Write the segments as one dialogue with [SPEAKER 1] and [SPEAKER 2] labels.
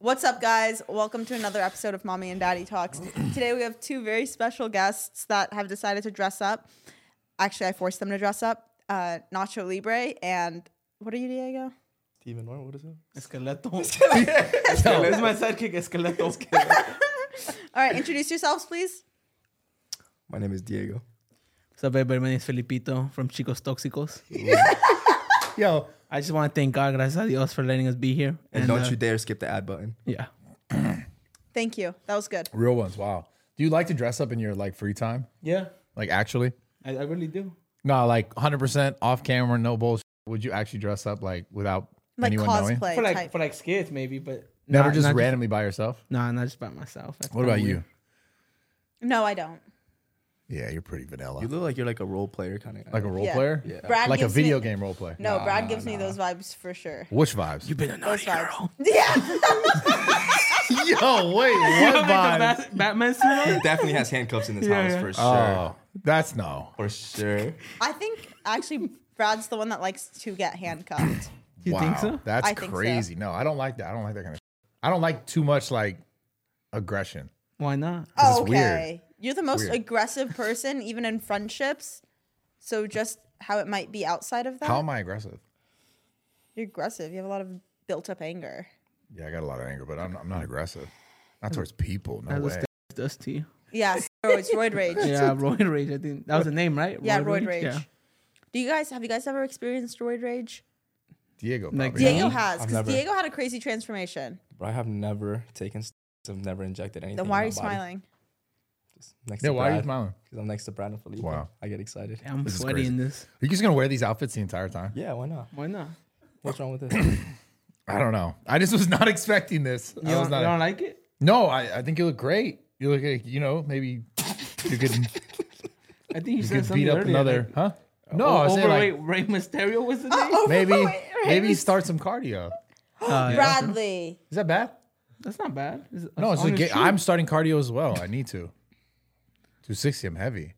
[SPEAKER 1] What's up, guys? Welcome to another episode of Mommy and Daddy Talks. Today we have two very special guests that have decided to dress up. Actually, I forced them to dress up. Uh, Nacho Libre and what are you, Diego?
[SPEAKER 2] Steven Norton, what is it?
[SPEAKER 3] Esqueleto. Es my sidekick, Esqueleto.
[SPEAKER 1] All right, introduce yourselves, please.
[SPEAKER 2] My name is Diego.
[SPEAKER 3] What's up, everybody? My name is Felipito from Chicos Tóxicos.
[SPEAKER 2] Yo.
[SPEAKER 3] I just want to thank God, gracias a Dios, for letting us be here.
[SPEAKER 2] And, don't
[SPEAKER 3] uh,
[SPEAKER 2] you dare skip the ad button.
[SPEAKER 3] Yeah.
[SPEAKER 1] Thank you. That was good.
[SPEAKER 4] Real ones. Wow. Do you like to dress up in your like free time?
[SPEAKER 3] Yeah,
[SPEAKER 4] Like actually?
[SPEAKER 3] I, I really do.
[SPEAKER 4] No, like 100% off camera, no bullshit. Would you actually dress up like without
[SPEAKER 1] Like
[SPEAKER 4] anyone knowing?
[SPEAKER 1] cosplay
[SPEAKER 3] For like,
[SPEAKER 1] type.
[SPEAKER 3] for like skits, maybe, but.
[SPEAKER 4] Never
[SPEAKER 3] not-
[SPEAKER 4] just Oh,
[SPEAKER 3] not
[SPEAKER 4] randomly by yourself?
[SPEAKER 3] Nah, not just by myself. That's
[SPEAKER 4] What
[SPEAKER 3] kinda
[SPEAKER 4] about you?
[SPEAKER 3] weird.
[SPEAKER 1] no, I don't.
[SPEAKER 4] Yeah, you're pretty vanilla.
[SPEAKER 2] You look like you're like a role player kind of guy.
[SPEAKER 4] like a role
[SPEAKER 1] Yeah.
[SPEAKER 4] player?
[SPEAKER 2] Yeah.
[SPEAKER 1] Brad
[SPEAKER 4] like a
[SPEAKER 1] gives
[SPEAKER 4] video
[SPEAKER 1] me-
[SPEAKER 4] game role player.
[SPEAKER 1] No, Brad gives me those vibes for sure.
[SPEAKER 4] Which vibes?
[SPEAKER 3] You've been a
[SPEAKER 1] Those
[SPEAKER 3] naughty
[SPEAKER 1] vibes.
[SPEAKER 3] girl.
[SPEAKER 1] Yeah.
[SPEAKER 4] Yo, wait,
[SPEAKER 3] You know,
[SPEAKER 4] what
[SPEAKER 3] like the
[SPEAKER 4] vibes?
[SPEAKER 3] Bat- Batman suit?
[SPEAKER 2] He definitely has handcuffs in this
[SPEAKER 3] Yeah,
[SPEAKER 2] house
[SPEAKER 3] yeah.
[SPEAKER 2] for sure.
[SPEAKER 4] Oh, that's no.
[SPEAKER 2] For sure.
[SPEAKER 1] I think actually Brad's the one that likes to get handcuffed.
[SPEAKER 3] You
[SPEAKER 4] wow.
[SPEAKER 3] think so?
[SPEAKER 4] That's
[SPEAKER 1] I think so.
[SPEAKER 4] crazy. No, I don't like that. I don't like that kind of I don't like too much like aggression.
[SPEAKER 3] Why not?
[SPEAKER 4] This
[SPEAKER 1] Oh,
[SPEAKER 4] is weird.
[SPEAKER 1] okay. You're the most
[SPEAKER 4] Weird.
[SPEAKER 1] aggressive person, even in friendships. So just how it might be outside of that.
[SPEAKER 4] How am I aggressive?
[SPEAKER 1] You're aggressive. You have a lot of built up anger.
[SPEAKER 4] Yeah, I got a lot of anger, but I'm, I'm not aggressive. Not towards people. No
[SPEAKER 3] That's what
[SPEAKER 4] way.
[SPEAKER 3] steroids does to you.
[SPEAKER 1] Yeah, steroids, roid rage.
[SPEAKER 3] Yeah, Roid Rage. I think that was the name, right?
[SPEAKER 1] Yeah, roid rage.
[SPEAKER 3] Yeah.
[SPEAKER 1] Do you guys have you guys ever experienced roid rage?
[SPEAKER 4] Diego.
[SPEAKER 3] Like
[SPEAKER 4] probably.
[SPEAKER 3] Yeah.
[SPEAKER 1] Diego
[SPEAKER 3] No,
[SPEAKER 1] has,
[SPEAKER 2] I've
[SPEAKER 1] because
[SPEAKER 2] never.
[SPEAKER 1] Diego had a crazy transformation.
[SPEAKER 2] But I have never taken st- I've never injected anything.
[SPEAKER 1] Then
[SPEAKER 2] in
[SPEAKER 1] why are
[SPEAKER 2] my
[SPEAKER 1] you
[SPEAKER 2] body.
[SPEAKER 1] smiling?
[SPEAKER 2] Just Next
[SPEAKER 4] Yeah,
[SPEAKER 2] to
[SPEAKER 4] why are you
[SPEAKER 2] Brad,
[SPEAKER 4] smiling?
[SPEAKER 2] Because I'm next to Brad and Felipe.
[SPEAKER 4] Wow.
[SPEAKER 2] I get excited.
[SPEAKER 3] I'm
[SPEAKER 4] This is
[SPEAKER 3] sweaty
[SPEAKER 4] crazy.
[SPEAKER 3] in this.
[SPEAKER 4] Are you just gonna wear these outfits the entire time?
[SPEAKER 2] Yeah, why not?
[SPEAKER 3] Why not?
[SPEAKER 2] What's wrong with this?
[SPEAKER 4] I don't know. I just was not expecting this.
[SPEAKER 3] You
[SPEAKER 4] I was
[SPEAKER 3] don't,
[SPEAKER 4] not.
[SPEAKER 3] you don't like it?
[SPEAKER 4] no, I, I think you look great. You look like you know maybe you could you
[SPEAKER 3] I think you said
[SPEAKER 4] could
[SPEAKER 3] something
[SPEAKER 4] beat up
[SPEAKER 3] earlier,
[SPEAKER 4] another
[SPEAKER 3] like-
[SPEAKER 4] huh? No, I
[SPEAKER 3] Oh,
[SPEAKER 4] was saying
[SPEAKER 3] overweight
[SPEAKER 4] like oh.
[SPEAKER 3] Rey Mysterio was the name.
[SPEAKER 4] maybe
[SPEAKER 1] Overweight
[SPEAKER 4] maybe
[SPEAKER 1] raise.
[SPEAKER 4] start some cardio.
[SPEAKER 3] Uh,
[SPEAKER 1] Bradley.
[SPEAKER 4] Is that bad?
[SPEAKER 3] That's not bad. It's,
[SPEAKER 4] No, it's
[SPEAKER 3] on
[SPEAKER 4] like
[SPEAKER 3] the
[SPEAKER 4] get,
[SPEAKER 3] shoe.
[SPEAKER 4] I'm starting cardio as well. I need to. Two sixty. I'm heavy.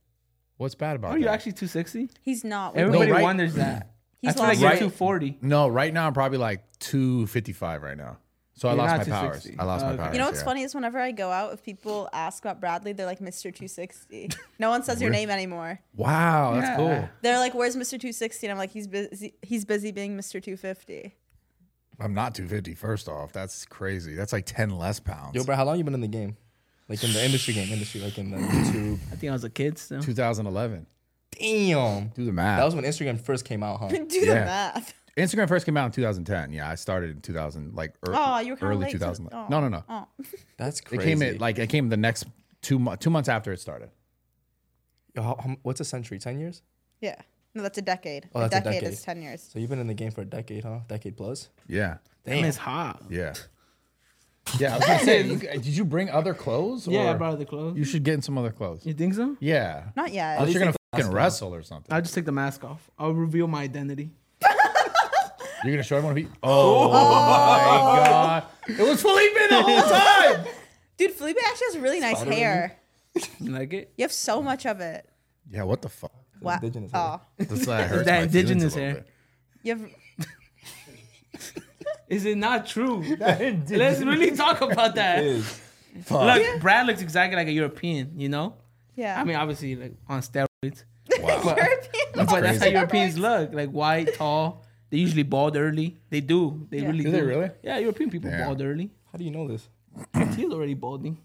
[SPEAKER 4] What's bad about
[SPEAKER 3] Are Oh, you
[SPEAKER 4] that?
[SPEAKER 3] actually 260?
[SPEAKER 1] He's not. We-
[SPEAKER 3] Everybody
[SPEAKER 4] right-
[SPEAKER 3] wonders that.
[SPEAKER 1] He's
[SPEAKER 3] I feel like
[SPEAKER 1] lost
[SPEAKER 3] you're
[SPEAKER 1] weight.
[SPEAKER 3] 240.
[SPEAKER 4] no, right now I'm probably like two fifty five right now. So I
[SPEAKER 3] You're
[SPEAKER 4] lost
[SPEAKER 3] not
[SPEAKER 4] my powers.
[SPEAKER 3] 260.
[SPEAKER 4] I lost
[SPEAKER 3] Oh,
[SPEAKER 4] my
[SPEAKER 3] okay.
[SPEAKER 4] powers.
[SPEAKER 1] You know what's
[SPEAKER 4] yeah.
[SPEAKER 1] funny is whenever I go out, if people ask about Bradley, they're like Mr. 260. No one says your name anymore.
[SPEAKER 4] Wow, that's
[SPEAKER 3] Yeah.
[SPEAKER 4] cool.
[SPEAKER 1] They're like, "Where's Mr. 260?" And I'm like, "He's busy. He's busy being Mr. 250."
[SPEAKER 4] I'm not 250. First off, that's crazy. That's like 10 less pounds.
[SPEAKER 2] Yo, Brad, how long you been in the game? Like in the industry game, industry, like in the YouTube.
[SPEAKER 3] I think I was a kid still.
[SPEAKER 4] 2011.
[SPEAKER 2] Damn.
[SPEAKER 4] Do the math.
[SPEAKER 2] That was when Instagram first came out, huh?
[SPEAKER 1] Do the
[SPEAKER 4] Yeah.
[SPEAKER 1] math.
[SPEAKER 4] Instagram first came out in 2010. Yeah, I started in 2000, like ear-
[SPEAKER 1] Oh, you were kind
[SPEAKER 4] early
[SPEAKER 1] of late.
[SPEAKER 4] 2000.
[SPEAKER 1] To, oh,
[SPEAKER 4] No, no, no.
[SPEAKER 1] Oh.
[SPEAKER 2] That's
[SPEAKER 4] It
[SPEAKER 2] crazy.
[SPEAKER 4] came at like it came the next two mo- two months after it started.
[SPEAKER 2] Yo, how, how, what's a century? Ten years?
[SPEAKER 1] Yeah. No, that's a decade.
[SPEAKER 2] Oh,
[SPEAKER 1] a,
[SPEAKER 2] that's a
[SPEAKER 1] decade
[SPEAKER 2] decade.
[SPEAKER 1] is 10 years.
[SPEAKER 2] So you've been in the game for a decade, huh? Decade plus.
[SPEAKER 4] Yeah,
[SPEAKER 3] Damn, it's hot.
[SPEAKER 4] yeah, yeah. I was gonna say, you, did you bring other clothes? Or
[SPEAKER 3] Yeah, I brought the clothes.
[SPEAKER 4] You should get in some other clothes.
[SPEAKER 3] You think so?
[SPEAKER 4] Yeah,
[SPEAKER 1] Not yet.
[SPEAKER 4] unless you're gonna
[SPEAKER 2] take the
[SPEAKER 4] fucking
[SPEAKER 2] mask off.
[SPEAKER 4] wrestle or something.
[SPEAKER 3] I'll just take the mask off. I'll reveal my identity.
[SPEAKER 4] You're gonna show everyone. Who you- oh, my god! It was Felipe the whole time.
[SPEAKER 1] Dude, Felipe actually has really nice
[SPEAKER 2] Spider-Man.
[SPEAKER 1] hair.
[SPEAKER 3] You like it?
[SPEAKER 1] You have so much of it.
[SPEAKER 4] yeah, what the fuck?
[SPEAKER 1] Wow.
[SPEAKER 2] indigenous hair.
[SPEAKER 1] oh.
[SPEAKER 4] That's that hurts
[SPEAKER 3] That
[SPEAKER 4] my feelings a
[SPEAKER 3] indigenous
[SPEAKER 4] little
[SPEAKER 3] hair.
[SPEAKER 4] bit.
[SPEAKER 1] You have
[SPEAKER 3] Is it not true? Let's really talk about that.
[SPEAKER 2] Is
[SPEAKER 3] Look, Brad looks exactly like a European, you know?
[SPEAKER 1] yeah.
[SPEAKER 3] I mean, obviously, like on steroids.
[SPEAKER 4] Wow.
[SPEAKER 3] But that's how
[SPEAKER 4] crazy.
[SPEAKER 3] Europeans look. Like white, tall. They usually bald early. They do. They
[SPEAKER 1] Yeah.
[SPEAKER 3] really do.
[SPEAKER 4] Do they really?
[SPEAKER 3] Yeah, European people
[SPEAKER 4] Yeah.
[SPEAKER 3] bald early.
[SPEAKER 2] How do you know this?
[SPEAKER 3] He's already balding.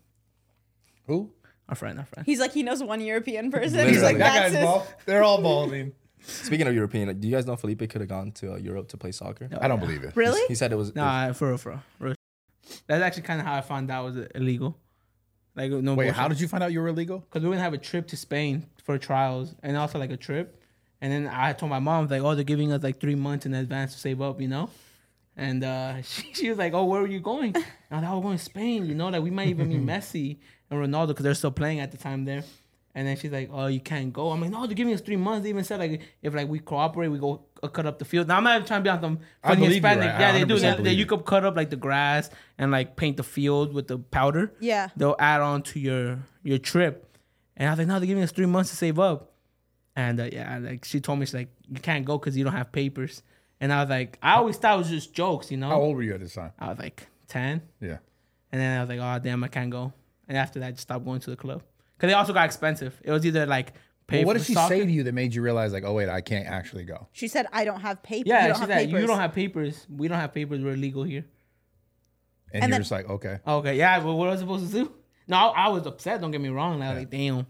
[SPEAKER 4] Who?
[SPEAKER 3] Our friend, our friend.
[SPEAKER 1] He's like he knows one European person. He's
[SPEAKER 2] Literally.
[SPEAKER 1] like
[SPEAKER 2] That
[SPEAKER 1] that's his.
[SPEAKER 4] They're all balding.
[SPEAKER 2] Speaking of European, like, do you guys know Felipe could have gone to uh, Europe to play soccer?
[SPEAKER 4] I don't believe it.
[SPEAKER 1] Really?
[SPEAKER 2] He said it was. it was-
[SPEAKER 3] Nah, for real, for real. Real shit. That's actually kind of how I found out was illegal. Like no.
[SPEAKER 4] Wait, how did you find out you were illegal?
[SPEAKER 3] Because we were gonna have a trip to Spain for trials and also like a trip, and then I told my mom like, oh, they're giving us like three months in advance to save up, you know. And uh, she, she was like, "Oh, where are you going?" And I was going to Spain, you know, like we might even be Messi and Ronaldo because they're still playing at the time there. And then she's like, "Oh, you can't go." I'm like, "No, they're giving us three months." They even said like, if like we cooperate, we go uh, cut up the field. Now I'm not even trying to be on them.
[SPEAKER 4] I
[SPEAKER 3] funny
[SPEAKER 4] believe you,
[SPEAKER 3] Hispanic.
[SPEAKER 4] right? I
[SPEAKER 3] Yeah, they do. They,
[SPEAKER 4] 100%
[SPEAKER 3] they,
[SPEAKER 4] believe
[SPEAKER 3] you
[SPEAKER 4] you.
[SPEAKER 3] could cut up like the grass and like paint the field with the powder
[SPEAKER 1] Yeah.
[SPEAKER 3] they'll add on to your your trip. And I was like, no, they're giving us three months to save up. And uh, yeah, like she told me, she's like, you can't go because you don't have papers. And I was like, I always thought it was just jokes, you know.
[SPEAKER 4] How old were you at this time?
[SPEAKER 3] I was like ten.
[SPEAKER 4] Yeah.
[SPEAKER 3] And then I was like, oh damn, I can't go. And after that, I just stopped going to the club because they also got expensive. It was either like pay.
[SPEAKER 4] Well, what
[SPEAKER 3] for
[SPEAKER 4] did she
[SPEAKER 3] soccer-
[SPEAKER 4] say to you that made you realize like, oh wait, I can't actually go?
[SPEAKER 1] She said, I don't have paper.
[SPEAKER 3] Yeah,
[SPEAKER 1] you don't
[SPEAKER 3] she
[SPEAKER 1] have
[SPEAKER 3] said
[SPEAKER 1] papers.
[SPEAKER 3] you don't have papers. We don't have papers. We're illegal here.
[SPEAKER 1] And
[SPEAKER 4] And, you're
[SPEAKER 1] then-
[SPEAKER 4] just like, okay.
[SPEAKER 3] Okay, yeah. But what was I supposed to do? No, I, I was upset. Don't get me wrong. I was like, damn.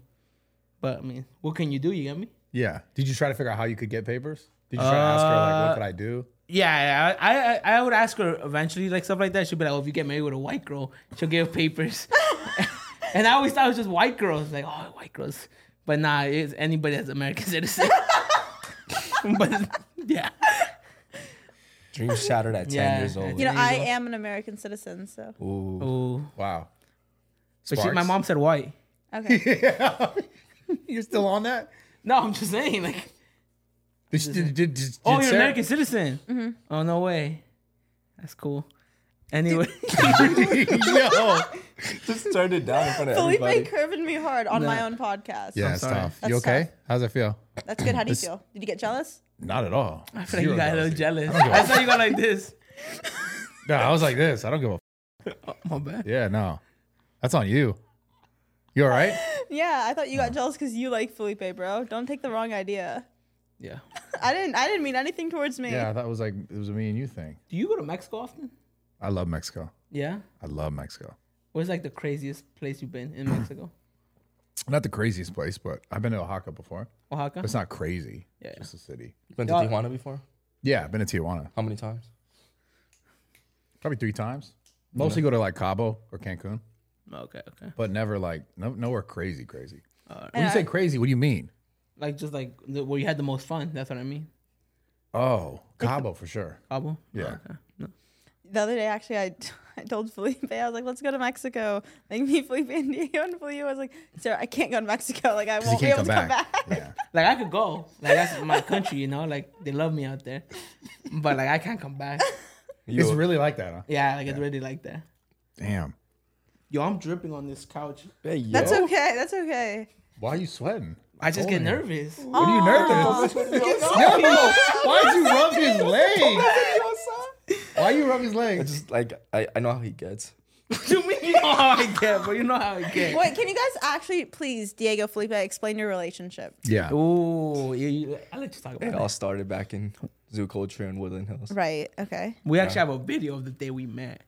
[SPEAKER 3] But I mean, what can you do? You get me?
[SPEAKER 4] Yeah. Did you try to figure out how you could get papers? Did you try to ask her like, what could I do?
[SPEAKER 3] Yeah, yeah, I, I I would ask her eventually, like stuff like that. She'd be like, "Oh, if you get married with a white girl, she'll give papers." and I always thought it was just white girls, like, "Oh, white girls," but nah, it's anybody that's American citizen. but yeah,
[SPEAKER 2] Dreams shattered at 10
[SPEAKER 3] Yeah.
[SPEAKER 2] years old.
[SPEAKER 1] You know,
[SPEAKER 3] There you
[SPEAKER 1] I
[SPEAKER 3] go.
[SPEAKER 1] am an American citizen, so
[SPEAKER 2] Ooh.
[SPEAKER 3] oh,
[SPEAKER 4] Wow.
[SPEAKER 3] but she, my
[SPEAKER 4] Sparks?
[SPEAKER 3] mom said white.
[SPEAKER 1] okay.
[SPEAKER 4] You're still on that?
[SPEAKER 3] No, I'm just saying, like,
[SPEAKER 4] Did she, did, did, did,
[SPEAKER 3] oh, you're
[SPEAKER 4] did
[SPEAKER 3] an
[SPEAKER 4] Sarah-
[SPEAKER 3] American citizen. Oh no way, that's cool. Anyway,
[SPEAKER 4] Yo.
[SPEAKER 2] Just turned it down in front of
[SPEAKER 1] Felipe
[SPEAKER 2] everybody.
[SPEAKER 1] curving me hard on my
[SPEAKER 3] No.
[SPEAKER 1] own podcast.
[SPEAKER 4] Yeah, it's
[SPEAKER 3] sorry.
[SPEAKER 4] tough.
[SPEAKER 1] That's
[SPEAKER 4] you okay?
[SPEAKER 1] tough.
[SPEAKER 4] How's it feel?
[SPEAKER 1] That's good. How do you feel? Did you get jealous?
[SPEAKER 4] Not at all.
[SPEAKER 3] I feel like you got a little jealous. I,
[SPEAKER 4] give a-
[SPEAKER 3] saw you go like this.
[SPEAKER 4] No, I was like this. I don't give a. F-
[SPEAKER 3] My bad.
[SPEAKER 4] yeah, no, that's on you. You all right?
[SPEAKER 1] Yeah, I thought you got jealous because you like Felipe, bro. Don't take the wrong idea.
[SPEAKER 3] Yeah.
[SPEAKER 1] I didn't. I didn't mean anything towards me.
[SPEAKER 4] yeah, I thought it was like it was a me and you thing.
[SPEAKER 3] Do you go to Mexico often?
[SPEAKER 4] I love Mexico.
[SPEAKER 3] Yeah.
[SPEAKER 4] I love Mexico.
[SPEAKER 3] Where's like the craziest place you've been in Mexico?
[SPEAKER 4] Not the craziest place, but I've been to Oaxaca before.
[SPEAKER 3] Oaxaca.
[SPEAKER 4] But it's not crazy.
[SPEAKER 3] Yeah.
[SPEAKER 4] Just a city.
[SPEAKER 2] Been to
[SPEAKER 3] Yeah.
[SPEAKER 2] Tijuana before?
[SPEAKER 4] Yeah, I've been to Tijuana
[SPEAKER 2] How many times?
[SPEAKER 4] probably three times. Mostly go to like Cabo or Cancun,
[SPEAKER 3] Okay, okay.
[SPEAKER 4] but never like no, nowhere crazy, crazy. When
[SPEAKER 1] And
[SPEAKER 4] you
[SPEAKER 1] I-
[SPEAKER 4] say crazy, what do you mean?
[SPEAKER 3] Like just like the, where you had the most fun. That's what I mean.
[SPEAKER 4] Oh, Cabo for sure.
[SPEAKER 3] Cabo.
[SPEAKER 4] Yeah.
[SPEAKER 3] Okay. No.
[SPEAKER 1] The other day, actually, I, I told Felipe, I was like, let's go to Mexico. Like, me, Felipe, and Diego, and Felipe was like, Sarah, I can't go to Mexico. Like, I
[SPEAKER 4] 'Cause you
[SPEAKER 1] won't be
[SPEAKER 4] can't
[SPEAKER 1] able
[SPEAKER 4] come
[SPEAKER 1] to come
[SPEAKER 4] back.
[SPEAKER 1] back.
[SPEAKER 4] Yeah.
[SPEAKER 3] Like I could go. Like that's my country, you know. Like they love me out there, but like I can't come back.
[SPEAKER 4] It's really like that, huh?
[SPEAKER 3] Yeah, like it's really like that.
[SPEAKER 4] Damn.
[SPEAKER 3] Yo, I'm dripping on this couch.
[SPEAKER 2] Hey, yo.
[SPEAKER 1] That's okay. That's okay.
[SPEAKER 4] Why are you sweating?
[SPEAKER 3] I just
[SPEAKER 4] Cold
[SPEAKER 3] get
[SPEAKER 4] in here.
[SPEAKER 3] nervous.
[SPEAKER 4] Oh. What are you nervous? no, why'd you rub his leg? Why you rub his
[SPEAKER 2] I
[SPEAKER 4] leg?
[SPEAKER 2] just like, I, I know how he gets.
[SPEAKER 3] What do you mean? You know how Oh, I get, but you know how I get.
[SPEAKER 1] Wait, can you guys actually, please, Diego, Felipe, explain your relationship?
[SPEAKER 4] Yeah.
[SPEAKER 3] Ooh, you, you, I let you talk about
[SPEAKER 2] It
[SPEAKER 3] it.
[SPEAKER 2] all started back in zoo culture in Woodland Hills.
[SPEAKER 1] Right. Okay.
[SPEAKER 3] We actually have a video of the day we met.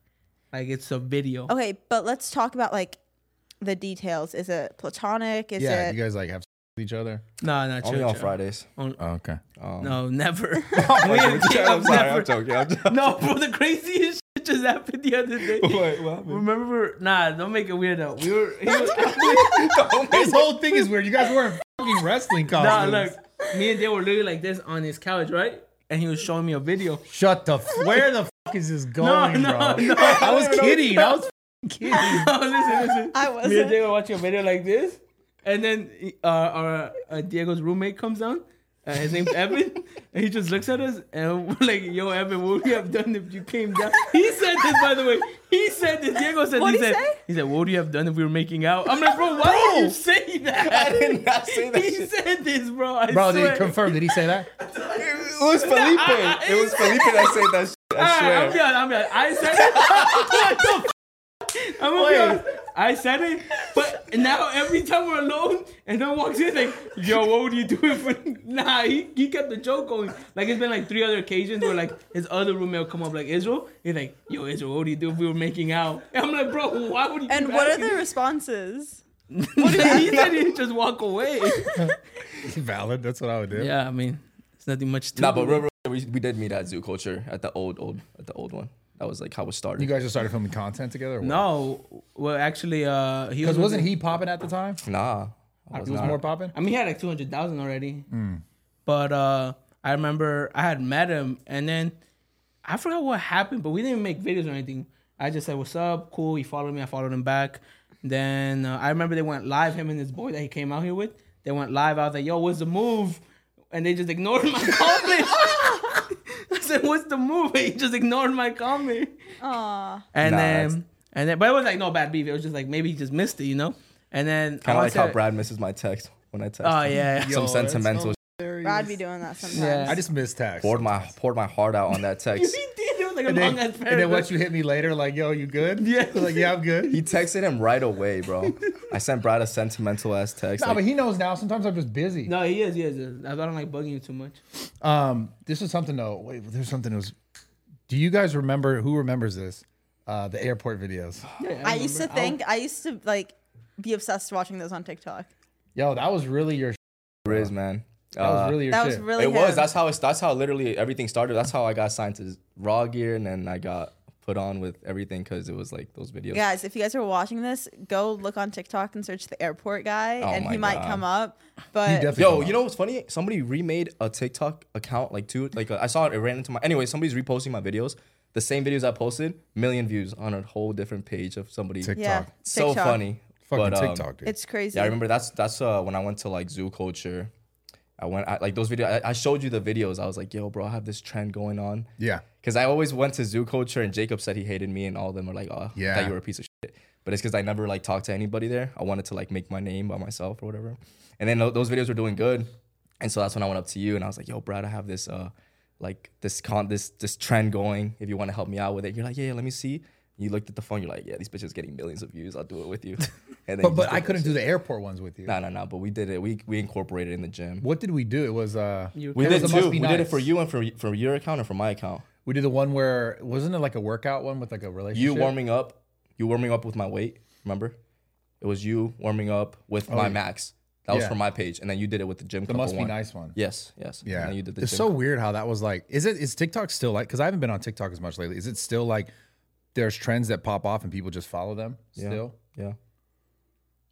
[SPEAKER 3] Like it's a video.
[SPEAKER 1] Okay, but let's talk about like the details. Is it platonic? Is
[SPEAKER 4] Yeah,
[SPEAKER 1] it?
[SPEAKER 4] you guys like have sex with each other.
[SPEAKER 3] No, no, chill,
[SPEAKER 2] Only on
[SPEAKER 3] chill.
[SPEAKER 2] Fridays.
[SPEAKER 4] Oh, okay.
[SPEAKER 2] Um,
[SPEAKER 3] No, never.
[SPEAKER 2] I'm,
[SPEAKER 3] I've
[SPEAKER 2] sorry,
[SPEAKER 3] never-
[SPEAKER 2] I'm joking. I'm joking.
[SPEAKER 3] No, bro, the craziest shit just happened the other day.
[SPEAKER 2] Wait, what happened?
[SPEAKER 3] Remember, nah, don't make it weird though. We were, he was,
[SPEAKER 4] This whole thing is weird. You guys wearing fucking wrestling
[SPEAKER 3] nah,
[SPEAKER 4] costumes.
[SPEAKER 3] look, me and they were literally like this on his couch, right? And he was showing me a video.
[SPEAKER 4] Shut the. F- where the fuck is this going,
[SPEAKER 3] no,
[SPEAKER 4] bro?
[SPEAKER 3] no.
[SPEAKER 4] I was kidding. I was f***ing kidding.
[SPEAKER 3] No, listen, listen.
[SPEAKER 1] I
[SPEAKER 3] Me and
[SPEAKER 1] wasn't.
[SPEAKER 3] Diego were watching a video like this, and then uh, our uh, Diego's roommate comes down. Uh, his name's Evan, and he just looks at us and we're like, "Yo, Evan, what would you have done if you came down?" He said this, by the way. He said this. Diego said.
[SPEAKER 1] What'd
[SPEAKER 3] he
[SPEAKER 1] he
[SPEAKER 3] said,
[SPEAKER 1] say?
[SPEAKER 3] He said, "What would you have done if we were making out?" I'm like, "Bro, why would you say that?"
[SPEAKER 2] I did not say that
[SPEAKER 3] He
[SPEAKER 2] shit.
[SPEAKER 3] said this, bro. I
[SPEAKER 4] Bro,
[SPEAKER 3] swear.
[SPEAKER 4] did he confirm? Did he say that?
[SPEAKER 2] It was Felipe. It was Felipe that said that shit. I
[SPEAKER 3] All right, I'm
[SPEAKER 2] swear.
[SPEAKER 3] done. I'm done. I said it. What the f- I'm gonna be honest. I said it, but now every time we're alone and then walks in like, yo, what would you do if? Nah, he, he kept the joke going. Like it's been like three other occasions where like his other roommate will come up like Israel. He's like, yo, Israel, what would you do if we were making out? And I'm like, bro, why would you?
[SPEAKER 1] And
[SPEAKER 3] keep
[SPEAKER 1] what are
[SPEAKER 3] asking
[SPEAKER 1] the responses?
[SPEAKER 3] this?" he said he just walk away.
[SPEAKER 4] Valid. That's what I would do.
[SPEAKER 3] Yeah, I mean, it's nothing much. To
[SPEAKER 2] Nah, but real, real, we, we did meet at zoo culture at the old, old, at the old one. That was like how it started.
[SPEAKER 4] You guys just started filming content together. or what?
[SPEAKER 3] no, well, actually, uh, he was
[SPEAKER 4] Because wasn't he popping at the time?
[SPEAKER 2] nah. I
[SPEAKER 4] He was
[SPEAKER 2] not.
[SPEAKER 4] more popping.
[SPEAKER 3] I mean, he had like two hundred thousand already.
[SPEAKER 2] Mm.
[SPEAKER 3] But uh, I remember I had met him, and then I forgot what happened, but we didn't make videos or anything. I just said, "What's up?" Cool. He followed me. I followed him back. Then uh, I remember they went live. Him and his boy that he came out here with, they went live. I was like, "Yo, what's the move?" And they just ignored my comment. I said, "What's the move?" And he just ignored my comment.
[SPEAKER 1] Aw.
[SPEAKER 3] And
[SPEAKER 2] Nah, that's-
[SPEAKER 3] then, and then, but it was like no bad beef. It was just like maybe he just missed it, you know. And then I
[SPEAKER 2] Kind of
[SPEAKER 3] wanna
[SPEAKER 2] like how
[SPEAKER 3] say-
[SPEAKER 2] Brad misses my text when I text.
[SPEAKER 3] Oh
[SPEAKER 2] him.
[SPEAKER 3] yeah.
[SPEAKER 2] Some
[SPEAKER 4] Yo, that's
[SPEAKER 2] sentimental.
[SPEAKER 1] Brad be doing that sometimes.
[SPEAKER 3] Yeah.
[SPEAKER 4] I just missed text.
[SPEAKER 2] poured my poured my heart out on that text.
[SPEAKER 3] He did. It was like a
[SPEAKER 4] And
[SPEAKER 3] long
[SPEAKER 4] then,
[SPEAKER 3] ass
[SPEAKER 4] and
[SPEAKER 3] paragraph.
[SPEAKER 4] then once you hit me later, like, yo, you good?
[SPEAKER 3] Yeah.
[SPEAKER 4] Like, yeah, I'm good.
[SPEAKER 2] He texted him right away, bro. I sent Brad a sentimental ass text.
[SPEAKER 4] Nah,
[SPEAKER 2] like,
[SPEAKER 4] but he knows now. Sometimes I'm just busy.
[SPEAKER 3] no, he is, he is. he is. I don't like bugging you too much.
[SPEAKER 4] Um, this is something though. Wait, there's something that was. Do you guys remember who remembers this? Uh, the airport videos.
[SPEAKER 3] Yeah,
[SPEAKER 1] I used to
[SPEAKER 3] remember. I'll-
[SPEAKER 1] think I used to like be obsessed watching those on TikTok.
[SPEAKER 4] Yo, that was really your. sh-
[SPEAKER 2] Riz, man.
[SPEAKER 4] That was
[SPEAKER 2] Uh,
[SPEAKER 4] really your.
[SPEAKER 1] That
[SPEAKER 4] shit.
[SPEAKER 1] was really
[SPEAKER 2] it was.
[SPEAKER 1] him.
[SPEAKER 2] That's how it's. That's how literally everything started. That's how I got signed to Raw Gear, and then I got put on with everything because it was like those videos.
[SPEAKER 1] Guys, if you guys are watching this, go look on TikTok and search the airport guy,
[SPEAKER 2] Oh
[SPEAKER 1] and
[SPEAKER 2] my
[SPEAKER 1] he might
[SPEAKER 2] God.
[SPEAKER 1] come up. But
[SPEAKER 4] definitely-
[SPEAKER 2] Yo, you know what's funny? Somebody remade a TikTok account like two. Like uh, I saw it. It ran into my. Anyway, somebody's reposting my videos. The same videos I posted, million views on a whole different page of somebody.
[SPEAKER 4] TikTok.
[SPEAKER 1] yeah,
[SPEAKER 2] So
[SPEAKER 1] TikTok.
[SPEAKER 2] funny.
[SPEAKER 4] Fucking
[SPEAKER 2] But, um,
[SPEAKER 4] TikTok, dude.
[SPEAKER 1] It's crazy.
[SPEAKER 2] Yeah, I remember that's that's uh, when I went to like zoo culture. I went I, like those videos. I, I showed you the videos. I was like, "Yo, bro, I have this trend going on."
[SPEAKER 4] yeah.
[SPEAKER 2] Because I always went to zoo culture, and Jacob said he hated me, and all of them are like, "Oh, yeah,
[SPEAKER 4] Yeah.
[SPEAKER 2] thought you were a piece of shit." But it's because I never like talked to anybody there. I wanted to like make my name by myself or whatever. And then tho- those videos were doing good, and so that's when I went up to you and I was like, "Yo, Brad, I have this uh, like this con this this trend going. If you want to help me out with it, you're like, yeah, yeah, let me see." You looked at the phone. You're like, "Yeah, these bitches getting millions of views. I'll do it with you." And then
[SPEAKER 4] But
[SPEAKER 2] you
[SPEAKER 4] but
[SPEAKER 2] just
[SPEAKER 4] I
[SPEAKER 2] did that
[SPEAKER 4] couldn't
[SPEAKER 2] shit.
[SPEAKER 4] do the airport ones with you.
[SPEAKER 2] No, no, no. But we did it. We we incorporated it in the gym.
[SPEAKER 4] What did we do? It was uh.
[SPEAKER 3] You-
[SPEAKER 2] We
[SPEAKER 4] it
[SPEAKER 2] did
[SPEAKER 4] was the
[SPEAKER 2] too.
[SPEAKER 4] Must Be
[SPEAKER 2] We did it
[SPEAKER 4] Nice.
[SPEAKER 2] for you and for for your account and for my account.
[SPEAKER 4] We did the one where wasn't it like a workout one with like a
[SPEAKER 2] You
[SPEAKER 4] relationship?
[SPEAKER 2] warming up. You warming up with my weight. Remember, it was you warming up with my max. That was
[SPEAKER 4] Oh, Yeah.
[SPEAKER 2] for my page, and then you did it with the gym.
[SPEAKER 4] The
[SPEAKER 2] couple
[SPEAKER 4] must be
[SPEAKER 2] one.
[SPEAKER 4] nice one.
[SPEAKER 2] Yes, yes.
[SPEAKER 4] Yeah,
[SPEAKER 2] And then you did the
[SPEAKER 4] it's
[SPEAKER 2] gym.
[SPEAKER 4] so weird how that was like. Is it is TikTok still like? Because I haven't been on TikTok as much lately. Is it still like there's trends that pop off and people just follow them
[SPEAKER 2] Yeah.
[SPEAKER 4] still?
[SPEAKER 2] yeah.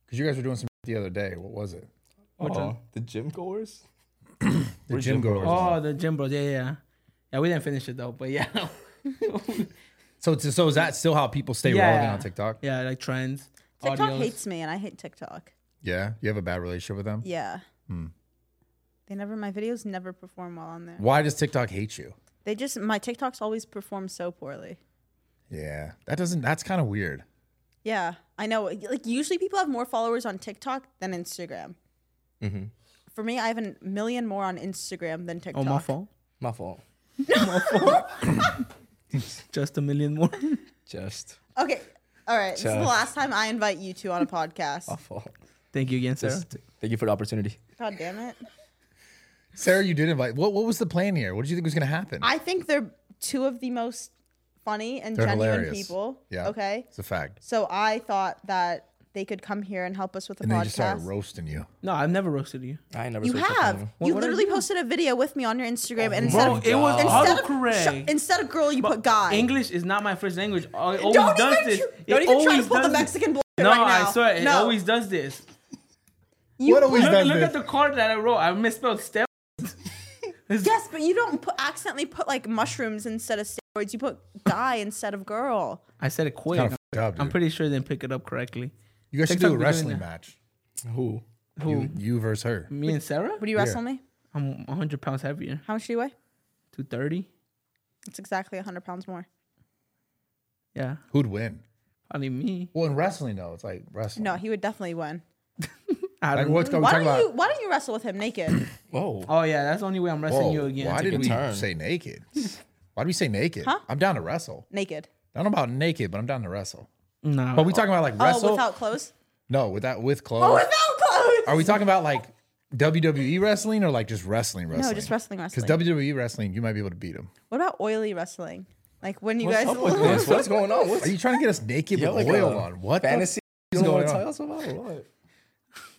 [SPEAKER 4] Because you guys were doing some the other day. What was it?
[SPEAKER 2] Oh, the gym goers.
[SPEAKER 4] The
[SPEAKER 2] We're gym
[SPEAKER 4] gym goers.
[SPEAKER 3] Oh, the gym bros. Yeah, yeah, yeah. Yeah, we didn't finish it though, but yeah,
[SPEAKER 4] So it's- so is that still how people stay
[SPEAKER 3] Yeah.
[SPEAKER 4] relevant on TikTok?
[SPEAKER 3] yeah, like trends.
[SPEAKER 1] TikTok
[SPEAKER 3] audios.
[SPEAKER 1] hates me, and I hate TikTok.
[SPEAKER 4] Yeah. You have a bad relationship with them.
[SPEAKER 1] Yeah.
[SPEAKER 2] Hmm.
[SPEAKER 1] They never. My videos never perform well on there.
[SPEAKER 4] Why does TikTok hate you?
[SPEAKER 1] They just my TikToks always perform so poorly.
[SPEAKER 4] Yeah. That doesn't. That's kind of weird.
[SPEAKER 1] Yeah, I know. Like usually people have more followers on TikTok than Instagram. For me, I have a million more on Instagram than TikTok.
[SPEAKER 3] Oh, my fault.
[SPEAKER 2] My fault.
[SPEAKER 3] Just a million more.
[SPEAKER 2] Just
[SPEAKER 1] Okay. All right. This is the
[SPEAKER 2] Just-
[SPEAKER 1] last time I invite you two on a podcast.
[SPEAKER 2] my fault.
[SPEAKER 3] Thank you again, sir.
[SPEAKER 2] Just thank you for the opportunity.
[SPEAKER 1] God damn it.
[SPEAKER 4] Sarah, you did invite. What what was the plan here? What did you think was going to happen?
[SPEAKER 1] I think they're two of the most funny and
[SPEAKER 4] They're
[SPEAKER 1] genuine
[SPEAKER 4] hilarious.
[SPEAKER 1] people.
[SPEAKER 4] Yeah.
[SPEAKER 1] Okay.
[SPEAKER 4] it's a fact.
[SPEAKER 1] So I thought that they could come here and help us with the
[SPEAKER 4] And they just started
[SPEAKER 1] podcast.
[SPEAKER 4] roasting you.
[SPEAKER 3] No, I've never roasted you.
[SPEAKER 2] I never.
[SPEAKER 1] you
[SPEAKER 2] switched up on
[SPEAKER 1] have.
[SPEAKER 2] you.
[SPEAKER 1] you
[SPEAKER 3] what did I
[SPEAKER 1] literally
[SPEAKER 3] do?
[SPEAKER 1] posted a video with me on your Instagram, and instead
[SPEAKER 3] Bro,
[SPEAKER 1] of
[SPEAKER 3] it was
[SPEAKER 1] instead of,
[SPEAKER 3] autocorrect.
[SPEAKER 1] sh- instead of girl, you put guy.
[SPEAKER 3] English is not my first language. It always
[SPEAKER 1] Don't
[SPEAKER 3] does
[SPEAKER 1] even,
[SPEAKER 3] this.
[SPEAKER 1] tr-
[SPEAKER 3] It
[SPEAKER 1] don't even try to
[SPEAKER 3] always
[SPEAKER 1] pull the
[SPEAKER 3] does this.
[SPEAKER 1] Mexican bull
[SPEAKER 3] No,
[SPEAKER 1] right now.
[SPEAKER 3] I swear it
[SPEAKER 1] no.
[SPEAKER 3] always does this.
[SPEAKER 1] You
[SPEAKER 4] What always
[SPEAKER 1] put-
[SPEAKER 4] does
[SPEAKER 3] Look, look
[SPEAKER 4] this?
[SPEAKER 3] at the card that I wrote. I misspelled step.
[SPEAKER 1] Yes, but you don't put, accidentally put like mushrooms instead of steroids. You put guy instead of girl.
[SPEAKER 3] I said it quick.
[SPEAKER 4] Kinda fucked up,
[SPEAKER 3] I'm
[SPEAKER 4] dude.
[SPEAKER 3] pretty sure they didn't pick it up correctly.
[SPEAKER 4] You guys should
[SPEAKER 3] TikTok
[SPEAKER 4] do
[SPEAKER 3] be
[SPEAKER 4] a
[SPEAKER 3] doing
[SPEAKER 4] wrestling
[SPEAKER 3] that.
[SPEAKER 4] match.
[SPEAKER 2] Who?
[SPEAKER 3] Who?
[SPEAKER 4] You, you versus her.
[SPEAKER 3] me and Sarah?
[SPEAKER 1] Would you wrestle me?
[SPEAKER 3] I'm 100 pounds heavier.
[SPEAKER 1] How much do you weigh?
[SPEAKER 3] 230?
[SPEAKER 1] It's exactly 100 pounds more.
[SPEAKER 3] Yeah.
[SPEAKER 4] Who'd win?
[SPEAKER 3] Probably me.
[SPEAKER 4] Well, in wrestling though, it's like wrestling.
[SPEAKER 1] No, he would definitely win.
[SPEAKER 3] I
[SPEAKER 4] Like
[SPEAKER 3] don't
[SPEAKER 4] what's going
[SPEAKER 1] Why
[SPEAKER 4] talking
[SPEAKER 1] don't
[SPEAKER 4] about?
[SPEAKER 1] you Why don't you wrestle with him naked?
[SPEAKER 2] Whoa.
[SPEAKER 3] Oh, yeah. That's the only way I'm wrestling
[SPEAKER 4] Whoa,
[SPEAKER 3] you again.
[SPEAKER 4] Why
[SPEAKER 2] Took
[SPEAKER 4] did
[SPEAKER 2] a
[SPEAKER 4] we
[SPEAKER 2] turn.
[SPEAKER 4] say naked? Why did we say naked? I'm down to wrestle.
[SPEAKER 1] naked.
[SPEAKER 4] I don't know about naked, but I'm down to wrestle.
[SPEAKER 3] no.
[SPEAKER 4] But we talking about like wrestle?
[SPEAKER 1] Oh, without clothes.
[SPEAKER 4] no, without with clothes.
[SPEAKER 1] Oh, without clothes.
[SPEAKER 4] Are we talking about like WWE wrestling or like just wrestling wrestling?
[SPEAKER 1] no, just wrestling.
[SPEAKER 4] Because
[SPEAKER 1] Wrestling.
[SPEAKER 4] WWE wrestling, you might be able to beat them.
[SPEAKER 1] what about oily wrestling? Like when you guys.
[SPEAKER 2] What's up with this? What's going on? What's
[SPEAKER 4] Are you trying to get us naked
[SPEAKER 2] You're
[SPEAKER 4] with
[SPEAKER 2] like
[SPEAKER 4] oil
[SPEAKER 2] a
[SPEAKER 4] on? What the
[SPEAKER 2] fantasy?
[SPEAKER 4] is
[SPEAKER 2] you don't
[SPEAKER 4] going
[SPEAKER 2] want to
[SPEAKER 4] on?
[SPEAKER 2] tell us about or what?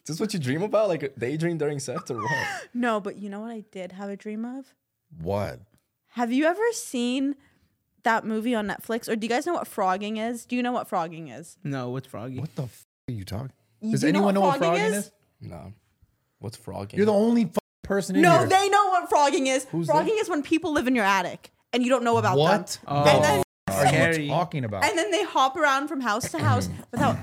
[SPEAKER 2] Is this what you dream about? Like a daydream during sex or what?
[SPEAKER 1] No, but you know what I did have a dream of.
[SPEAKER 4] f- What?
[SPEAKER 1] Have you ever seen that movie on Netflix? Or do you guys know what frogging is? Do you know what frogging is?
[SPEAKER 3] No, what's Froggy?
[SPEAKER 4] What the f- are you talking?
[SPEAKER 1] You
[SPEAKER 4] Does
[SPEAKER 1] do
[SPEAKER 4] anyone know what
[SPEAKER 1] frogging
[SPEAKER 4] frogging is?
[SPEAKER 2] No. What's frogging?
[SPEAKER 4] You're the only f- person in
[SPEAKER 1] No,
[SPEAKER 4] here.
[SPEAKER 1] they know what frogging is.
[SPEAKER 4] Who's
[SPEAKER 1] frogging is when people live in your attic and you don't know about them.
[SPEAKER 4] what
[SPEAKER 3] Oh,
[SPEAKER 1] And then,
[SPEAKER 4] are
[SPEAKER 3] scary.
[SPEAKER 4] you talking about?
[SPEAKER 1] and then they hop around from house to house without.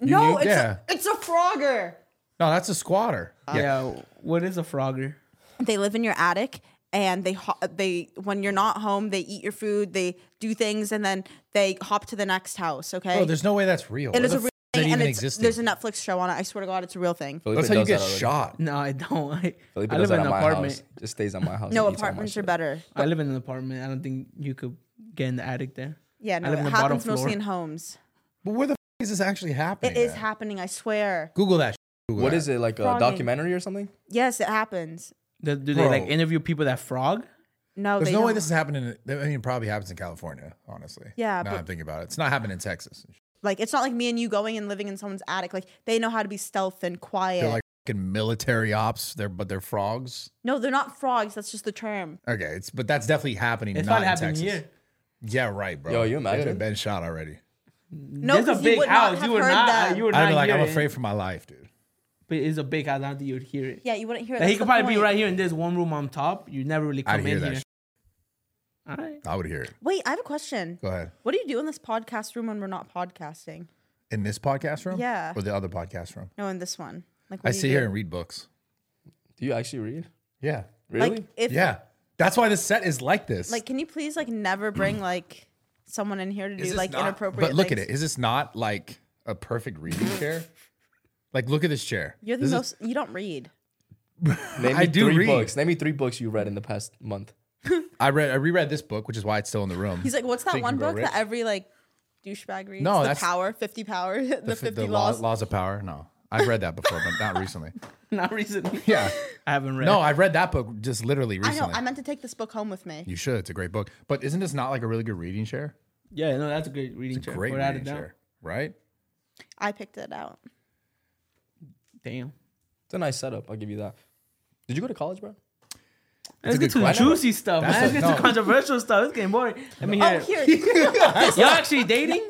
[SPEAKER 1] no,
[SPEAKER 4] need-
[SPEAKER 1] it's,
[SPEAKER 4] yeah.
[SPEAKER 1] a, it's a frogger.
[SPEAKER 4] No, that's a squatter.
[SPEAKER 3] Oh,
[SPEAKER 1] Uh,
[SPEAKER 3] yeah. What is a Frogger?
[SPEAKER 1] They live in your attic and they ho- they when you're not home, they eat your food, they do things, and then they hop to the next house. Okay,
[SPEAKER 4] Oh, there's no way that's real.
[SPEAKER 1] it
[SPEAKER 4] Where
[SPEAKER 1] is
[SPEAKER 4] the
[SPEAKER 1] a
[SPEAKER 4] f-
[SPEAKER 1] real
[SPEAKER 4] that
[SPEAKER 1] thing, and
[SPEAKER 4] even
[SPEAKER 1] it's,
[SPEAKER 4] existed?
[SPEAKER 1] there's a Netflix show on it. I swear to God, it's a real thing.
[SPEAKER 2] Felipe
[SPEAKER 4] That's how you
[SPEAKER 2] does
[SPEAKER 4] get
[SPEAKER 2] that already.
[SPEAKER 4] shot.
[SPEAKER 3] No, I don't. I,
[SPEAKER 2] Felipe
[SPEAKER 3] I
[SPEAKER 2] does
[SPEAKER 3] live
[SPEAKER 2] that
[SPEAKER 3] in an
[SPEAKER 2] at my
[SPEAKER 3] apartment.
[SPEAKER 2] house. Just stays at my house.
[SPEAKER 1] No,
[SPEAKER 2] and eats all my
[SPEAKER 1] apartments are
[SPEAKER 2] shit.
[SPEAKER 1] better.
[SPEAKER 3] I live in an apartment. I don't think you could get in the attic there.
[SPEAKER 1] Yeah, no, it
[SPEAKER 3] live on the bottom
[SPEAKER 1] happens mostly
[SPEAKER 3] floor.
[SPEAKER 1] in homes.
[SPEAKER 4] But where the f- is this actually happening?
[SPEAKER 1] It is
[SPEAKER 4] at?
[SPEAKER 1] happening, I swear.
[SPEAKER 4] Google that.
[SPEAKER 2] What is it like a
[SPEAKER 1] Frogging.
[SPEAKER 2] documentary or something?
[SPEAKER 1] Yes, it happens.
[SPEAKER 3] Do, do they like
[SPEAKER 4] Bro.
[SPEAKER 3] interview people that frog?
[SPEAKER 1] No,
[SPEAKER 4] There's
[SPEAKER 1] Oh, they
[SPEAKER 4] no way
[SPEAKER 1] don't.
[SPEAKER 4] this is happening. in- I mean, it probably happens in California, honestly.
[SPEAKER 1] Yeah,
[SPEAKER 4] Now
[SPEAKER 1] but-
[SPEAKER 4] I'm thinking about it. It's not happening in Texas.
[SPEAKER 1] like it's not like me and you going and living in someone's attic. Like they know how to be stealth and quiet.
[SPEAKER 4] They're like fucking military ops. They're but they're frogs.
[SPEAKER 1] no, they're not frogs. That's just the term.
[SPEAKER 4] Okay, it's but that's definitely happening.
[SPEAKER 3] It's
[SPEAKER 4] not
[SPEAKER 3] probably
[SPEAKER 4] in
[SPEAKER 3] happening
[SPEAKER 4] Texas.
[SPEAKER 3] here.
[SPEAKER 4] Yeah, right, bro.
[SPEAKER 2] Yo, you
[SPEAKER 4] They would
[SPEAKER 2] imagine?
[SPEAKER 4] have been shot already.
[SPEAKER 1] No,
[SPEAKER 3] There's a
[SPEAKER 1] 'cause you
[SPEAKER 3] big
[SPEAKER 1] would not
[SPEAKER 3] house.
[SPEAKER 1] have
[SPEAKER 3] you were
[SPEAKER 1] heard
[SPEAKER 3] not. uh,
[SPEAKER 1] that.
[SPEAKER 3] You were
[SPEAKER 4] I'd
[SPEAKER 3] not.
[SPEAKER 4] be like,
[SPEAKER 3] here
[SPEAKER 4] I'm
[SPEAKER 3] in-
[SPEAKER 4] afraid for my life, dude.
[SPEAKER 3] But it's a big house. I don't think you'd hear it.
[SPEAKER 1] Yeah, you wouldn't hear. it.
[SPEAKER 3] Like, he
[SPEAKER 1] That's
[SPEAKER 3] could
[SPEAKER 1] the
[SPEAKER 3] probably be
[SPEAKER 1] point.
[SPEAKER 3] right here, and there's one room on top. You never really come
[SPEAKER 4] I'd hear
[SPEAKER 3] in
[SPEAKER 4] that.
[SPEAKER 3] here.
[SPEAKER 4] shit.
[SPEAKER 3] All right.
[SPEAKER 4] I would hear it.
[SPEAKER 1] Wait, I have a question.
[SPEAKER 4] Go ahead.
[SPEAKER 1] What do you do in this podcast room when we're not podcasting?
[SPEAKER 4] In this podcast room?
[SPEAKER 1] Yeah.
[SPEAKER 4] Or the other podcast room?
[SPEAKER 1] No, in this one. Like what
[SPEAKER 4] I
[SPEAKER 1] do you
[SPEAKER 4] sit
[SPEAKER 1] do?
[SPEAKER 4] here and read books.
[SPEAKER 2] Do you actually read?
[SPEAKER 4] Yeah.
[SPEAKER 2] Really?
[SPEAKER 1] Like if
[SPEAKER 4] Yeah. That's why the set is like this.
[SPEAKER 1] like, can you please like never bring like someone in here to do like inappropriate?
[SPEAKER 4] But look at
[SPEAKER 1] things?
[SPEAKER 4] it. Is this not like a perfect reading chair? Like, look at this chair.
[SPEAKER 1] You're the
[SPEAKER 4] This is-
[SPEAKER 1] most. you don't read.
[SPEAKER 2] Name me
[SPEAKER 4] I do
[SPEAKER 2] three
[SPEAKER 4] read.
[SPEAKER 2] books. Name me three books you read in the past month.
[SPEAKER 4] I read. I reread this book, which is why it's still in the room.
[SPEAKER 1] He's like, what's that
[SPEAKER 4] Think you
[SPEAKER 1] one
[SPEAKER 4] Grow
[SPEAKER 1] book
[SPEAKER 4] Rich?
[SPEAKER 1] that every like douchebag reads?
[SPEAKER 4] No,
[SPEAKER 1] the
[SPEAKER 4] that's-
[SPEAKER 1] Power, Fifty Power, the,
[SPEAKER 4] the, f-
[SPEAKER 1] Fifty
[SPEAKER 4] the law-
[SPEAKER 1] Laws.
[SPEAKER 4] laws. of power. No, I've read that before, but not recently.
[SPEAKER 3] Not recently.
[SPEAKER 4] Yeah.
[SPEAKER 3] I haven't read.
[SPEAKER 4] No, I've read that book just literally
[SPEAKER 1] I know.
[SPEAKER 4] recently.
[SPEAKER 1] I meant to take this book home with me.
[SPEAKER 4] you should. It's a great book. But isn't this not like a really good reading chair?
[SPEAKER 3] Yeah, no, that's a great reading chair.
[SPEAKER 4] Great
[SPEAKER 3] without a
[SPEAKER 4] reading
[SPEAKER 3] doubt.
[SPEAKER 4] chair, right?
[SPEAKER 1] I picked it out.
[SPEAKER 3] Damn.
[SPEAKER 2] It's a nice setup. I'll give you that. Did you go to college, bro?
[SPEAKER 3] Let's get
[SPEAKER 4] a good
[SPEAKER 3] to the
[SPEAKER 4] question.
[SPEAKER 3] juicy stuff.
[SPEAKER 4] That's
[SPEAKER 3] man. Let's
[SPEAKER 4] a-
[SPEAKER 3] get
[SPEAKER 4] no.
[SPEAKER 3] to controversial stuff. It's getting boring. Let me
[SPEAKER 1] Oh,
[SPEAKER 3] hear.
[SPEAKER 1] here,
[SPEAKER 3] it. Y'all actually dating?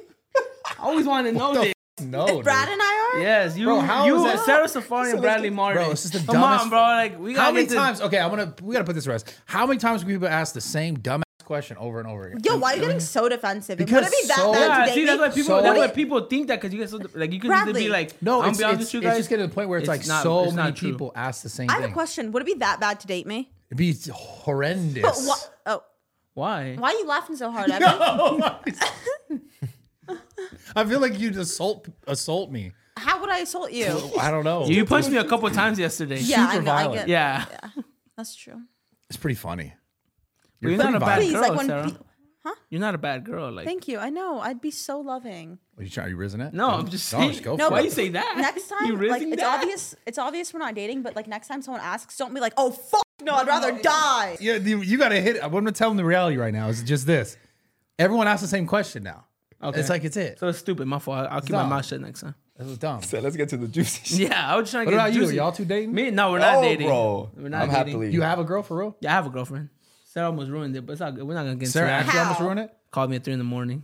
[SPEAKER 3] I always wanted to know
[SPEAKER 4] the
[SPEAKER 3] this.
[SPEAKER 4] No, dude.
[SPEAKER 1] Brad and I are.
[SPEAKER 3] Yes, you,
[SPEAKER 4] Bro, how
[SPEAKER 3] you,
[SPEAKER 4] is that-
[SPEAKER 3] Sarah Safari and
[SPEAKER 4] Bro,
[SPEAKER 3] Bradley
[SPEAKER 4] this
[SPEAKER 3] Martin.
[SPEAKER 4] is the
[SPEAKER 3] Come
[SPEAKER 4] dumbest-
[SPEAKER 3] on, bro. Like we gotta
[SPEAKER 4] How many
[SPEAKER 3] get to-
[SPEAKER 4] times? Okay, I want to. We got to put this to rest. How many times do people ask the same dumbass question over and over again?
[SPEAKER 1] Yo, why are you getting so defensive? It
[SPEAKER 4] Because
[SPEAKER 1] wouldn't be that
[SPEAKER 4] so-
[SPEAKER 1] bad
[SPEAKER 3] Yeah,
[SPEAKER 1] today.
[SPEAKER 3] see, that's why people.
[SPEAKER 4] So-
[SPEAKER 3] that's why people think that because you guys so, like you could either
[SPEAKER 1] Bradley.
[SPEAKER 3] be like,
[SPEAKER 4] No,
[SPEAKER 3] I'm
[SPEAKER 4] it's,
[SPEAKER 3] be honest
[SPEAKER 4] it's,
[SPEAKER 3] with you
[SPEAKER 4] it's
[SPEAKER 3] guys.
[SPEAKER 4] just getting to the point where it's,
[SPEAKER 3] it's
[SPEAKER 4] like
[SPEAKER 3] not-
[SPEAKER 4] so
[SPEAKER 3] it's
[SPEAKER 4] many
[SPEAKER 3] not true.
[SPEAKER 4] people ask the same
[SPEAKER 1] I have a
[SPEAKER 4] thing.
[SPEAKER 1] question. Would it be that bad to date me?
[SPEAKER 4] It'd be
[SPEAKER 1] But
[SPEAKER 4] horrendous.
[SPEAKER 1] why? Oh,
[SPEAKER 3] Why?
[SPEAKER 1] why are you laughing so hard? Evan?
[SPEAKER 4] I feel like you'd assault assault me.
[SPEAKER 1] How would I assault you?
[SPEAKER 4] I don't know.
[SPEAKER 3] You punched me a couple times yesterday.
[SPEAKER 1] yeah, I
[SPEAKER 4] super
[SPEAKER 1] know. I
[SPEAKER 4] violent.
[SPEAKER 1] get,
[SPEAKER 3] Yeah.
[SPEAKER 1] that's true.
[SPEAKER 4] it's pretty funny.
[SPEAKER 3] But you're
[SPEAKER 4] pretty
[SPEAKER 3] not a bad
[SPEAKER 4] violent.
[SPEAKER 1] Please,
[SPEAKER 3] girl,
[SPEAKER 1] like when
[SPEAKER 3] Sarah.
[SPEAKER 1] pe-
[SPEAKER 3] You're not a bad girl. Like,
[SPEAKER 1] Thank you. I know. I'd be so loving.
[SPEAKER 4] Are you trying? Are you risen it?
[SPEAKER 3] no, I'm just
[SPEAKER 4] No,
[SPEAKER 3] saying.
[SPEAKER 4] just go
[SPEAKER 1] No,
[SPEAKER 4] for
[SPEAKER 3] why
[SPEAKER 4] it.
[SPEAKER 3] you say that?
[SPEAKER 1] Next time,
[SPEAKER 3] you
[SPEAKER 1] like
[SPEAKER 3] raising
[SPEAKER 1] it's
[SPEAKER 3] that?
[SPEAKER 1] obvious. It's obvious we're not dating, but like next time someone asks, don't be like, "Oh fuck, no, I'd rather die."
[SPEAKER 4] Yeah, you, you gotta hit. I'm gonna tell them the reality right now. It's just this. Everyone asks the same question now.
[SPEAKER 3] Okay.
[SPEAKER 4] It's like it's it.
[SPEAKER 3] So it's stupid. My fault. I'll keep my
[SPEAKER 4] dumb.
[SPEAKER 3] mouth shut next time.
[SPEAKER 4] This is dumb.
[SPEAKER 2] So let's get to the juicy shit.
[SPEAKER 3] Yeah, I was trying to
[SPEAKER 4] What
[SPEAKER 3] get
[SPEAKER 4] about you?
[SPEAKER 3] juicy.
[SPEAKER 4] Y'all two dating?
[SPEAKER 3] Me? No, we're not
[SPEAKER 2] Oh,
[SPEAKER 3] dating.
[SPEAKER 2] bro.
[SPEAKER 3] We're not
[SPEAKER 2] I'm
[SPEAKER 3] dating.
[SPEAKER 2] happily.
[SPEAKER 4] You have a girl for real?
[SPEAKER 3] Yeah, I have a girlfriend. Sarah almost ruined it, but it's not good. We're not gonna get into
[SPEAKER 4] Sarah
[SPEAKER 3] that.
[SPEAKER 4] actually almost
[SPEAKER 1] How?
[SPEAKER 4] ruined it.
[SPEAKER 3] Called me at three in the morning.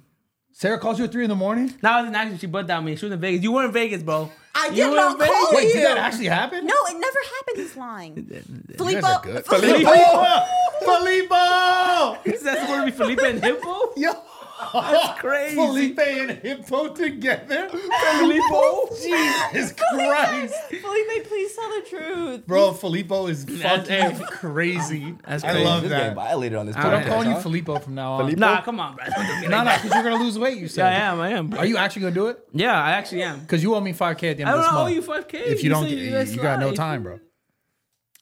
[SPEAKER 4] Sarah calls you at three in the morning.
[SPEAKER 3] No, I wasn't actually. She butt down me. She was in Vegas. You were in Vegas, bro.
[SPEAKER 1] I
[SPEAKER 3] You
[SPEAKER 1] did
[SPEAKER 3] were
[SPEAKER 1] not
[SPEAKER 3] in Vegas?
[SPEAKER 1] call
[SPEAKER 4] Wait,
[SPEAKER 1] you.
[SPEAKER 4] did that actually happen?
[SPEAKER 1] no, it never happened. He's lying.
[SPEAKER 4] You guys are
[SPEAKER 1] Filippo,
[SPEAKER 4] good.
[SPEAKER 1] Filippo,
[SPEAKER 4] Filippo!
[SPEAKER 3] Is that supposed to be Felipe and Hippo?
[SPEAKER 4] Yo,
[SPEAKER 3] That's crazy.
[SPEAKER 4] Felipe and Hippo together?
[SPEAKER 3] Filippo?
[SPEAKER 4] Jesus Christ.
[SPEAKER 1] Felipe, please tell the truth.
[SPEAKER 4] Bro, Filippo is
[SPEAKER 3] That's
[SPEAKER 4] fucking crazy.
[SPEAKER 3] That's
[SPEAKER 4] I
[SPEAKER 3] crazy.
[SPEAKER 4] love
[SPEAKER 2] This
[SPEAKER 4] that.
[SPEAKER 2] getting violated on this
[SPEAKER 3] I
[SPEAKER 4] I'm
[SPEAKER 3] don't
[SPEAKER 2] podcast.
[SPEAKER 4] calling you
[SPEAKER 2] huh?
[SPEAKER 4] Filippo from now on.
[SPEAKER 2] Filippo?
[SPEAKER 3] Nah, come on, bro. Don't do me
[SPEAKER 4] No,
[SPEAKER 3] like
[SPEAKER 4] no,
[SPEAKER 3] that.
[SPEAKER 4] because you're going to lose weight, you
[SPEAKER 3] Yeah,
[SPEAKER 4] said.
[SPEAKER 3] I am. I am. Bro.
[SPEAKER 4] Are you actually going to do it?
[SPEAKER 3] Yeah, I actually am.
[SPEAKER 4] Because you owe me 5K at the end
[SPEAKER 3] I
[SPEAKER 4] of
[SPEAKER 3] don't
[SPEAKER 4] this
[SPEAKER 3] owe
[SPEAKER 4] month.
[SPEAKER 3] you 5K.
[SPEAKER 4] if you don't,
[SPEAKER 3] said
[SPEAKER 4] you,
[SPEAKER 3] that's
[SPEAKER 4] you got no
[SPEAKER 3] live.
[SPEAKER 4] time, bro.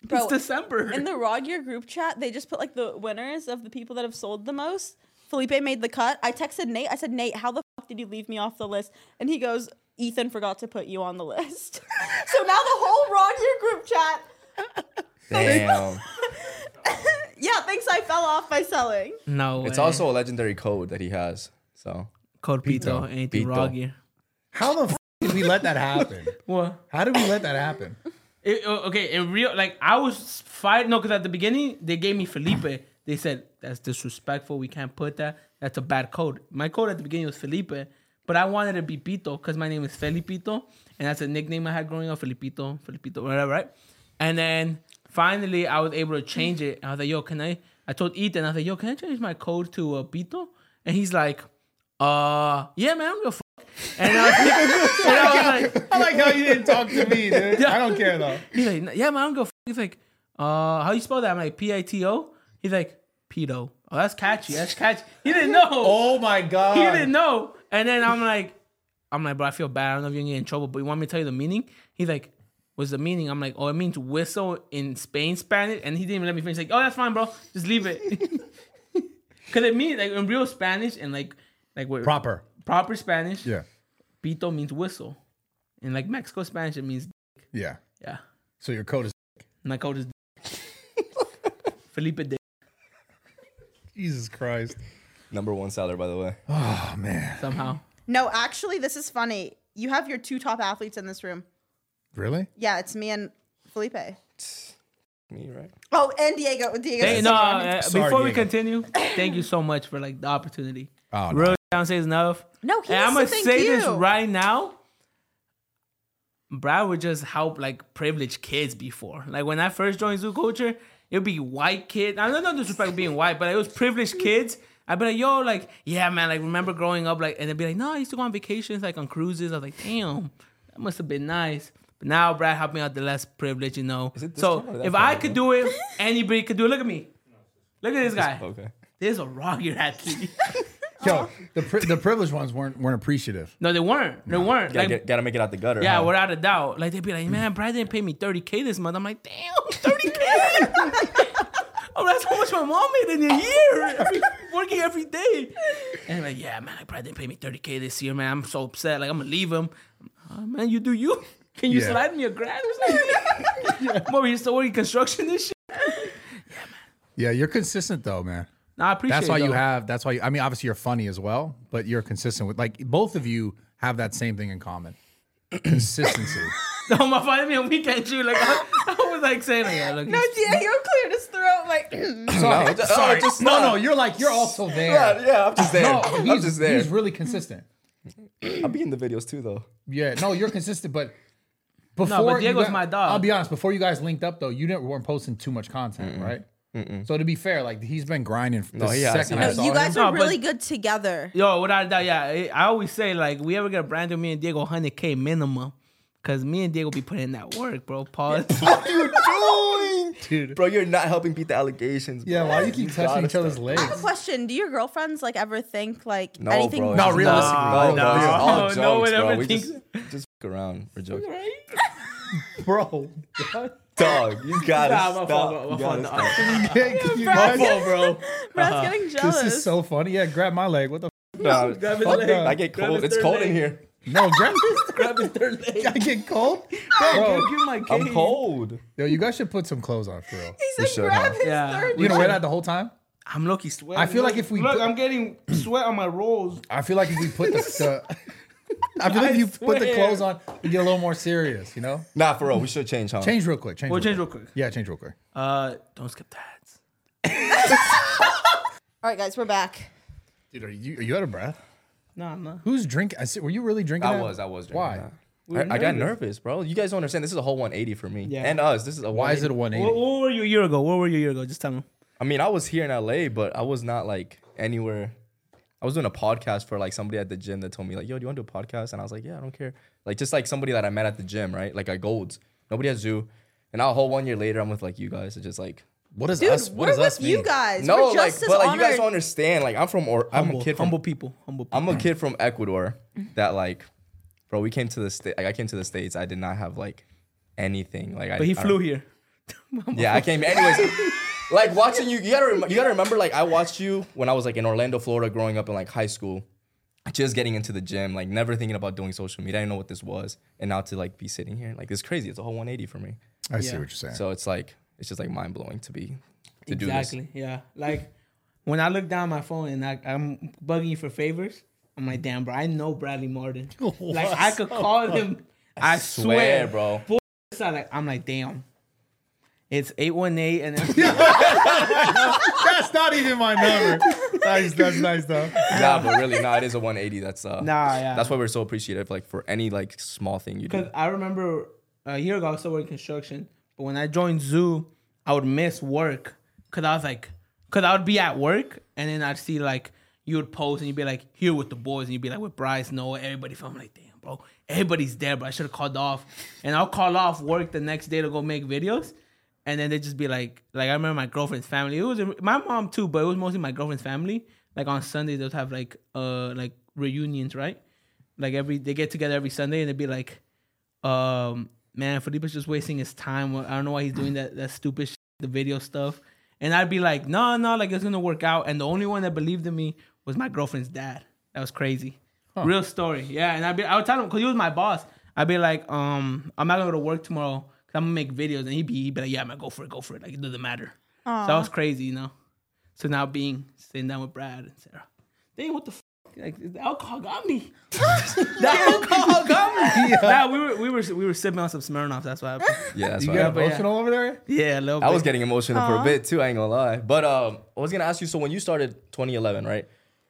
[SPEAKER 1] Bro,
[SPEAKER 3] It's December.
[SPEAKER 1] in the Raw Gear group chat, they just put like the winners of the people that have sold the most. Felipe made the cut. I texted Nate. I said, Nate, how the fuck did you leave me off the list? And he goes, Ethan forgot to put you on the list. so now the whole Raw Gear group chat.
[SPEAKER 2] Damn.
[SPEAKER 1] Yeah, thinks I fell off by selling.
[SPEAKER 3] no,
[SPEAKER 2] it's
[SPEAKER 3] way.
[SPEAKER 2] also a legendary code that he has. So
[SPEAKER 3] called Pito.
[SPEAKER 4] Pito.
[SPEAKER 3] Anything
[SPEAKER 2] Pito.
[SPEAKER 3] wrong here?
[SPEAKER 4] How the f- did we let that happen?
[SPEAKER 3] What?
[SPEAKER 4] How did we let that happen?
[SPEAKER 3] It, o- okay, in real, like I was fired. No, because at the beginning they gave me Felipe. They said that's disrespectful. We can't put that. That's a bad code. My code at the beginning was Felipe, but I wanted to be Pito because my name is Felipito, and that's a nickname I had growing up. Felipito, Felipito, whatever, right? And then finally I was able to change it. I was like, yo, can I? I told Ethan, I was like, yo, can I change my code to uh, Pito? And he's like, uh, yeah, man, I'm gonna. F-. And I was, and I was like.
[SPEAKER 4] I like how you didn't talk to me, dude. I don't care, though.
[SPEAKER 3] He's like, "N- yeah, man, I don't go. F-. He's like, uh, how you spell that? I'm like, P I T O. He's like, pedo. Oh, that's catchy. That's catchy. He didn't know.
[SPEAKER 4] Oh, my God.
[SPEAKER 3] He didn't know. And then I'm like, I'm like, bro, I feel bad. I don't know if you're gonna get in trouble, but you want me to tell you the meaning? He's like, what's the meaning? I'm like, oh, it means whistle in Spain Spanish. And he didn't even let me finish. He's like, oh, that's fine, bro. Just leave it. Because it means like in real Spanish and like like what,
[SPEAKER 4] Proper.
[SPEAKER 3] proper Spanish,
[SPEAKER 4] Yeah.
[SPEAKER 3] pito means whistle. In like Mexico Spanish, it means
[SPEAKER 4] Yeah.
[SPEAKER 3] yeah.
[SPEAKER 4] So your code is
[SPEAKER 3] And I called his Felipe. Dick.
[SPEAKER 4] Jesus Christ.
[SPEAKER 2] Number one seller, by the way.
[SPEAKER 4] Oh man.
[SPEAKER 3] somehow.
[SPEAKER 1] No, actually, this is funny. You have your two top athletes in this room.
[SPEAKER 4] Really?
[SPEAKER 1] Yeah, it's me and Felipe.
[SPEAKER 2] Me, right?
[SPEAKER 1] Oh, and Diego. Diego.
[SPEAKER 3] Hey, no, uh,
[SPEAKER 4] Sorry,
[SPEAKER 3] before we
[SPEAKER 4] Diego.
[SPEAKER 3] continue, thank you so much for like the opportunity.
[SPEAKER 4] Oh no.
[SPEAKER 3] Real down say enough.
[SPEAKER 1] No, he
[SPEAKER 3] and
[SPEAKER 1] needs
[SPEAKER 3] I'm gonna
[SPEAKER 1] to thank
[SPEAKER 3] say this
[SPEAKER 1] you.
[SPEAKER 3] right now. Brad would just help like privileged kids before. Like when I first joined Zoo Culture, it'd be white kids. I don't know disrespect being white, but it was privileged kids. I'd be like, yo, like, yeah, man, like remember growing up, like, and they'd be like, no, I used to go on vacations, like on cruises. I was like, damn, that must have been nice. But now Brad helping out the less privileged, you know.
[SPEAKER 2] it this
[SPEAKER 3] So
[SPEAKER 2] time or that
[SPEAKER 3] if I
[SPEAKER 2] time,
[SPEAKER 3] could
[SPEAKER 2] huh?
[SPEAKER 3] do it, anybody could do it. Look at me. Look at this guy.
[SPEAKER 2] Okay.
[SPEAKER 3] There's a rocket athlete. Uh-huh.
[SPEAKER 4] Yo, the pri- the privileged ones weren't weren't appreciative.
[SPEAKER 3] no, they weren't. They weren't.
[SPEAKER 2] Gotta,
[SPEAKER 3] Like,
[SPEAKER 2] get, gotta make it out the gutter.
[SPEAKER 3] Yeah,
[SPEAKER 2] huh?
[SPEAKER 3] without a doubt. Like they'd be like, man, Brad didn't pay me 30K this month. I'm like, damn, 30K. oh, that's how much my mom made in a year. Every, working every day. And like, yeah, man, like Brad didn't pay me 30K this year, man. I'm so upset. Like, I'm gonna leave him. "Oh, man, you do you. Can you
[SPEAKER 4] Yeah.
[SPEAKER 3] slide me a grand or something? What, you still working construction and shit?
[SPEAKER 4] Yeah, you're consistent though, man.
[SPEAKER 3] No, I appreciate
[SPEAKER 4] That's why
[SPEAKER 3] it,
[SPEAKER 4] you
[SPEAKER 3] though.
[SPEAKER 4] have. That's why you, I mean, obviously you're funny as well, but you're consistent with like both of you have that same thing in common: consistency.
[SPEAKER 3] No, my father me on weekend too. Like I, I was like saying, like, yeah, look,
[SPEAKER 1] No, Diego cleared his throat. Like,
[SPEAKER 4] sorry,
[SPEAKER 2] No, just-
[SPEAKER 4] sorry.
[SPEAKER 2] oh, just-
[SPEAKER 4] no, no, you're like you're also
[SPEAKER 2] Yeah,
[SPEAKER 4] there.
[SPEAKER 2] yeah, I'm just there.
[SPEAKER 4] No,
[SPEAKER 2] I'm
[SPEAKER 4] he's,
[SPEAKER 2] just there.
[SPEAKER 4] he's really consistent.
[SPEAKER 2] I'll be in the videos too, though.
[SPEAKER 4] Yeah, no, you're consistent, but before you
[SPEAKER 3] Diego's
[SPEAKER 4] got-
[SPEAKER 3] my dog.
[SPEAKER 4] I'll be honest. Before you guys linked up, though, you didn't weren't posting too much content, right? So to be fair, like he's been grinding. The
[SPEAKER 2] he has,
[SPEAKER 4] second
[SPEAKER 2] he
[SPEAKER 4] I
[SPEAKER 2] has.
[SPEAKER 4] saw
[SPEAKER 1] you guys
[SPEAKER 4] him.
[SPEAKER 3] No,
[SPEAKER 1] are
[SPEAKER 3] but-
[SPEAKER 1] really good together.
[SPEAKER 3] Yo, without a doubt, yeah. I- I always say like, we ever get a brand new me and Diego, hundred k minimum, cause me and Diego be putting in that work, bro. Pause.
[SPEAKER 2] What are you doing?
[SPEAKER 4] Dude.
[SPEAKER 2] Bro, you're not helping beat the allegations.
[SPEAKER 4] Yeah,
[SPEAKER 2] bro.
[SPEAKER 4] why do you keep touching
[SPEAKER 2] gotta
[SPEAKER 4] each other's
[SPEAKER 2] stop.
[SPEAKER 4] legs?
[SPEAKER 1] I have a question. Do your girlfriends like ever think like
[SPEAKER 2] No,
[SPEAKER 1] anything?
[SPEAKER 2] bro.
[SPEAKER 1] was-
[SPEAKER 4] No, realistically,
[SPEAKER 2] No,
[SPEAKER 4] no,
[SPEAKER 2] bro, it's all
[SPEAKER 3] no,
[SPEAKER 2] jokes,
[SPEAKER 3] no one
[SPEAKER 2] bro.
[SPEAKER 3] ever
[SPEAKER 2] We just,
[SPEAKER 3] thinks-
[SPEAKER 2] just f- around. We're joking.
[SPEAKER 4] bro.
[SPEAKER 2] Dog, you gotta
[SPEAKER 3] Nah, my
[SPEAKER 2] stop.
[SPEAKER 3] fault, my
[SPEAKER 2] You gotta
[SPEAKER 3] fault, nah.
[SPEAKER 2] stop.
[SPEAKER 4] Can you guys-
[SPEAKER 3] bro.
[SPEAKER 1] Brad's getting jealous.
[SPEAKER 4] This is so funny. Yeah, grab my leg. What the?
[SPEAKER 2] Nah,
[SPEAKER 3] Grab his
[SPEAKER 4] Fuck
[SPEAKER 3] leg.
[SPEAKER 4] that.
[SPEAKER 2] I get
[SPEAKER 3] Grab
[SPEAKER 2] cold.
[SPEAKER 3] his
[SPEAKER 2] It's
[SPEAKER 3] third
[SPEAKER 2] cold
[SPEAKER 3] leg.
[SPEAKER 2] in here.
[SPEAKER 4] F- no, grab.
[SPEAKER 3] Grab his third leg.
[SPEAKER 4] I get cold.
[SPEAKER 3] Bro,
[SPEAKER 4] Bro,
[SPEAKER 3] give my case.
[SPEAKER 2] I'm cold.
[SPEAKER 4] yo, you guys should put some clothes on for real.
[SPEAKER 1] He said,
[SPEAKER 2] should
[SPEAKER 1] grab
[SPEAKER 2] have.
[SPEAKER 1] his
[SPEAKER 3] Yeah.
[SPEAKER 1] third.
[SPEAKER 4] You gonna
[SPEAKER 1] one.
[SPEAKER 4] wear that the whole time?
[SPEAKER 3] I'm lucky sweating.
[SPEAKER 4] I feel like if we
[SPEAKER 3] look,
[SPEAKER 4] put-
[SPEAKER 3] I'm getting sweat on my rolls.
[SPEAKER 4] I feel like if we put the, the I feel like
[SPEAKER 3] I
[SPEAKER 4] if you put the
[SPEAKER 3] swear.
[SPEAKER 4] clothes on, we get a little more serious. You know,
[SPEAKER 2] Nah, for real. We should change, huh?
[SPEAKER 4] change real quick. Change.
[SPEAKER 3] We'll
[SPEAKER 4] real
[SPEAKER 3] change
[SPEAKER 4] quick.
[SPEAKER 3] real quick.
[SPEAKER 4] Yeah, change real quick.
[SPEAKER 3] Uh, don't skip that.
[SPEAKER 1] All right, guys, we're back.
[SPEAKER 4] Dude, are you are you out of breath?
[SPEAKER 3] No, I'm not.
[SPEAKER 4] Who's drinking? I said, were you really drinking?
[SPEAKER 2] I
[SPEAKER 4] that?
[SPEAKER 2] was. I was. drinking
[SPEAKER 4] Why?
[SPEAKER 2] that. I, I got nervous, bro. You guys don't understand. This is a whole 180 for me
[SPEAKER 3] Yeah.
[SPEAKER 2] and us. This is a
[SPEAKER 4] Why is it a
[SPEAKER 2] 180.
[SPEAKER 3] Where, where
[SPEAKER 4] 180?
[SPEAKER 3] were you a year ago? Where were you a year ago? Just tell me.
[SPEAKER 2] I mean, I was here in LA, but I was not like anywhere. I was doing a podcast for like somebody at the gym that told me like, "Yo, do you want to do a podcast?" And I was like, "Yeah, I don't care." Like just like somebody that I met at the gym, right? Like at Golds. Nobody at Zoo. And now a whole one year later, I'm with like you guys. It's just like
[SPEAKER 4] What is
[SPEAKER 1] Dude,
[SPEAKER 4] us? What
[SPEAKER 1] we're
[SPEAKER 4] does us
[SPEAKER 1] with you
[SPEAKER 4] mean?
[SPEAKER 1] guys.
[SPEAKER 2] no,
[SPEAKER 1] we're
[SPEAKER 2] like
[SPEAKER 1] just as
[SPEAKER 2] but like
[SPEAKER 1] honored.
[SPEAKER 2] you guys don't understand. Like I'm from or I'm a
[SPEAKER 3] Humble,
[SPEAKER 2] kid from
[SPEAKER 3] humble people. Humble people.
[SPEAKER 2] I'm a kid from Ecuador that like, bro, we came to the state. Like I came to the states. I did not have like anything. Like I,
[SPEAKER 3] but he
[SPEAKER 2] I
[SPEAKER 3] flew here.
[SPEAKER 2] yeah, I came. Anyways, like watching you, you gotta rem- you gotta remember. Like I watched you when I was like in Orlando, Florida, growing up in like high school, just getting into the gym, like never thinking about doing social media. I didn't know what this was, and now to like be sitting here, like it's crazy. It's a whole 180 for me.
[SPEAKER 4] I see
[SPEAKER 3] Yeah.
[SPEAKER 4] what you're saying.
[SPEAKER 2] So it's like it's just like mind blowing to be to do
[SPEAKER 3] exactly.
[SPEAKER 2] this.
[SPEAKER 3] Yeah. Like when I look down my phone and I, I'm bugging you for favors, I'm like, damn, bro, I know Bradley Martin. like I could call him. I
[SPEAKER 2] Swear,
[SPEAKER 3] swear, bro.
[SPEAKER 2] bro.
[SPEAKER 3] It's not like I'm like, damn. It's eight one eight, and then-
[SPEAKER 4] that's not even my number. nice, that's nice though.
[SPEAKER 2] Nah, but really, nah, it is a 180. That's uh,
[SPEAKER 3] Nah, yeah.
[SPEAKER 2] That's why we're so appreciative, like for any like small thing you do.
[SPEAKER 3] Because I remember a year ago, I was still working construction. But when I joined Zoo, I would miss work because I was like, because I would be at work and then I'd see like you would post and you'd be like here with the boys and you'd be like with Bryce, Noah, everybody. From like, damn, bro, everybody's there, but I should have called off. And I'll call off work the next day to go make videos. And then they just be like, like I remember my girlfriend's family. It was my mom too, but it was mostly my girlfriend's family. Like on Sunday, they'll have like uh like reunions, right? Like every they get together every Sunday and they'd be like, um, man, Felipe's just wasting his time. I don't know why he's doing that that stupid shit, the video stuff. And I'd be like, no, no, like it's gonna work out. And the only one that believed in me was my girlfriend's dad. That was crazy. Real story. Yeah. And I'd be, I would tell him, cause he was my boss. I'd be like, um, I'm not gonna go to work tomorrow. Cause I'm gonna make videos. And he'd be, he'd be like, yeah, I'm gonna go for it, go for it. Like it doesn't matter. So that was crazy, you know? So now being sitting down with Brad and Sarah. Dang, what the f-? Like the alcohol got me. the alcohol got me. Nah, we were we were we were sipping on some Smirnoff. That's why.
[SPEAKER 2] Yeah, that's
[SPEAKER 4] You
[SPEAKER 2] why.
[SPEAKER 4] got
[SPEAKER 3] but yeah.
[SPEAKER 4] emotional over there?
[SPEAKER 3] Yeah, a little.
[SPEAKER 2] I was
[SPEAKER 3] bit.
[SPEAKER 2] getting emotional for a bit too. I ain't gonna lie. But um, I was gonna ask you. So when you started 2011, right?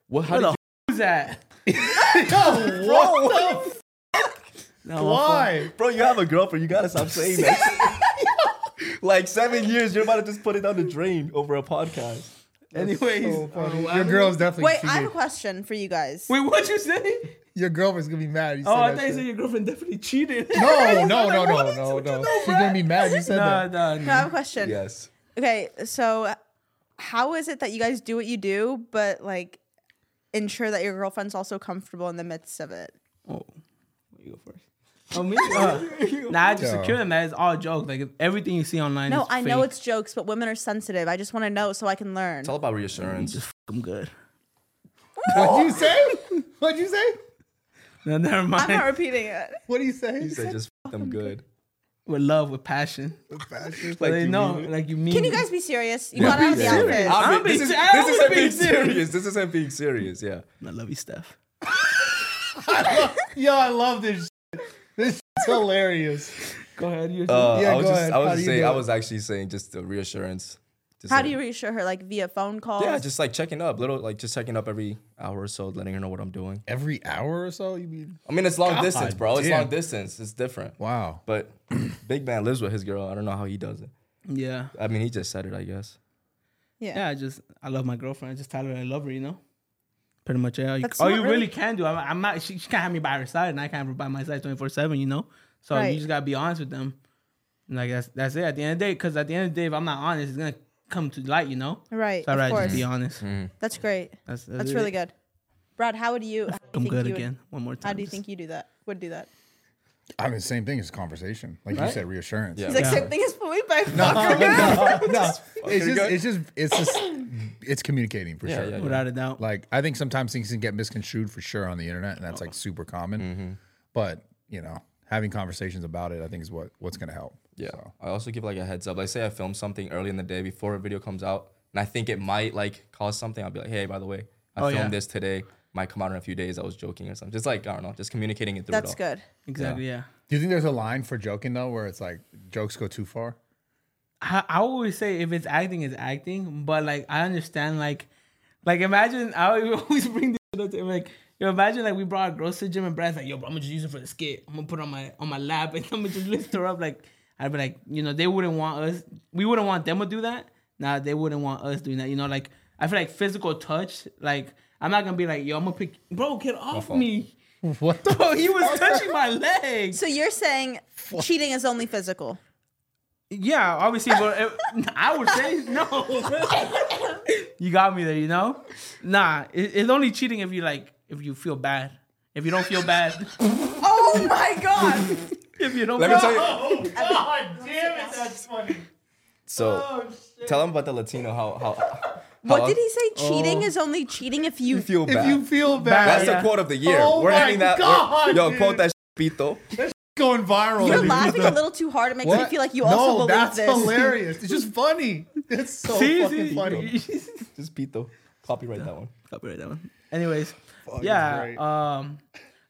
[SPEAKER 2] What? How
[SPEAKER 3] Where the
[SPEAKER 2] did
[SPEAKER 3] f- is that?
[SPEAKER 4] Yo, what the
[SPEAKER 3] No,
[SPEAKER 4] Why?
[SPEAKER 2] you, bro? You have a girlfriend. You gotta stop saying that. like seven years, you're about to just put it down the drain over a podcast.
[SPEAKER 3] Anyways,
[SPEAKER 4] So funny.
[SPEAKER 3] uh,
[SPEAKER 4] your girl's definitely.
[SPEAKER 1] Wait, I have a
[SPEAKER 4] cheated.
[SPEAKER 1] question for you guys.
[SPEAKER 3] wait, what you say?
[SPEAKER 4] your girlfriend's gonna be mad. You said
[SPEAKER 3] Oh, I
[SPEAKER 4] that
[SPEAKER 3] thought you
[SPEAKER 4] shit.
[SPEAKER 3] said your girlfririend definitely cheated.
[SPEAKER 4] No, no, no, no, no, no. She's gonna be mad. You said
[SPEAKER 3] no,
[SPEAKER 4] that.
[SPEAKER 3] no,
[SPEAKER 1] No, I have a
[SPEAKER 3] no.
[SPEAKER 1] question.
[SPEAKER 2] Yes.
[SPEAKER 1] Okay, so how is it that you guys do what you do, but like ensure that your girlfriend's also comfortable in the midst of it?
[SPEAKER 3] Oh, you go first. Oh, me? Uh, nah, I just
[SPEAKER 4] Yeah.
[SPEAKER 3] secured them. That is all joke. Like everything you see online.
[SPEAKER 1] No,
[SPEAKER 3] is
[SPEAKER 1] I know
[SPEAKER 3] fake.
[SPEAKER 1] it's jokes, but women are sensitive. I just want to know so I can learn.
[SPEAKER 2] It's all about reassurance.
[SPEAKER 3] Just f- 'em good.
[SPEAKER 4] What'd you say? What'd you say?
[SPEAKER 3] No, never
[SPEAKER 1] I'm
[SPEAKER 3] mind.
[SPEAKER 1] not repeating it.
[SPEAKER 4] What do you say?
[SPEAKER 2] You say just f- them good.
[SPEAKER 3] with love, with passion.
[SPEAKER 4] Fascist.
[SPEAKER 3] Like they
[SPEAKER 2] you
[SPEAKER 3] know,
[SPEAKER 2] mean it.
[SPEAKER 3] like you mean.
[SPEAKER 1] Can you
[SPEAKER 3] it.
[SPEAKER 1] guys be serious? You
[SPEAKER 2] Yeah.
[SPEAKER 1] got out of the
[SPEAKER 2] Yeah.
[SPEAKER 1] outfit.
[SPEAKER 2] I
[SPEAKER 3] I'm
[SPEAKER 2] mean, this
[SPEAKER 3] being
[SPEAKER 2] is
[SPEAKER 3] ser- I
[SPEAKER 2] this
[SPEAKER 3] was
[SPEAKER 2] isn't
[SPEAKER 3] being
[SPEAKER 2] being
[SPEAKER 3] serious.
[SPEAKER 2] serious. This isn't being serious. Yeah.
[SPEAKER 3] I love you, Steph.
[SPEAKER 4] Yo, I love this. shit. This is hilarious.
[SPEAKER 3] Go ahead. You.
[SPEAKER 2] Uh,
[SPEAKER 4] Yeah,
[SPEAKER 2] I was
[SPEAKER 4] go
[SPEAKER 2] just,
[SPEAKER 4] ahead.
[SPEAKER 2] I was
[SPEAKER 4] How
[SPEAKER 2] just
[SPEAKER 4] do you
[SPEAKER 2] saying,
[SPEAKER 4] do
[SPEAKER 2] I
[SPEAKER 4] it?
[SPEAKER 2] was actually saying just the reassurance. Just
[SPEAKER 1] How
[SPEAKER 2] like-
[SPEAKER 1] do you reassure her? Like via phone call?
[SPEAKER 2] Yeah, just like checking up, little like just checking up every hour or so, letting her know what I'm doing.
[SPEAKER 4] Every hour or so, you mean?
[SPEAKER 2] I mean, it's long distance, bro. It's
[SPEAKER 4] damn.
[SPEAKER 2] long distance. It's different.
[SPEAKER 4] Wow.
[SPEAKER 2] But Big Man lives with his girl. I don't know how he does it.
[SPEAKER 3] yeah.
[SPEAKER 2] I mean, he just said it, I guess.
[SPEAKER 3] Yeah. I just I love my girlfriend. I just tell her I love her. You know. Pretty much. Yeah. You,
[SPEAKER 1] That's
[SPEAKER 3] all
[SPEAKER 1] not
[SPEAKER 3] you really,
[SPEAKER 1] really-
[SPEAKER 3] can do. I'm, I'm not. She, she can't have me by her side, and I can't have her by my side 24 seven. You know. So
[SPEAKER 1] Right.
[SPEAKER 3] you just gotta be honest with them. And like that's that's it. At the end of the day, because at the end of the day, if I'm not honest, it's gonna come to light. You know.
[SPEAKER 1] Right.
[SPEAKER 3] So I'd
[SPEAKER 1] of
[SPEAKER 3] rather
[SPEAKER 1] course.
[SPEAKER 3] just be honest.
[SPEAKER 1] That's great.
[SPEAKER 3] That's that's,
[SPEAKER 1] That's really good. Brad, how would you? How do
[SPEAKER 3] I'm
[SPEAKER 1] you think
[SPEAKER 3] good
[SPEAKER 1] you would-
[SPEAKER 3] again. One more time.
[SPEAKER 1] How do you
[SPEAKER 3] Just-
[SPEAKER 1] think you do that? Would do that?
[SPEAKER 4] I mean, the same thing as conversation. Like you
[SPEAKER 3] Right?
[SPEAKER 4] said, reassurance.
[SPEAKER 2] Yeah.
[SPEAKER 1] It's like
[SPEAKER 3] Yeah.
[SPEAKER 1] same thing as Felipe.
[SPEAKER 4] no, no, no. It's
[SPEAKER 2] Okay,
[SPEAKER 4] just,
[SPEAKER 2] go.
[SPEAKER 4] it's just, it's just, it's communicating for
[SPEAKER 2] Yeah,
[SPEAKER 4] sure.
[SPEAKER 2] yeah,
[SPEAKER 3] Without a doubt.
[SPEAKER 4] Like I think sometimes things can get misconstrued for sure on the internet, and
[SPEAKER 2] Oh.
[SPEAKER 4] that's like super common.
[SPEAKER 2] Mm-hmm.
[SPEAKER 4] But you know, having conversations about it, I think is what what's going to help.
[SPEAKER 2] Yeah.
[SPEAKER 4] So,
[SPEAKER 2] I also give like a heads up. Like, say I film something early in the day before a video comes out, and I think it might like cause something. I'll be like, hey, by the way, I
[SPEAKER 3] Oh,
[SPEAKER 2] filmed
[SPEAKER 3] yeah.
[SPEAKER 2] this today. Might come out in a few days. I was joking or something. Just like I don't know, just communicating it through. it
[SPEAKER 1] That's
[SPEAKER 2] all.
[SPEAKER 1] good.
[SPEAKER 3] Exactly. Yeah.
[SPEAKER 4] do you think there's a line for joking though, where it's like jokes go too far?
[SPEAKER 3] I, I always say if it's acting, it's acting. But like I understand, like, like imagine I always bring this shit up to him, like. Yo, imagine like we brought girls to the gym and Brad's like, yo, bro, I'm gonna just use it for the skit. I'm gonna put it on my on my lap and I'm gonna just lift her up. Like, I'd be like, you know, they wouldn't want us. We wouldn't want them to do that. Nah, they wouldn't want us doing that. You know, like I feel like physical touch. Like I'm not gonna be like, yo, I'm gonna pick, bro, get off
[SPEAKER 2] fault.
[SPEAKER 3] me.
[SPEAKER 4] What the?
[SPEAKER 3] Bro, he was touching my leg.
[SPEAKER 1] So you're saying cheating is only physical?
[SPEAKER 3] Yeah, obviously, but it, I would say no. you got me there, you know. Nah, it, it's only cheating if you like if you feel bad. If you don't feel bad,
[SPEAKER 1] Oh my god!
[SPEAKER 3] if you don't.
[SPEAKER 2] Let
[SPEAKER 3] feel,
[SPEAKER 2] me tell you.
[SPEAKER 3] God damn it, that's funny.
[SPEAKER 2] So
[SPEAKER 4] Oh,
[SPEAKER 2] tell him about the Latino. How how.
[SPEAKER 1] What
[SPEAKER 2] how
[SPEAKER 1] did he say? Cheating is only cheating if you.
[SPEAKER 2] you feel
[SPEAKER 4] If
[SPEAKER 2] bad?
[SPEAKER 4] you feel bad,
[SPEAKER 2] That's
[SPEAKER 3] Yeah.
[SPEAKER 2] the quote of the year.
[SPEAKER 4] Oh
[SPEAKER 2] we're
[SPEAKER 4] my
[SPEAKER 2] having that. we're-
[SPEAKER 4] God,
[SPEAKER 2] yo,
[SPEAKER 4] dude.
[SPEAKER 2] quote that shit, Pito.
[SPEAKER 4] going viral.
[SPEAKER 1] You're laughing a little too hard. It makes me
[SPEAKER 4] What?
[SPEAKER 1] feel like you
[SPEAKER 4] no,
[SPEAKER 1] also believe
[SPEAKER 4] that's
[SPEAKER 1] this.
[SPEAKER 4] hilarious. It's just funny. It's so
[SPEAKER 3] See,
[SPEAKER 4] fucking
[SPEAKER 3] see,
[SPEAKER 4] funny.
[SPEAKER 2] Just Pito. Copyright that one.
[SPEAKER 3] Copyright that one. Anyways,
[SPEAKER 4] it's
[SPEAKER 3] yeah.
[SPEAKER 4] great.
[SPEAKER 3] Um,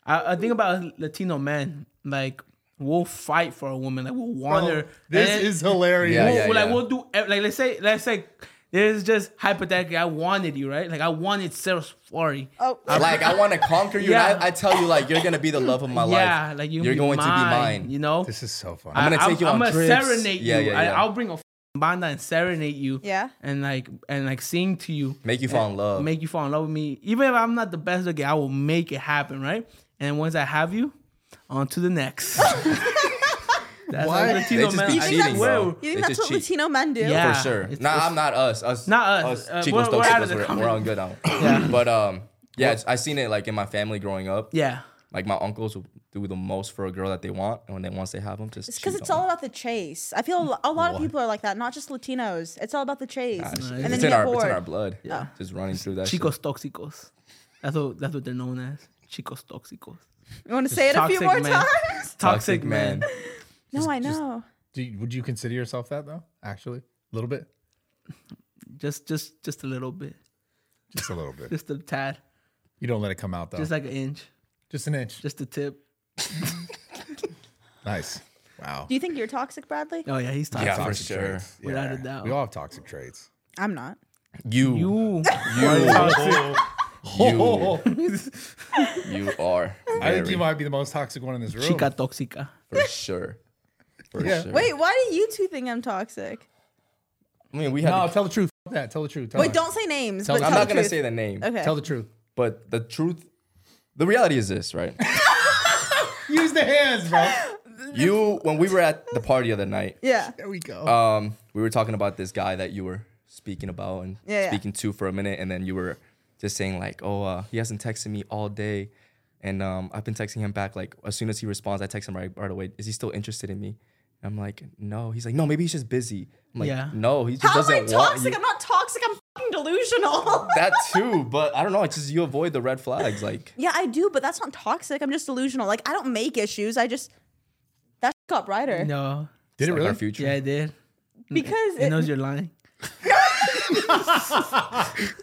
[SPEAKER 3] I, I think about Latino men like we'll fight for a woman, like we'll want her.
[SPEAKER 4] This
[SPEAKER 3] and-
[SPEAKER 4] is hilarious.
[SPEAKER 2] Yeah,
[SPEAKER 3] We'll-
[SPEAKER 2] yeah.
[SPEAKER 3] we'll, like we'll do ev- like let's say let's say this is just hypothetically I wanted you right like I wanted Sarah Suari.
[SPEAKER 1] Oh,
[SPEAKER 2] Like I want to conquer you.
[SPEAKER 3] Yeah.
[SPEAKER 2] And I, I tell you, like you're gonna be the love of my life.
[SPEAKER 3] yeah, like you
[SPEAKER 2] You're
[SPEAKER 3] be
[SPEAKER 2] going to be
[SPEAKER 3] mine,
[SPEAKER 2] mine.
[SPEAKER 3] You know,
[SPEAKER 4] This is so funny.
[SPEAKER 2] I'm gonna take you on
[SPEAKER 3] I'm
[SPEAKER 2] trips.
[SPEAKER 3] gonna serenade
[SPEAKER 2] Yeah,
[SPEAKER 3] you.
[SPEAKER 2] yeah, yeah.
[SPEAKER 3] I, I'll bring a f- banda and serenade you.
[SPEAKER 1] Yeah.
[SPEAKER 3] and like and like sing to you.
[SPEAKER 2] Make you fall in love.
[SPEAKER 3] Make you fall in love with me. Even if I'm not the best looking, I will make it happen. Right, and once I have you, on to the next. That's
[SPEAKER 4] Why?
[SPEAKER 3] like
[SPEAKER 2] they
[SPEAKER 3] Latino
[SPEAKER 2] just
[SPEAKER 3] men.
[SPEAKER 2] be
[SPEAKER 1] I think
[SPEAKER 2] cheating,
[SPEAKER 1] that's-
[SPEAKER 2] bro.
[SPEAKER 1] you think
[SPEAKER 2] They
[SPEAKER 1] that's
[SPEAKER 2] just
[SPEAKER 1] what
[SPEAKER 2] cheat.
[SPEAKER 1] Latino men do?
[SPEAKER 3] Yeah.
[SPEAKER 2] for sure.
[SPEAKER 3] It's-
[SPEAKER 2] nah,
[SPEAKER 3] it's-
[SPEAKER 2] I'm not us. Us,
[SPEAKER 3] Not us. Uh,
[SPEAKER 2] Chicos,
[SPEAKER 3] we're-
[SPEAKER 2] we're,
[SPEAKER 3] we're out of the
[SPEAKER 2] we're,
[SPEAKER 3] comment.
[SPEAKER 2] on good now. But um, yeah, it's- I seen it like in my family growing up.
[SPEAKER 3] Yeah.
[SPEAKER 2] Like my uncles will do the most for a girl that they want, and when they once they have them, just
[SPEAKER 1] It's because
[SPEAKER 2] cheat
[SPEAKER 1] it's
[SPEAKER 2] on
[SPEAKER 1] all about the chase. I feel a lo- a lot of
[SPEAKER 2] What?
[SPEAKER 1] people are like that, not just Latinos. It's all about the chase,
[SPEAKER 2] them. Nah,
[SPEAKER 1] and
[SPEAKER 2] it's,
[SPEAKER 1] then
[SPEAKER 2] it's
[SPEAKER 1] you get
[SPEAKER 2] in our, it's in our
[SPEAKER 1] bored.
[SPEAKER 2] blood. Yeah, just running through that. shit.
[SPEAKER 3] Chicos tóxicos. That's what that's what they're known as. Chicos tóxicos.
[SPEAKER 1] You want to say it a few more
[SPEAKER 3] toxic men.
[SPEAKER 1] times?
[SPEAKER 2] Toxic man.
[SPEAKER 1] No, I
[SPEAKER 4] just-
[SPEAKER 1] know.
[SPEAKER 4] Do you, would you consider yourself that though? Actually, a little bit,
[SPEAKER 3] Just just just a little bit.
[SPEAKER 4] just a little bit.
[SPEAKER 3] Just a tad.
[SPEAKER 4] You don't let it come out though.
[SPEAKER 3] Just
[SPEAKER 2] Oh.
[SPEAKER 4] Just,
[SPEAKER 3] like an inch.
[SPEAKER 4] an inch.
[SPEAKER 3] Just a tip.
[SPEAKER 4] nice. Wow.
[SPEAKER 1] Do you think you're toxic, Bradley?
[SPEAKER 3] Oh yeah, he's toxic.
[SPEAKER 2] Yeah, for sure.
[SPEAKER 4] traits.
[SPEAKER 3] Without a doubt.
[SPEAKER 4] We all have toxic traits.
[SPEAKER 1] I'm not.
[SPEAKER 2] You, you,
[SPEAKER 3] You
[SPEAKER 2] you, you, are.
[SPEAKER 4] Oh, I think
[SPEAKER 2] very-
[SPEAKER 4] you might be the most toxic one in this room.
[SPEAKER 3] chica tóxica.
[SPEAKER 2] for sure. For
[SPEAKER 4] Yeah.
[SPEAKER 2] sure.
[SPEAKER 1] Wait, why do you two think I'm toxic?
[SPEAKER 2] I mean, we had.
[SPEAKER 4] no,
[SPEAKER 2] to-
[SPEAKER 4] tell the truth. F- That tell the truth. Tell
[SPEAKER 1] Wait,
[SPEAKER 4] us.
[SPEAKER 1] don't say names.
[SPEAKER 4] Tell
[SPEAKER 1] but tell
[SPEAKER 4] the-
[SPEAKER 2] I'm
[SPEAKER 1] the
[SPEAKER 2] not gonna
[SPEAKER 1] truth.
[SPEAKER 2] say the name,
[SPEAKER 1] Okay.
[SPEAKER 4] tell the truth.
[SPEAKER 2] but the truth, the reality is this, right?
[SPEAKER 4] Use the hands, bro.
[SPEAKER 2] you, when we were at the party the other night,
[SPEAKER 1] yeah.
[SPEAKER 4] There we go.
[SPEAKER 2] um, we were talking about this guy that you were speaking about and
[SPEAKER 1] Yeah, yeah.
[SPEAKER 2] speaking to for a minute, and then you were just saying like, "Oh, uh, he hasn't texted me all day," and um, I've been texting him back. Like as soon as he responds, I text him right right away. Is he still interested in me? And I'm like, no. He's like, no, maybe he's just busy. I'm like,
[SPEAKER 3] Yeah.
[SPEAKER 2] no, he just
[SPEAKER 1] How am
[SPEAKER 2] doesn't
[SPEAKER 1] I
[SPEAKER 2] want
[SPEAKER 1] toxic?
[SPEAKER 2] you.
[SPEAKER 1] I'm not toxic. I'm fucking delusional.
[SPEAKER 2] That too, but I don't know. It's just you avoid the red flags, like.
[SPEAKER 1] yeah, I do, but that's not toxic. I'm just delusional. Like I don't make issues. I just that shit got brighter
[SPEAKER 3] No.
[SPEAKER 4] Did it
[SPEAKER 2] like
[SPEAKER 4] really?
[SPEAKER 2] our future.
[SPEAKER 3] Yeah, I did.
[SPEAKER 1] because
[SPEAKER 3] It
[SPEAKER 1] it,
[SPEAKER 3] knows you're lying.
[SPEAKER 4] Dude,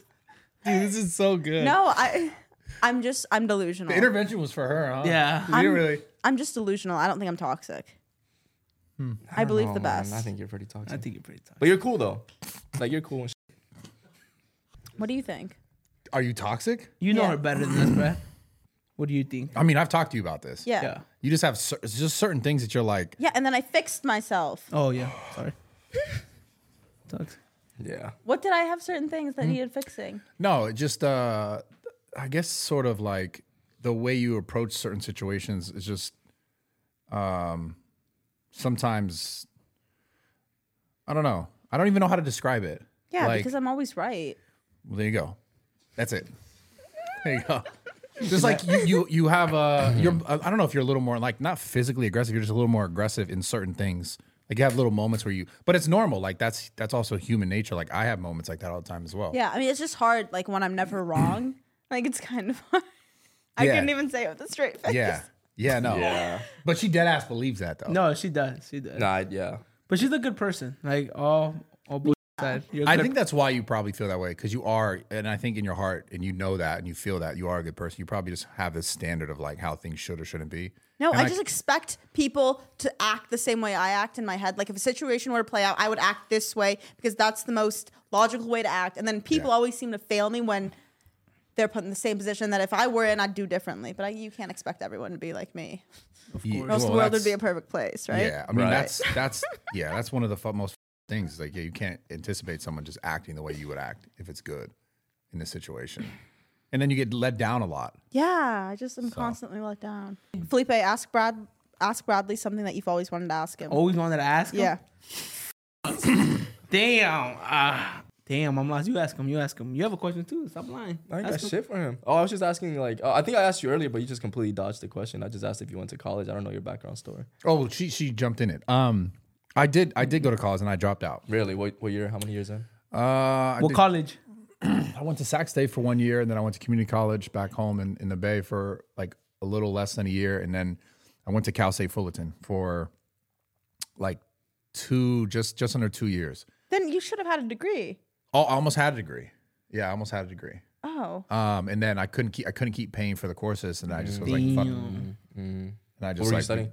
[SPEAKER 4] this is so good.
[SPEAKER 1] no, I I'm just I'm delusional.
[SPEAKER 4] The intervention was for her, huh?
[SPEAKER 1] Oh.
[SPEAKER 3] Yeah.
[SPEAKER 4] You
[SPEAKER 1] I'm-
[SPEAKER 4] didn't really.
[SPEAKER 1] I'm just delusional. I don't think I'm toxic.
[SPEAKER 4] Hmm.
[SPEAKER 1] I, believe
[SPEAKER 2] Oh,
[SPEAKER 1] the
[SPEAKER 2] man,
[SPEAKER 1] best.
[SPEAKER 2] I think you're pretty toxic.
[SPEAKER 3] I think you're pretty toxic.
[SPEAKER 2] but you're cool though. Like you're cool. And shit.
[SPEAKER 1] What do you think?
[SPEAKER 4] Are you toxic?
[SPEAKER 3] You know
[SPEAKER 1] Yeah.
[SPEAKER 3] her better than us, Brad. What do you think?
[SPEAKER 4] I mean, I've talked to you about this.
[SPEAKER 1] Yeah. yeah.
[SPEAKER 3] Yeah.
[SPEAKER 4] You just have cer- it's just certain things that you're like.
[SPEAKER 1] and then I fixed myself.
[SPEAKER 3] Oh yeah. Sorry. Toxic.
[SPEAKER 2] Yeah.
[SPEAKER 1] What did I have certain things that
[SPEAKER 4] Hmm.
[SPEAKER 1] needed fixing?
[SPEAKER 4] No, it just uh, I guess sort of like the way you approach certain situations is just um, sometimes I don't know. I don't even know how to describe it.
[SPEAKER 1] Yeah,
[SPEAKER 4] Like-
[SPEAKER 1] because I'm always right.
[SPEAKER 4] Well, there you go. That's it. There you go. Just like you, you, you have a, you're, I don't know if you're a little more like not physically aggressive. You're just a little more aggressive in certain things. Like you have little moments where you, but it's normal. Like that's that's also human nature. Like I have moments like that all the time as well.
[SPEAKER 1] Yeah, I mean it's just hard like when I'm never wrong. like it's kind of hard. I
[SPEAKER 4] Yeah.
[SPEAKER 1] couldn't even say it with a straight face.
[SPEAKER 4] Yeah. Yeah. No.
[SPEAKER 2] Yeah.
[SPEAKER 4] But she dead ass believes that though.
[SPEAKER 3] No, she does. She does.
[SPEAKER 2] Nah. I- Yeah.
[SPEAKER 3] But she's a good person. Like all all bull aside, You're a
[SPEAKER 4] I
[SPEAKER 3] good
[SPEAKER 4] think that's why you probably feel that way because you are, and I think in your heart, and you know that, and you feel that you are a good person. You probably just have this standard of like how things should or shouldn't be.
[SPEAKER 1] No,
[SPEAKER 4] And
[SPEAKER 1] I just expect people to act the same way I act in my head. Like if a situation were to play out, I would act this way because that's the most logical way to act. And then people
[SPEAKER 4] Yeah.
[SPEAKER 1] always seem to fail me when they're put in the same position that if I were in, I'd do differently. But I, you can't expect everyone to be like me.
[SPEAKER 4] Yeah,
[SPEAKER 1] Or else
[SPEAKER 4] well,
[SPEAKER 1] the world would
[SPEAKER 4] that's-
[SPEAKER 1] be a perfect place, right?
[SPEAKER 4] Yeah, I mean
[SPEAKER 2] Right.
[SPEAKER 4] that's that's yeah, that's one of the fu- most things. Is like yeah, you can't anticipate someone just acting the way you would act if it's good in this situation, and then you get let down a lot.
[SPEAKER 1] Yeah, I just am constantly let down. Felipe, ask Brad, ask Bradley something that you've always wanted to ask
[SPEAKER 4] Oh,
[SPEAKER 1] him.
[SPEAKER 3] always wanted to ask him.
[SPEAKER 1] yeah.
[SPEAKER 3] Damn. Ah. damn, I'm lost. You ask him. You ask him. You have a question too. Stop lying.
[SPEAKER 2] I ain't
[SPEAKER 3] Ask
[SPEAKER 2] got
[SPEAKER 3] him.
[SPEAKER 2] shit for him. Oh, I was just asking, like, uh, I think I asked you earlier, but you just completely dodged the question. I just asked if you went to college. I don't know your background story.
[SPEAKER 4] Oh, she she jumped in it. Um, I did I did go to college and I dropped out.
[SPEAKER 2] Really? What, what year? How many years in?
[SPEAKER 4] Uh, I,
[SPEAKER 3] What
[SPEAKER 4] did-
[SPEAKER 3] college?
[SPEAKER 4] I went to Sac State for one year, and then I went to community college back home in, in the Bay for like a little less than a year, and then I went to Cal State Fullerton for like two just just under two years.
[SPEAKER 1] Then you should have had a degree.
[SPEAKER 4] Oh, I almost had a degree. Yeah, I almost had a degree.
[SPEAKER 1] Oh.
[SPEAKER 4] Um, and then I couldn't keep I couldn't keep paying for the courses, and I just was like, fuck. And I just
[SPEAKER 2] What were you
[SPEAKER 4] like
[SPEAKER 2] studying?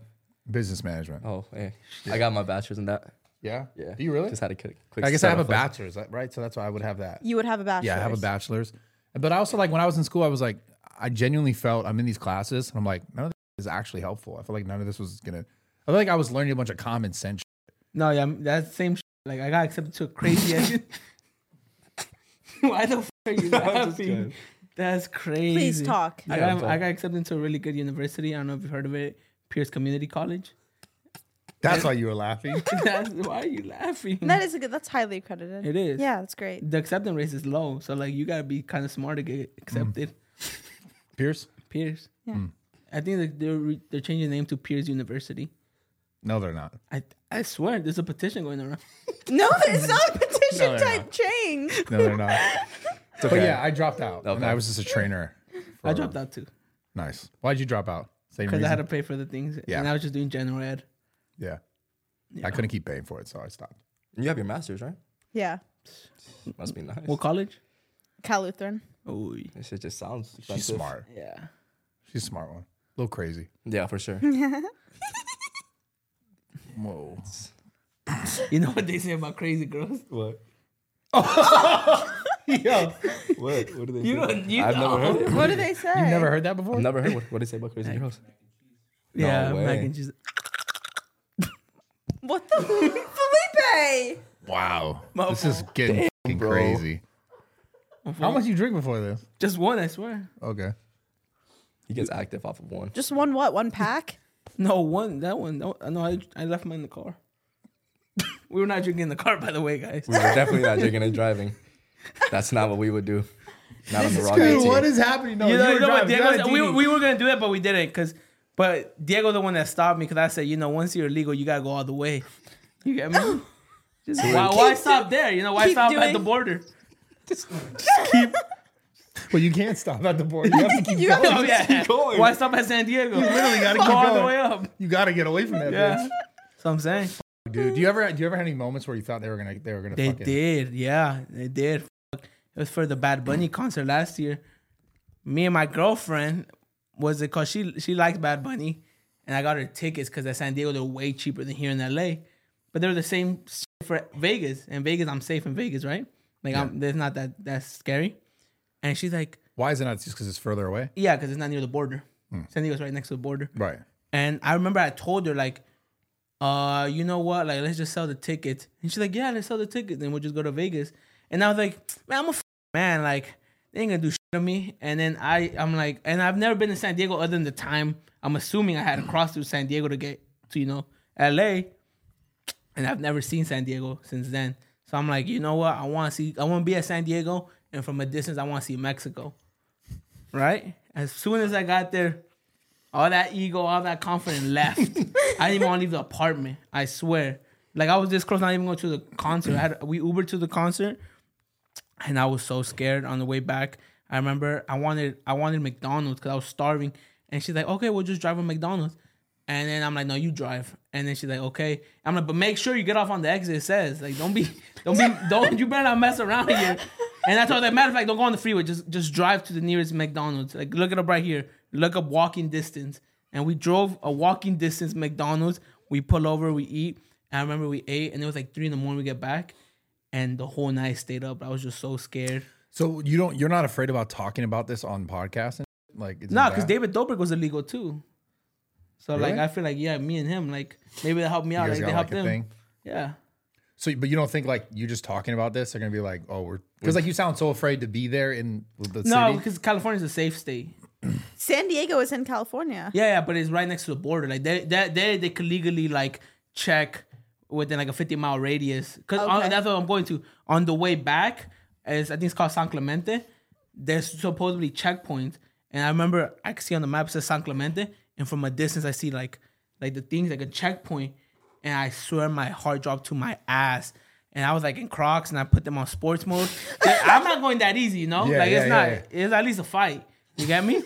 [SPEAKER 4] business management.
[SPEAKER 2] Oh, yeah. I got my bachelor's in that.
[SPEAKER 4] Yeah,
[SPEAKER 2] Yeah.
[SPEAKER 4] Do you really?
[SPEAKER 2] Just had a quick. quick
[SPEAKER 4] I guess I have a
[SPEAKER 2] certified-
[SPEAKER 4] bachelor's, right? So that's why I would have that.
[SPEAKER 1] You would have a bachelor's.
[SPEAKER 4] Yeah, I have a bachelor's. But I also like when I was in school, I was like, I genuinely felt I'm in these classes, and I'm like, none of this is actually helpful. I feel like none of this was gonna. I feel like I was learning a bunch of common sense. shit.
[SPEAKER 3] No, yeah, that's same. Shit. Like I got accepted to a crazy ass. Why the f- are you laughing? That's crazy.
[SPEAKER 1] Please talk.
[SPEAKER 3] I
[SPEAKER 2] Yeah,
[SPEAKER 3] got,
[SPEAKER 2] talk.
[SPEAKER 3] I got accepted to a really good university. I don't know if you've heard of it, Pierce Community College.
[SPEAKER 4] That's why you were laughing.
[SPEAKER 3] That's why are you laughing?
[SPEAKER 4] Mm.
[SPEAKER 1] That is a good. That's highly accredited.
[SPEAKER 3] It is.
[SPEAKER 1] Yeah, that's great.
[SPEAKER 3] The acceptance rate is low, so like you gotta be kind of smart to get accepted.
[SPEAKER 4] Pierce,
[SPEAKER 3] Pierce.
[SPEAKER 4] Mm.
[SPEAKER 1] Yeah.
[SPEAKER 3] I think that they're re- they're changing the name to Pierce University.
[SPEAKER 4] No, they're not.
[SPEAKER 3] I I swear there's a petition going around.
[SPEAKER 1] No, it's not a petition
[SPEAKER 4] No, they're
[SPEAKER 1] type change.
[SPEAKER 4] No, they're not.
[SPEAKER 2] It's okay.
[SPEAKER 4] But yeah, I dropped out. And
[SPEAKER 2] Okay.
[SPEAKER 4] I was just a trainer.
[SPEAKER 3] I
[SPEAKER 4] for-
[SPEAKER 3] dropped out too
[SPEAKER 4] Nice. Why'd you drop out? Same
[SPEAKER 3] because
[SPEAKER 4] reason.
[SPEAKER 3] I had to pay for the things,
[SPEAKER 4] Yeah.
[SPEAKER 3] and I was just doing general ed.
[SPEAKER 4] yeah. I couldn't keep paying for it, so I stopped.
[SPEAKER 2] you have your master's, right?
[SPEAKER 1] Yeah,
[SPEAKER 2] Must be nice.
[SPEAKER 3] What college?
[SPEAKER 1] Cal Lutheran.
[SPEAKER 3] Oh
[SPEAKER 2] this shit just sounds.
[SPEAKER 4] She's
[SPEAKER 2] expensive.
[SPEAKER 4] smart.
[SPEAKER 3] yeah.
[SPEAKER 4] She's a smart one. A little crazy.
[SPEAKER 2] Yeah, for sure.
[SPEAKER 4] Whoa.
[SPEAKER 3] You know what they say about crazy girls?
[SPEAKER 2] what?
[SPEAKER 3] Yo,
[SPEAKER 2] What? What do they?
[SPEAKER 3] you don't. You
[SPEAKER 2] I've
[SPEAKER 3] know.
[SPEAKER 2] never heard. It.
[SPEAKER 1] What do they say?
[SPEAKER 4] You never heard that before?
[SPEAKER 2] I've never heard. What, what do they say about crazy girls?
[SPEAKER 3] Yeah,
[SPEAKER 2] No
[SPEAKER 3] mac
[SPEAKER 2] way.
[SPEAKER 3] and cheese.
[SPEAKER 1] What the Felipe?
[SPEAKER 4] Wow. this is getting fucking
[SPEAKER 2] bro.
[SPEAKER 4] crazy. How
[SPEAKER 3] Unfortunately-
[SPEAKER 4] much you drink before this?
[SPEAKER 3] Just one, I swear.
[SPEAKER 4] Okay.
[SPEAKER 2] He gets active off of one.
[SPEAKER 1] Just one what? One pack?
[SPEAKER 3] No, one. That one. That one no, I, I left mine in the car. we were not drinking in the car, by the way, guys.
[SPEAKER 2] We were definitely not drinking and driving. That's not what we would do. Not on the wrong
[SPEAKER 4] Dude,
[SPEAKER 2] team.
[SPEAKER 4] what is happening? No,
[SPEAKER 3] You know,
[SPEAKER 4] were
[SPEAKER 3] you know what,
[SPEAKER 4] driving.
[SPEAKER 3] Diego,
[SPEAKER 4] You had a
[SPEAKER 3] we,
[SPEAKER 4] DD.
[SPEAKER 3] we were gonna do that, but we didn't, cause. But Diego, the one that stopped me, cause I said, you know, once you're legal, you gotta go all the way. You get me? Just why, why stop there? You know, why
[SPEAKER 1] keep
[SPEAKER 3] stop at
[SPEAKER 1] doing-
[SPEAKER 3] the border?
[SPEAKER 4] Well, you can't stop at the border. You have to keep
[SPEAKER 1] You have
[SPEAKER 4] going.
[SPEAKER 1] to
[SPEAKER 3] Oh yeah.
[SPEAKER 2] going.
[SPEAKER 3] Why stop at San Diego? You literally
[SPEAKER 4] gotta
[SPEAKER 3] go
[SPEAKER 4] keep
[SPEAKER 3] all the
[SPEAKER 4] going.
[SPEAKER 3] way up.
[SPEAKER 4] You got to get away from that
[SPEAKER 3] Yeah.
[SPEAKER 4] bitch.
[SPEAKER 3] So I'm saying
[SPEAKER 4] Dude, do you ever do you ever had any moments where you thought they were gonna they were gonna
[SPEAKER 3] they
[SPEAKER 4] fucking
[SPEAKER 3] did. Yeah, they did. Fuck. It was for the Bad Bunny concert last year. Me and my girlfriend was it cause she she likes Bad Bunny, and I got her tickets because at San Diego they're way cheaper than here in LA, but they're the same s- for Vegas. And Vegas, I'm safe in Vegas, right? Like I'm, there's not that that's scary. And she's like,
[SPEAKER 4] Why is it not just because it's further away?
[SPEAKER 3] yeah, because it's not near the border. San Diego's right next to the border.
[SPEAKER 4] Right.
[SPEAKER 3] And I remember I told her like, uh, you know what? Like, let's just sell the ticket. And she's like, yeah, let's sell the ticket. Then we'll just go to Vegas. And I was like, man, I'm a f- man. Like, they ain't gonna do shit to me. And then I, I'm like, and I've never been to San Diego other than the time I'm assuming I had to cross through San Diego to get to you know L.A. And I've never seen San Diego since then. So I'm like, you know what? I want to see. I want to be at San Diego, and from a distance, I want to see Mexico. Right. As soon as I got there, all that ego, all that confidence left. I didn't even want to leave the apartment. I swear. Like I was this close, not even going to the concert. I had, we Ubered to the concert, and I was so scared on the way back. I remember I wanted I wanted McDonald's because I was starving, and she's like, "Okay, we'll just drive a McDonald's." And then I'm like, "No, you drive." And then she's like, "Okay." I'm like, "But make sure you get off on the exit." It says, "Like, don't be, don't be, don't you better not mess around here." And I told her, matter of fact, don't go on the freeway. Just just drive to the nearest McDonald's. Like, look it up right here. Look up walking distance. And we drove a walking distance McDonald's. We pull over, we eat. And I remember we ate, and it was like three in the morning. We get back, and the whole night stayed up. I was just so scared.
[SPEAKER 4] So you don't you're not afraid about talking about this on podcasts and shit? like it's
[SPEAKER 3] No,
[SPEAKER 4] bad?
[SPEAKER 3] because David Dobrik was illegal too. So like
[SPEAKER 4] Really?
[SPEAKER 3] I feel like yeah, me and him like maybe they helped me
[SPEAKER 4] you
[SPEAKER 3] out.
[SPEAKER 4] guys
[SPEAKER 3] Like
[SPEAKER 4] got
[SPEAKER 3] they helped
[SPEAKER 4] like a
[SPEAKER 3] him.
[SPEAKER 4] thing.
[SPEAKER 3] Yeah.
[SPEAKER 4] So but you don't think like you just talking about this, they're gonna be like, oh, we're because like you sound so afraid to be there in the
[SPEAKER 3] No,
[SPEAKER 4] city.
[SPEAKER 3] because California's a safe state.
[SPEAKER 1] San Diego is in California.
[SPEAKER 3] Yeah, yeah, but it's right next to the border. Like they, they, they, they could legally like check within like a fifty mile radius. Cause on,
[SPEAKER 1] Okay.
[SPEAKER 3] that's what I'm going to. On the way back, is I think it's called San Clemente. There's supposedly checkpoints, and I remember I could see on the map it says San Clemente, and from a distance I see like like the things like a checkpoint, and I swear my heart dropped to my ass. And I was like in Crocs, and I put them on sports mode. Like, I'm not going that easy, you know.
[SPEAKER 4] Yeah,
[SPEAKER 3] like
[SPEAKER 4] yeah,
[SPEAKER 3] it's
[SPEAKER 4] yeah,
[SPEAKER 3] not.
[SPEAKER 4] yeah.
[SPEAKER 3] It's at least a fight. You get me?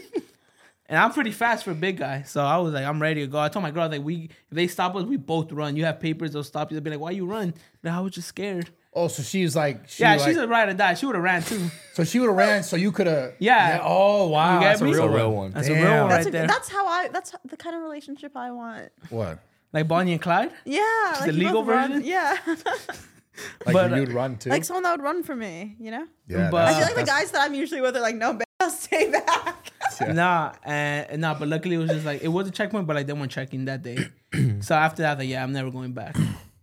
[SPEAKER 3] And I'm pretty fast for a big guy. So I was like, I'm ready to go. I told my girl, I was like, we if they stop us, we both run. You have papers, they'll stop you. They'll be like, why you run? Like, I was just scared.
[SPEAKER 4] oh, so she's like, she
[SPEAKER 3] yeah,
[SPEAKER 4] like-
[SPEAKER 3] she's a ride or die. She would have ran too.
[SPEAKER 4] so she would have ran, so you could have.
[SPEAKER 3] Yeah.
[SPEAKER 4] Oh wow,
[SPEAKER 3] You get
[SPEAKER 4] that's a
[SPEAKER 3] me?
[SPEAKER 4] real,
[SPEAKER 2] It's a real
[SPEAKER 4] one.
[SPEAKER 2] one.
[SPEAKER 3] That's a
[SPEAKER 4] Damn.
[SPEAKER 3] real one
[SPEAKER 4] That's
[SPEAKER 1] That's,
[SPEAKER 3] right there.
[SPEAKER 1] that's how I. That's the kind of relationship I want.
[SPEAKER 4] What?
[SPEAKER 3] Like Bonnie and Clyde.
[SPEAKER 1] Yeah, like
[SPEAKER 3] the
[SPEAKER 1] you
[SPEAKER 3] legal
[SPEAKER 1] both run-
[SPEAKER 3] version?
[SPEAKER 1] Yeah,
[SPEAKER 4] Like
[SPEAKER 3] But,
[SPEAKER 4] you'd run too.
[SPEAKER 1] like someone that would run for me. You know,
[SPEAKER 4] yeah,
[SPEAKER 3] but-
[SPEAKER 1] I
[SPEAKER 4] that's-
[SPEAKER 1] feel like the
[SPEAKER 4] Ah, that's-
[SPEAKER 1] guys that I'm usually with are like, no, babe, I'll stay back.
[SPEAKER 4] Yeah.
[SPEAKER 3] Nah, and nah, but luckily it was just like it was a checkpoint, but like they weren't checking that day. so after that, I was like, yeah, I'm never going back.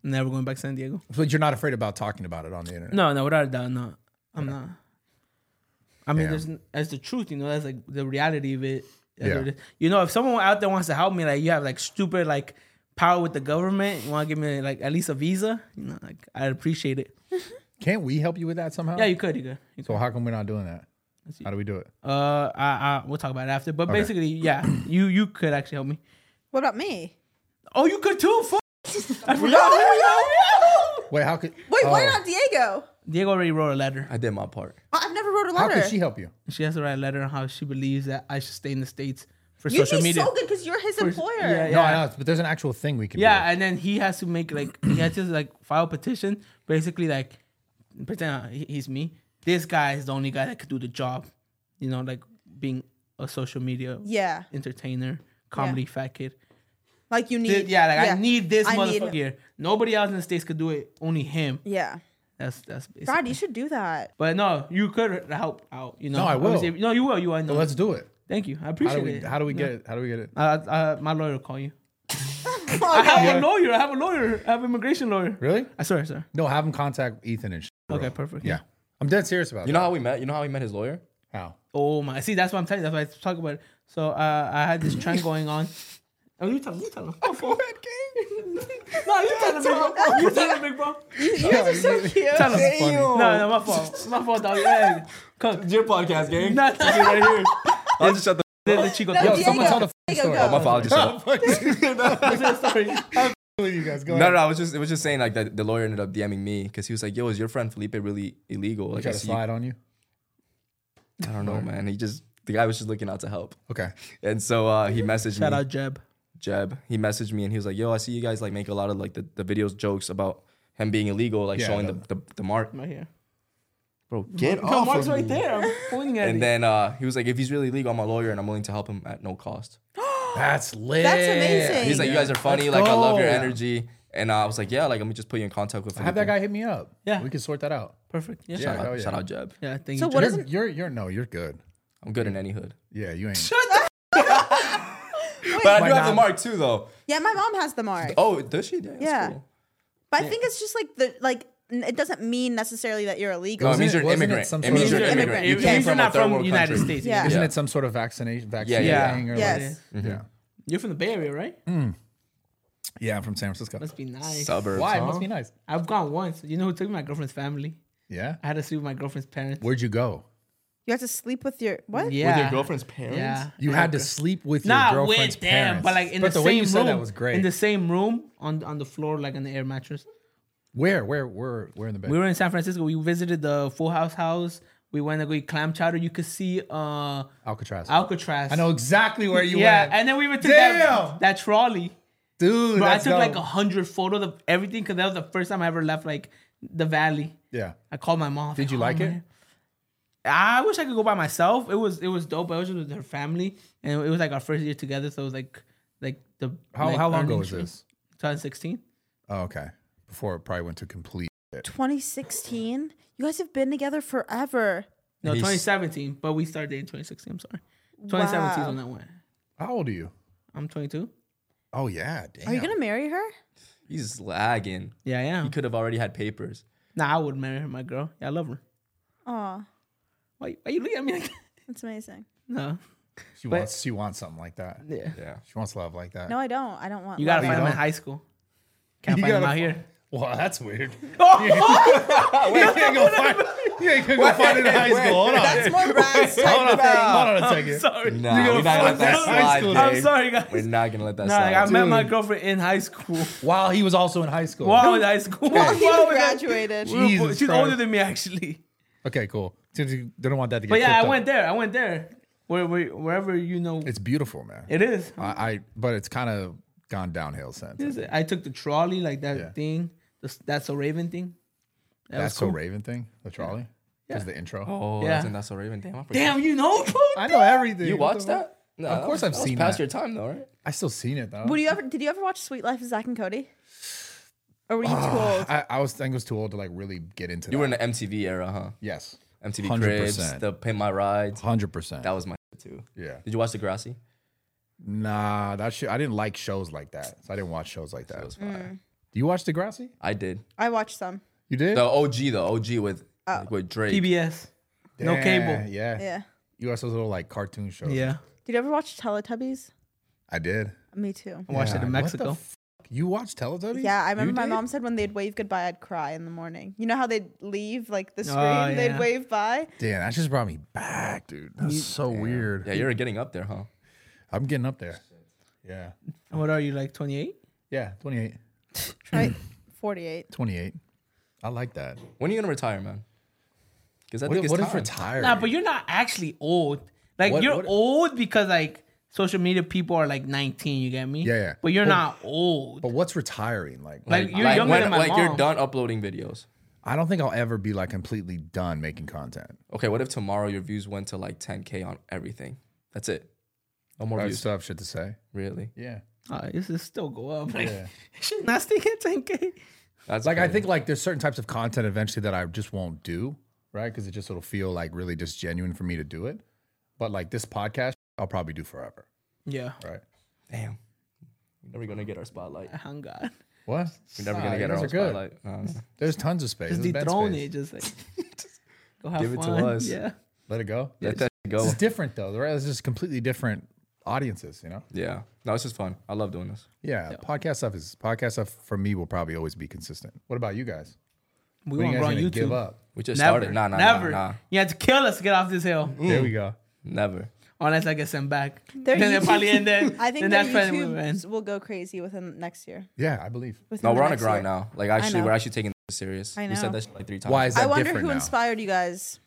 [SPEAKER 3] never going back to San Diego.
[SPEAKER 4] But you're not afraid about talking about it on the internet.
[SPEAKER 3] No, no, without a doubt, no. I'm not. I mean,
[SPEAKER 4] Yeah.
[SPEAKER 3] there's, that's the truth, you know. That's like the reality of it. That's
[SPEAKER 4] Yeah.
[SPEAKER 3] what it is. You know, if someone out there wants to help me, like you have like stupid like power with the government, you want to give me like at least a visa, you know, like I appreciate it.
[SPEAKER 4] Can't we help you with that somehow?
[SPEAKER 3] Yeah, you could, you could. You could.
[SPEAKER 4] so how come we're not doing that? How do we do it?
[SPEAKER 3] Uh, I, I, we'll talk about it after. But basically, yeah, you you could actually help me.
[SPEAKER 1] What about me?
[SPEAKER 3] Oh, you could too. Fuck. I forgot. who you are.
[SPEAKER 4] Wait, how could
[SPEAKER 1] Wait, why
[SPEAKER 4] oh,
[SPEAKER 1] not Diego?
[SPEAKER 3] Diego already wrote a letter.
[SPEAKER 2] I did my part.
[SPEAKER 1] I- I've never wrote a
[SPEAKER 4] How
[SPEAKER 1] letter.
[SPEAKER 4] could she help you?
[SPEAKER 3] She has to write a letter on how she believes that I should stay in the states for
[SPEAKER 1] You'd
[SPEAKER 3] social
[SPEAKER 1] be
[SPEAKER 3] media.
[SPEAKER 1] so good because you're his employer.
[SPEAKER 3] yeah, yeah.
[SPEAKER 4] No, I know, it's- but there's an actual thing we can
[SPEAKER 3] Yeah,
[SPEAKER 4] do.
[SPEAKER 3] and then he has to make like he has to like file a petition, basically like pretend uh, he- he's me. This guy is the only guy that could do the job, you know, like being a social media
[SPEAKER 1] Yeah.
[SPEAKER 3] entertainer, comedy fat kid.
[SPEAKER 1] Like you
[SPEAKER 3] Thi-
[SPEAKER 1] need.
[SPEAKER 3] yeah, like I need this
[SPEAKER 1] I need-
[SPEAKER 3] motherfucker here. Nobody else in the states could do it. Only him.
[SPEAKER 1] Yeah.
[SPEAKER 3] That's that's. Basically.
[SPEAKER 1] Brad, you should do that.
[SPEAKER 3] But no, you could help out. You know,
[SPEAKER 4] No, I will.
[SPEAKER 3] Obviously- No, you will. You. will, I know.
[SPEAKER 4] So let's do it.
[SPEAKER 3] Thank you. I
[SPEAKER 4] How
[SPEAKER 3] appreciate
[SPEAKER 4] do we?
[SPEAKER 3] it.
[SPEAKER 4] How do we
[SPEAKER 3] No.
[SPEAKER 4] get it? How do we get it?
[SPEAKER 3] Uh, uh, my lawyer will call you. I
[SPEAKER 1] Okay.
[SPEAKER 3] have a lawyer. I have a lawyer. I have an immigration lawyer.
[SPEAKER 4] Really?
[SPEAKER 3] I swear, sir.
[SPEAKER 4] No, have him contact Ethan and. Sh-
[SPEAKER 3] Okay, perfect.
[SPEAKER 4] yeah, I'm dead serious about
[SPEAKER 2] You
[SPEAKER 4] it.
[SPEAKER 2] know how we met? You know how we met his lawyer?
[SPEAKER 4] How?
[SPEAKER 3] Oh my! See, that's what I'm telling you. That's why I talk about it. So uh, I had this trend going on. Oh, you tell him. You tell him. Oh, fuck. no, you tell him, big bro. You tell him, big bro.
[SPEAKER 1] You guys are so cute.
[SPEAKER 3] Tell him.
[SPEAKER 4] That's funny.
[SPEAKER 3] No, no, my fault. My fault, dog. Hey, cook.
[SPEAKER 2] It's your podcast, gang.
[SPEAKER 3] No, no, no.
[SPEAKER 2] right here. I'll just shut the.
[SPEAKER 3] There's a Chico.
[SPEAKER 1] No,
[SPEAKER 3] Yo,
[SPEAKER 1] Diego.
[SPEAKER 4] someone tell the f-
[SPEAKER 1] Diego,
[SPEAKER 4] story.
[SPEAKER 1] go.
[SPEAKER 4] Oh,
[SPEAKER 2] My apologies. no,
[SPEAKER 3] sorry.
[SPEAKER 4] you guys go
[SPEAKER 2] no,
[SPEAKER 4] ahead.
[SPEAKER 2] no. I was just, it was just saying like that. The lawyer ended up DMing me because he was like, "Yo, is your friend Felipe really illegal?" Like,
[SPEAKER 4] Try
[SPEAKER 2] I,
[SPEAKER 4] to
[SPEAKER 2] see you-
[SPEAKER 4] slide on you.
[SPEAKER 2] I don't know, man. He just, the guy was just looking out to help,
[SPEAKER 4] Okay.
[SPEAKER 2] and so uh, he messaged
[SPEAKER 3] Shout
[SPEAKER 2] me.
[SPEAKER 3] out Jeb.
[SPEAKER 2] Jeb. He messaged me and he was like, "Yo, I see you guys like make a lot of like the, the videos jokes about him being illegal, like
[SPEAKER 4] Yeah, I
[SPEAKER 2] showing the,
[SPEAKER 4] know.
[SPEAKER 2] the the mark,
[SPEAKER 3] Right here.
[SPEAKER 2] bro. Get
[SPEAKER 3] No,
[SPEAKER 2] off
[SPEAKER 3] Oh, Mark's
[SPEAKER 2] of
[SPEAKER 3] right
[SPEAKER 2] me.
[SPEAKER 3] there. I'm pointing at
[SPEAKER 2] And
[SPEAKER 3] you.
[SPEAKER 2] then uh, he was like, "If he's really illegal, I'm a lawyer and I'm willing to help him at no cost."
[SPEAKER 4] That's lit.
[SPEAKER 1] That's amazing.
[SPEAKER 2] He's like, "You
[SPEAKER 1] Yeah.
[SPEAKER 2] guys are funny. Like I love your
[SPEAKER 4] go.
[SPEAKER 2] energy." And uh, I was like, "Yeah, like let me just put you in contact with."
[SPEAKER 4] Have
[SPEAKER 2] Felipe."
[SPEAKER 4] that guy hit me up.
[SPEAKER 3] Yeah.
[SPEAKER 4] we can sort that out.
[SPEAKER 3] Perfect. Yeah.
[SPEAKER 2] Shout,
[SPEAKER 4] Yeah, hell
[SPEAKER 2] out,
[SPEAKER 4] yeah.
[SPEAKER 2] shout out, Jeb.
[SPEAKER 3] Yeah. Thank
[SPEAKER 1] So
[SPEAKER 3] you.
[SPEAKER 1] what
[SPEAKER 3] Jeb.
[SPEAKER 1] is
[SPEAKER 4] You're, you're you're no, you're good.
[SPEAKER 2] I'm good in any hood,
[SPEAKER 4] Yeah, you ain't.
[SPEAKER 2] but I
[SPEAKER 4] Why
[SPEAKER 2] do have the
[SPEAKER 4] not?
[SPEAKER 2] mark too, though.
[SPEAKER 1] Yeah, my mom has the mark.
[SPEAKER 2] Oh, does she? Yeah, that's
[SPEAKER 1] Yeah.
[SPEAKER 2] cool. Oh,
[SPEAKER 1] But I think it's just like the like n- it doesn't mean necessarily that you're illegal.
[SPEAKER 2] No, it
[SPEAKER 4] Wasn't
[SPEAKER 2] means
[SPEAKER 4] it-
[SPEAKER 2] you're an
[SPEAKER 4] wasn't it
[SPEAKER 2] immigrant.
[SPEAKER 4] some
[SPEAKER 2] It,
[SPEAKER 4] sort
[SPEAKER 2] means
[SPEAKER 4] of-
[SPEAKER 2] you're an
[SPEAKER 1] Immigrant.
[SPEAKER 2] immigrant. You
[SPEAKER 1] Yeah.
[SPEAKER 2] came
[SPEAKER 1] If
[SPEAKER 3] you're
[SPEAKER 2] from a
[SPEAKER 3] not
[SPEAKER 2] third
[SPEAKER 3] from
[SPEAKER 2] world
[SPEAKER 3] United
[SPEAKER 2] country.
[SPEAKER 3] States.
[SPEAKER 1] Yeah.
[SPEAKER 4] Isn't it some sort of vaccination vaccine
[SPEAKER 2] yeah.
[SPEAKER 4] thing or
[SPEAKER 1] Yes.
[SPEAKER 4] like,
[SPEAKER 3] Mm-hmm.
[SPEAKER 4] yeah.
[SPEAKER 3] You're from the Bay Area, right?
[SPEAKER 2] Hmm.
[SPEAKER 4] Yeah, I'm from San Francisco.
[SPEAKER 3] Must be nice.
[SPEAKER 2] Suburbs.
[SPEAKER 4] Why?
[SPEAKER 2] huh?
[SPEAKER 4] Must be nice.
[SPEAKER 3] I've gone once. You know who took me? my girlfriend's family?
[SPEAKER 4] Yeah.
[SPEAKER 3] I had to sleep with my girlfriend's parents.
[SPEAKER 4] Where'd you go?
[SPEAKER 1] You have to sleep with your what?
[SPEAKER 3] Yeah.
[SPEAKER 2] With your girlfriend's parents?
[SPEAKER 3] Yeah.
[SPEAKER 4] You had to sleep with your
[SPEAKER 3] Not
[SPEAKER 4] girlfriend's
[SPEAKER 3] with them,
[SPEAKER 4] parents.
[SPEAKER 3] but like in the,
[SPEAKER 4] way
[SPEAKER 3] same
[SPEAKER 4] you
[SPEAKER 3] room.
[SPEAKER 4] said that was great.
[SPEAKER 3] In the same room on on the floor, like on the air mattress.
[SPEAKER 4] where, where, where, where in the bed?
[SPEAKER 3] We were in San Francisco. We visited the Full House house. We went to go eat clam chowder. You could see uh
[SPEAKER 4] Alcatraz.
[SPEAKER 3] Alcatraz.
[SPEAKER 4] I know exactly where you
[SPEAKER 3] Yeah,
[SPEAKER 4] went.
[SPEAKER 3] and then we even took
[SPEAKER 4] Damn!
[SPEAKER 3] that, that trolley.
[SPEAKER 4] dude,
[SPEAKER 3] Bro, I
[SPEAKER 4] let's
[SPEAKER 3] took
[SPEAKER 4] go.
[SPEAKER 3] like a hundred photos of everything because that was the first time I ever left like the valley.
[SPEAKER 4] yeah.
[SPEAKER 3] I called my mom.
[SPEAKER 4] Did you
[SPEAKER 3] "Oh,
[SPEAKER 4] like it?
[SPEAKER 3] man." I wish I could go by myself. It was it was dope. but I was just with her family, and it was like our first year together. So it was like like the
[SPEAKER 4] How
[SPEAKER 3] like,
[SPEAKER 4] how long ago
[SPEAKER 3] earning
[SPEAKER 4] was
[SPEAKER 3] trip.
[SPEAKER 4] this?
[SPEAKER 3] 2016.
[SPEAKER 4] Oh, okay. Before it probably went to complete.
[SPEAKER 1] 2016. You guys have been together forever.
[SPEAKER 3] No,
[SPEAKER 2] He's-
[SPEAKER 3] 2017. But we started dating 2016. I'm sorry. 2017
[SPEAKER 1] Wow.
[SPEAKER 3] is when that went.
[SPEAKER 4] How old are you?
[SPEAKER 3] I'm 22.
[SPEAKER 4] Oh yeah. Damn.
[SPEAKER 1] Are you gonna marry her?
[SPEAKER 2] He's lagging.
[SPEAKER 3] Yeah, I
[SPEAKER 2] He
[SPEAKER 3] am.
[SPEAKER 2] could have already had papers.
[SPEAKER 3] Nah, I would marry her, my girl. Yeah, I love her.
[SPEAKER 1] Oh,
[SPEAKER 3] Why, why you looking at me like that?
[SPEAKER 1] that's amazing.
[SPEAKER 3] No.
[SPEAKER 4] She wants she wants something like that.
[SPEAKER 3] Yeah.
[SPEAKER 2] Yeah.
[SPEAKER 4] She wants love like that.
[SPEAKER 1] No, I don't. I don't want.
[SPEAKER 3] You gotta
[SPEAKER 1] love.
[SPEAKER 3] find him in
[SPEAKER 4] don't.
[SPEAKER 3] high school. Can't
[SPEAKER 4] You
[SPEAKER 3] find him
[SPEAKER 4] gotta
[SPEAKER 3] out here.
[SPEAKER 4] Well, that's weird. Oh, you ain't gonna find, you ain't gonna go find it in high school. Hold on.
[SPEAKER 1] That's more Brad's type
[SPEAKER 4] hold,
[SPEAKER 1] of
[SPEAKER 4] on
[SPEAKER 1] thing.
[SPEAKER 4] hold on a second.
[SPEAKER 3] Sorry.
[SPEAKER 2] Nah,
[SPEAKER 3] You gotta
[SPEAKER 2] we're not gonna let
[SPEAKER 3] find
[SPEAKER 2] that
[SPEAKER 3] him.
[SPEAKER 2] slide,
[SPEAKER 3] I'm
[SPEAKER 2] Dave.
[SPEAKER 3] sorry, guys.
[SPEAKER 2] We're not gonna let that
[SPEAKER 3] No, like, I
[SPEAKER 2] slide.
[SPEAKER 3] met my girlfriend in high school.
[SPEAKER 4] While he was also in high school.
[SPEAKER 3] While I was in high school.
[SPEAKER 1] Well, he
[SPEAKER 3] While I was in-
[SPEAKER 1] graduated.
[SPEAKER 3] we were bo-
[SPEAKER 4] Jesus
[SPEAKER 3] She's
[SPEAKER 4] Christ.
[SPEAKER 3] older than me, actually.
[SPEAKER 4] Okay, cool. Since you they don't want that to get.
[SPEAKER 3] But yeah,
[SPEAKER 4] clipped
[SPEAKER 3] I
[SPEAKER 4] up.
[SPEAKER 3] went there. I went there. Where, where, wherever you know
[SPEAKER 4] It's Ah. beautiful, man.
[SPEAKER 3] it is.
[SPEAKER 4] I, I but it's kind of gone downhill since.
[SPEAKER 3] Is it? I took the trolley, like that
[SPEAKER 4] Yeah.
[SPEAKER 3] thing. The, that's a Raven thing. That was
[SPEAKER 4] That's so
[SPEAKER 3] cool.
[SPEAKER 4] Raven thing. The trolley. Yeah. the intro.
[SPEAKER 2] Oh,
[SPEAKER 3] Yeah.
[SPEAKER 2] that's in that's so Raven. Damn, I forgot.
[SPEAKER 3] Damn, you know, bro?
[SPEAKER 4] I know everything.
[SPEAKER 2] You
[SPEAKER 4] What the
[SPEAKER 2] watched
[SPEAKER 4] fuck?
[SPEAKER 2] that? No,
[SPEAKER 4] Of
[SPEAKER 2] that
[SPEAKER 4] course
[SPEAKER 2] was-
[SPEAKER 4] I've
[SPEAKER 2] that was
[SPEAKER 4] seen
[SPEAKER 2] past
[SPEAKER 4] that.
[SPEAKER 2] your time though, right?
[SPEAKER 4] I still seen it though.
[SPEAKER 1] Would you ever? Did you ever watch Sweet Life of Zach and Cody? Or were you too
[SPEAKER 3] Ah.
[SPEAKER 1] old?
[SPEAKER 4] I, I was I think I was too old to like really get into.
[SPEAKER 2] You
[SPEAKER 4] that.
[SPEAKER 2] were in the MTV era, huh?
[SPEAKER 4] yes,
[SPEAKER 2] MTV
[SPEAKER 4] 100%.
[SPEAKER 2] Cribs, the Pin My Rides.
[SPEAKER 4] hundred percent.
[SPEAKER 2] That was my shit, too.
[SPEAKER 4] Yeah.
[SPEAKER 2] Did you watch the Grassy?
[SPEAKER 4] Nah, that shit. I didn't like shows like that, so I didn't watch shows like that.
[SPEAKER 2] That was
[SPEAKER 1] Mm.
[SPEAKER 2] fire.
[SPEAKER 4] Do you watch Degrassi?
[SPEAKER 2] I did.
[SPEAKER 1] I watched some.
[SPEAKER 4] You did?
[SPEAKER 2] The OG though, OG with like, with Drake.
[SPEAKER 3] PBS. No
[SPEAKER 4] Yeah,
[SPEAKER 3] cable.
[SPEAKER 4] Yeah.
[SPEAKER 1] Yeah.
[SPEAKER 4] You watch those little like cartoon shows.
[SPEAKER 3] Yeah.
[SPEAKER 1] Did you ever watch Teletubbies?
[SPEAKER 4] I did.
[SPEAKER 1] Me too.
[SPEAKER 3] I watched it in
[SPEAKER 4] What the
[SPEAKER 3] Mexico.
[SPEAKER 4] f- You watch Teletubbies?
[SPEAKER 1] Yeah, I
[SPEAKER 4] You
[SPEAKER 1] remember my
[SPEAKER 4] did?
[SPEAKER 1] mom said when they'd wave goodbye, I'd cry in the morning. You know how they'd leave like the screen,
[SPEAKER 3] Ah, yeah.
[SPEAKER 1] they'd wave bye.
[SPEAKER 4] Damn, that just brought me back, dude. That's so weird.
[SPEAKER 2] Yeah, you're getting up there, huh?
[SPEAKER 4] I'm getting up there. Yeah.
[SPEAKER 3] What are you like? Twenty eight?
[SPEAKER 4] Yeah, 28.
[SPEAKER 1] Right, forty-eight.
[SPEAKER 4] 28. I like that.
[SPEAKER 2] When are you gonna retire, man? Because I
[SPEAKER 4] What,
[SPEAKER 2] think
[SPEAKER 4] if,
[SPEAKER 2] it's
[SPEAKER 4] what
[SPEAKER 2] time.
[SPEAKER 4] if retired?
[SPEAKER 3] Nah, but you're not actually old. Like
[SPEAKER 4] What-
[SPEAKER 3] you're
[SPEAKER 4] what-
[SPEAKER 3] old because like social media people are like 19. You get me?
[SPEAKER 4] Yeah, yeah.
[SPEAKER 3] But you're
[SPEAKER 4] But-
[SPEAKER 3] not old.
[SPEAKER 4] but what's retiring? Like,
[SPEAKER 3] like you're
[SPEAKER 2] like
[SPEAKER 3] younger
[SPEAKER 2] when,
[SPEAKER 3] than my
[SPEAKER 2] like
[SPEAKER 3] mom.
[SPEAKER 2] you're done uploading videos.
[SPEAKER 4] I don't think I'll ever be like completely done making content.
[SPEAKER 2] Okay, what if tomorrow your views went to like 10k on everything? That's it. No more
[SPEAKER 4] I
[SPEAKER 2] views.
[SPEAKER 4] still have shit to say.
[SPEAKER 2] Really?
[SPEAKER 4] Yeah.
[SPEAKER 3] Uh, this is still go up. Like,
[SPEAKER 4] Yeah.
[SPEAKER 3] She's not sticking 10k.
[SPEAKER 2] That's
[SPEAKER 4] Like I
[SPEAKER 2] crazy.
[SPEAKER 4] think like there's certain types of content eventually that I just won't do, right? Because it just will feel like really just genuine for me to do it. But like this podcast, I'll probably do forever,
[SPEAKER 3] Yeah.
[SPEAKER 4] right?
[SPEAKER 2] Damn. We're never gonna get our spotlight.
[SPEAKER 3] Hang Ah, God.
[SPEAKER 4] What?
[SPEAKER 2] We're never
[SPEAKER 4] Ah,
[SPEAKER 2] gonna
[SPEAKER 4] you
[SPEAKER 2] get our
[SPEAKER 4] guys
[SPEAKER 2] own
[SPEAKER 4] are good.
[SPEAKER 2] spotlight. No, no.
[SPEAKER 4] There's tons of space.
[SPEAKER 3] Just
[SPEAKER 4] There's bed
[SPEAKER 3] dethrone
[SPEAKER 4] space.
[SPEAKER 3] it. Just like just go have
[SPEAKER 2] Give it to
[SPEAKER 3] fun.
[SPEAKER 2] us.
[SPEAKER 3] Yeah.
[SPEAKER 4] Let it go.
[SPEAKER 2] Let that shit go.
[SPEAKER 4] This is different though, right? It's just completely different audiences, you know?
[SPEAKER 2] Yeah. No, this is fun. I love doing this.
[SPEAKER 4] Yeah, Podcast stuff is podcast stuff for me will probably always be consistent. What about you guys?
[SPEAKER 3] We
[SPEAKER 4] When
[SPEAKER 3] want
[SPEAKER 4] you
[SPEAKER 3] to
[SPEAKER 4] guys
[SPEAKER 3] grow on
[SPEAKER 4] gonna
[SPEAKER 3] YouTube.
[SPEAKER 4] give up?
[SPEAKER 2] We just
[SPEAKER 3] Never.
[SPEAKER 2] started. Nah, nah,
[SPEAKER 3] Never.
[SPEAKER 2] nah, nah.
[SPEAKER 3] You had to kill us to get off this hill.
[SPEAKER 4] There we go.
[SPEAKER 2] Never.
[SPEAKER 3] Unless I get sent back.
[SPEAKER 1] Their
[SPEAKER 3] then
[SPEAKER 1] YouTube-
[SPEAKER 3] it probably ended.
[SPEAKER 1] I think
[SPEAKER 3] then
[SPEAKER 1] that
[SPEAKER 3] that's when we
[SPEAKER 1] YouTube
[SPEAKER 3] end.
[SPEAKER 1] will go crazy within next year.
[SPEAKER 4] Yeah, I believe.
[SPEAKER 1] Within
[SPEAKER 2] No,
[SPEAKER 1] the
[SPEAKER 2] we're on a
[SPEAKER 1] next
[SPEAKER 2] grind
[SPEAKER 1] year.
[SPEAKER 2] now. Like actually,
[SPEAKER 1] know.
[SPEAKER 2] we're actually taking this serious.
[SPEAKER 1] I
[SPEAKER 2] We
[SPEAKER 1] know.
[SPEAKER 2] said that shit like three times.
[SPEAKER 4] Why is that
[SPEAKER 1] I wonder
[SPEAKER 4] different
[SPEAKER 1] who
[SPEAKER 4] now?
[SPEAKER 1] inspired you guys.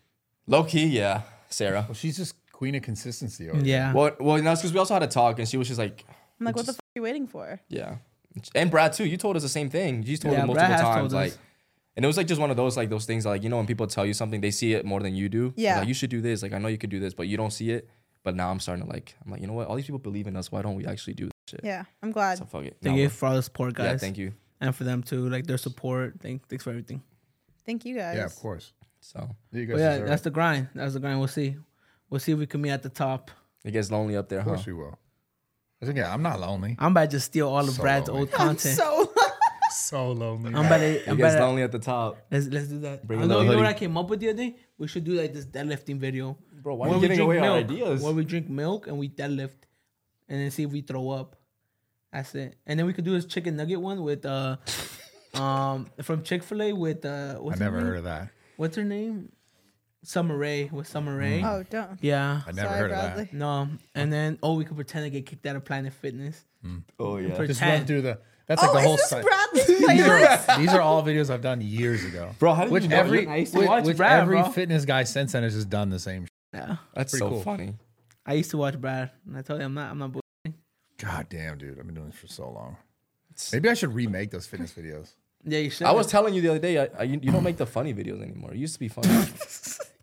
[SPEAKER 2] Low key, yeah. Sarah.
[SPEAKER 3] Oh,
[SPEAKER 4] Well, she's just queen of consistency. Over
[SPEAKER 3] Yeah.
[SPEAKER 2] Well, well, no, because we also had a talk, and she was just like,
[SPEAKER 1] I'm like, what the f- are you waiting for?
[SPEAKER 2] yeah. And Brad too. You told us the same thing. You told
[SPEAKER 3] Yeah,
[SPEAKER 2] us multiple
[SPEAKER 3] Brad has told
[SPEAKER 2] times, like.
[SPEAKER 3] us.
[SPEAKER 2] And it was like just one of those like those things like you know when people tell you something they see it more than you do.
[SPEAKER 1] Yeah.
[SPEAKER 2] Like you should do this. Like I know you could do this, but you don't see it. But now I'm starting to like I'm like you know what all these people believe in us. Why don't we actually do this shit?
[SPEAKER 1] Yeah, I'm glad.
[SPEAKER 2] So fuck it.
[SPEAKER 3] Thank
[SPEAKER 2] No,
[SPEAKER 3] you for all the support, guys.
[SPEAKER 2] Yeah, thank you.
[SPEAKER 3] And for them too, like their support. Thank, thanks for everything.
[SPEAKER 1] Thank you
[SPEAKER 4] Yeah,
[SPEAKER 1] guys.
[SPEAKER 4] of course.
[SPEAKER 2] So
[SPEAKER 4] You guys
[SPEAKER 3] But yeah,
[SPEAKER 4] deserve
[SPEAKER 3] that's
[SPEAKER 4] it.
[SPEAKER 3] the grind. That's the grind. We'll see. We'll see if we can meet at the top.
[SPEAKER 2] it gets lonely up there,
[SPEAKER 4] Of
[SPEAKER 2] huh?
[SPEAKER 4] course we will. I think, yeah, I'm not lonely.
[SPEAKER 3] I'm about to just steal all of
[SPEAKER 4] So
[SPEAKER 3] Brad's
[SPEAKER 4] lonely.
[SPEAKER 3] old
[SPEAKER 1] I'm
[SPEAKER 3] content.
[SPEAKER 1] so
[SPEAKER 4] so lonely.
[SPEAKER 3] I'm about to.
[SPEAKER 2] It
[SPEAKER 3] I'm
[SPEAKER 2] gets
[SPEAKER 3] about to
[SPEAKER 2] lonely at the top,
[SPEAKER 3] let's, let's do that.
[SPEAKER 2] Bring
[SPEAKER 3] I
[SPEAKER 2] a
[SPEAKER 3] know,
[SPEAKER 2] little
[SPEAKER 3] you know what I
[SPEAKER 2] hoodie.
[SPEAKER 3] came up with the other day? We should do like this deadlifting video.
[SPEAKER 2] bro. Why are
[SPEAKER 3] Where
[SPEAKER 2] you
[SPEAKER 3] we
[SPEAKER 2] giving
[SPEAKER 3] drink
[SPEAKER 2] away our
[SPEAKER 3] milk.
[SPEAKER 2] ideas?
[SPEAKER 3] Where we drink milk and we deadlift, and then see if we throw up. That's it. And then we could do this chicken nugget one with uh, um, from Chick Fil A with uh,
[SPEAKER 4] I
[SPEAKER 3] what's her
[SPEAKER 4] never
[SPEAKER 3] name?
[SPEAKER 4] heard of that.
[SPEAKER 3] What's her name? Summer Rae with Summer Rae.
[SPEAKER 2] Mm.
[SPEAKER 1] Oh, don't.
[SPEAKER 3] Yeah.
[SPEAKER 4] I never
[SPEAKER 1] Sorry,
[SPEAKER 4] heard
[SPEAKER 1] Bradley.
[SPEAKER 4] of
[SPEAKER 3] No, and then oh, we could pretend to get kicked out of Planet Fitness.
[SPEAKER 2] oh yeah,
[SPEAKER 4] that. Just run
[SPEAKER 3] Pretend.
[SPEAKER 4] through the. That's
[SPEAKER 1] Oh,
[SPEAKER 4] like the whole.
[SPEAKER 1] is
[SPEAKER 4] si-
[SPEAKER 1] this Bradley's playlist?
[SPEAKER 4] These are all videos I've done years ago.
[SPEAKER 2] bro. How did
[SPEAKER 4] Which
[SPEAKER 2] you know?
[SPEAKER 4] every
[SPEAKER 2] You-
[SPEAKER 3] I used to
[SPEAKER 4] which,
[SPEAKER 3] watch
[SPEAKER 4] which
[SPEAKER 3] Brad,
[SPEAKER 4] every
[SPEAKER 3] bro.
[SPEAKER 4] fitness guy since then has just done the same. sh-
[SPEAKER 3] Yeah.
[SPEAKER 2] that's
[SPEAKER 4] pretty
[SPEAKER 2] so
[SPEAKER 4] cool.
[SPEAKER 2] funny.
[SPEAKER 3] I used to watch Brad, and I told you I'm not. I'm not. bull-
[SPEAKER 4] God damn, dude, I've been doing this for so long. Maybe I should remake those fitness videos.
[SPEAKER 3] Yeah, you should.
[SPEAKER 2] I was telling you the other day, I, I, you, you don't make the funny videos anymore. It used to be funny.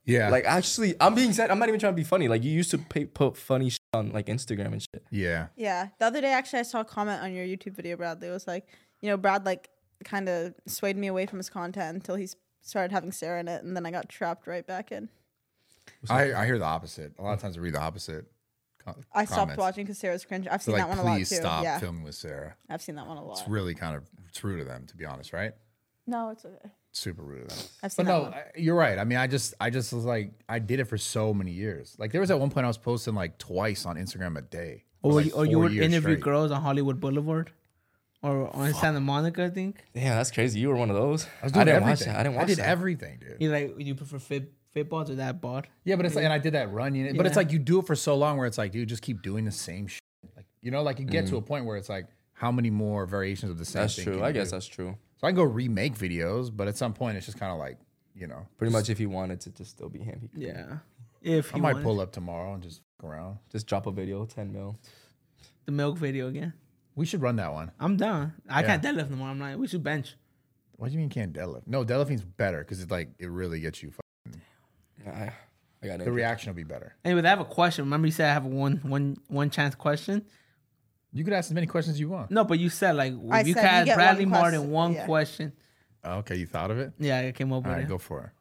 [SPEAKER 4] Yeah,
[SPEAKER 2] like actually, I'm being said. I'm not even trying to be funny. Like you used to pay, put funny shit on like Instagram and shit.
[SPEAKER 4] yeah,
[SPEAKER 1] Yeah. The other day, actually, I saw a comment on your YouTube video, Bradley. It was like, you know, Brad, like, kind of swayed me away from his content until he s- started having Sarah in it, and then I got trapped right back in.
[SPEAKER 4] I, I hear the opposite. A lot of times I read the opposite. co-
[SPEAKER 1] I stopped
[SPEAKER 4] comments.
[SPEAKER 1] watching because Sarah's cringe. I've
[SPEAKER 4] So
[SPEAKER 1] seen
[SPEAKER 4] like,
[SPEAKER 1] that one a lot, too.
[SPEAKER 4] please stop
[SPEAKER 1] yeah.
[SPEAKER 4] filming with Sarah.
[SPEAKER 1] I've seen that one a lot.
[SPEAKER 4] It's really kind of true to them, to be honest, right?
[SPEAKER 1] no, it's okay.
[SPEAKER 4] Super rude of them.
[SPEAKER 1] I've seen
[SPEAKER 4] But
[SPEAKER 1] that
[SPEAKER 4] no,
[SPEAKER 1] one.
[SPEAKER 4] I- you're right. I mean, I just, I just was like, I did it for so many years. Like there was at one point I was posting like twice on Instagram a day.
[SPEAKER 3] Or,
[SPEAKER 4] For,
[SPEAKER 3] you-
[SPEAKER 4] like,
[SPEAKER 3] or you
[SPEAKER 4] four
[SPEAKER 3] would
[SPEAKER 4] years
[SPEAKER 3] interview
[SPEAKER 4] straight.
[SPEAKER 3] girls on Hollywood Boulevard, or on Santa Monica. I think
[SPEAKER 2] Damn, that's crazy. You were one of those.
[SPEAKER 4] I, was doing
[SPEAKER 2] didn't
[SPEAKER 4] everything.
[SPEAKER 2] watch that. I didn't watch
[SPEAKER 4] I did
[SPEAKER 2] that.
[SPEAKER 4] everything, dude.
[SPEAKER 3] you like you prefer fit fit balls or that bod?
[SPEAKER 4] Yeah, but it's like, and I did that run unit, but it's
[SPEAKER 3] Yeah.
[SPEAKER 4] like you do it for so long where it's like, dude, just keep doing the same shit. Like, you know, like you get to a point where it's like, how many more variations of the
[SPEAKER 2] Mm-hmm.
[SPEAKER 4] same
[SPEAKER 2] that's
[SPEAKER 4] thing?
[SPEAKER 2] true.
[SPEAKER 4] can
[SPEAKER 2] I
[SPEAKER 4] you
[SPEAKER 2] guess
[SPEAKER 4] do?
[SPEAKER 2] that's true.
[SPEAKER 4] So I can go remake videos, but at some point it's just kind of like, you know,
[SPEAKER 2] Pretty much, if he wanted to, just still be him. He could
[SPEAKER 3] Yeah. If
[SPEAKER 4] I
[SPEAKER 3] you
[SPEAKER 4] might
[SPEAKER 3] wanted
[SPEAKER 4] pull up tomorrow and just fuck around.
[SPEAKER 2] just drop a video, ten mil.
[SPEAKER 3] the milk video again,
[SPEAKER 4] We should run that one.
[SPEAKER 3] I'm down. I
[SPEAKER 4] Yeah.
[SPEAKER 3] can't deadlift no more. I'm like, we should bench.
[SPEAKER 4] What do you mean can't deadlift? No, deadlifting's better because it's like it really gets you. Fuck.
[SPEAKER 2] I, I got
[SPEAKER 4] The
[SPEAKER 2] it.
[SPEAKER 4] reaction will be better.
[SPEAKER 3] Anyway, I have a question. Remember you said I have a one one one chance question.
[SPEAKER 4] You could ask as many questions as you want.
[SPEAKER 3] No, but you said like
[SPEAKER 1] I
[SPEAKER 3] you
[SPEAKER 1] said
[SPEAKER 3] can
[SPEAKER 1] you get
[SPEAKER 3] ask
[SPEAKER 1] one
[SPEAKER 3] Bradley more than
[SPEAKER 1] question.
[SPEAKER 3] one
[SPEAKER 1] Yeah.
[SPEAKER 3] question.
[SPEAKER 4] Okay, you thought of it.
[SPEAKER 3] Yeah, I came up
[SPEAKER 4] All
[SPEAKER 3] with
[SPEAKER 4] right,
[SPEAKER 3] it.
[SPEAKER 4] go for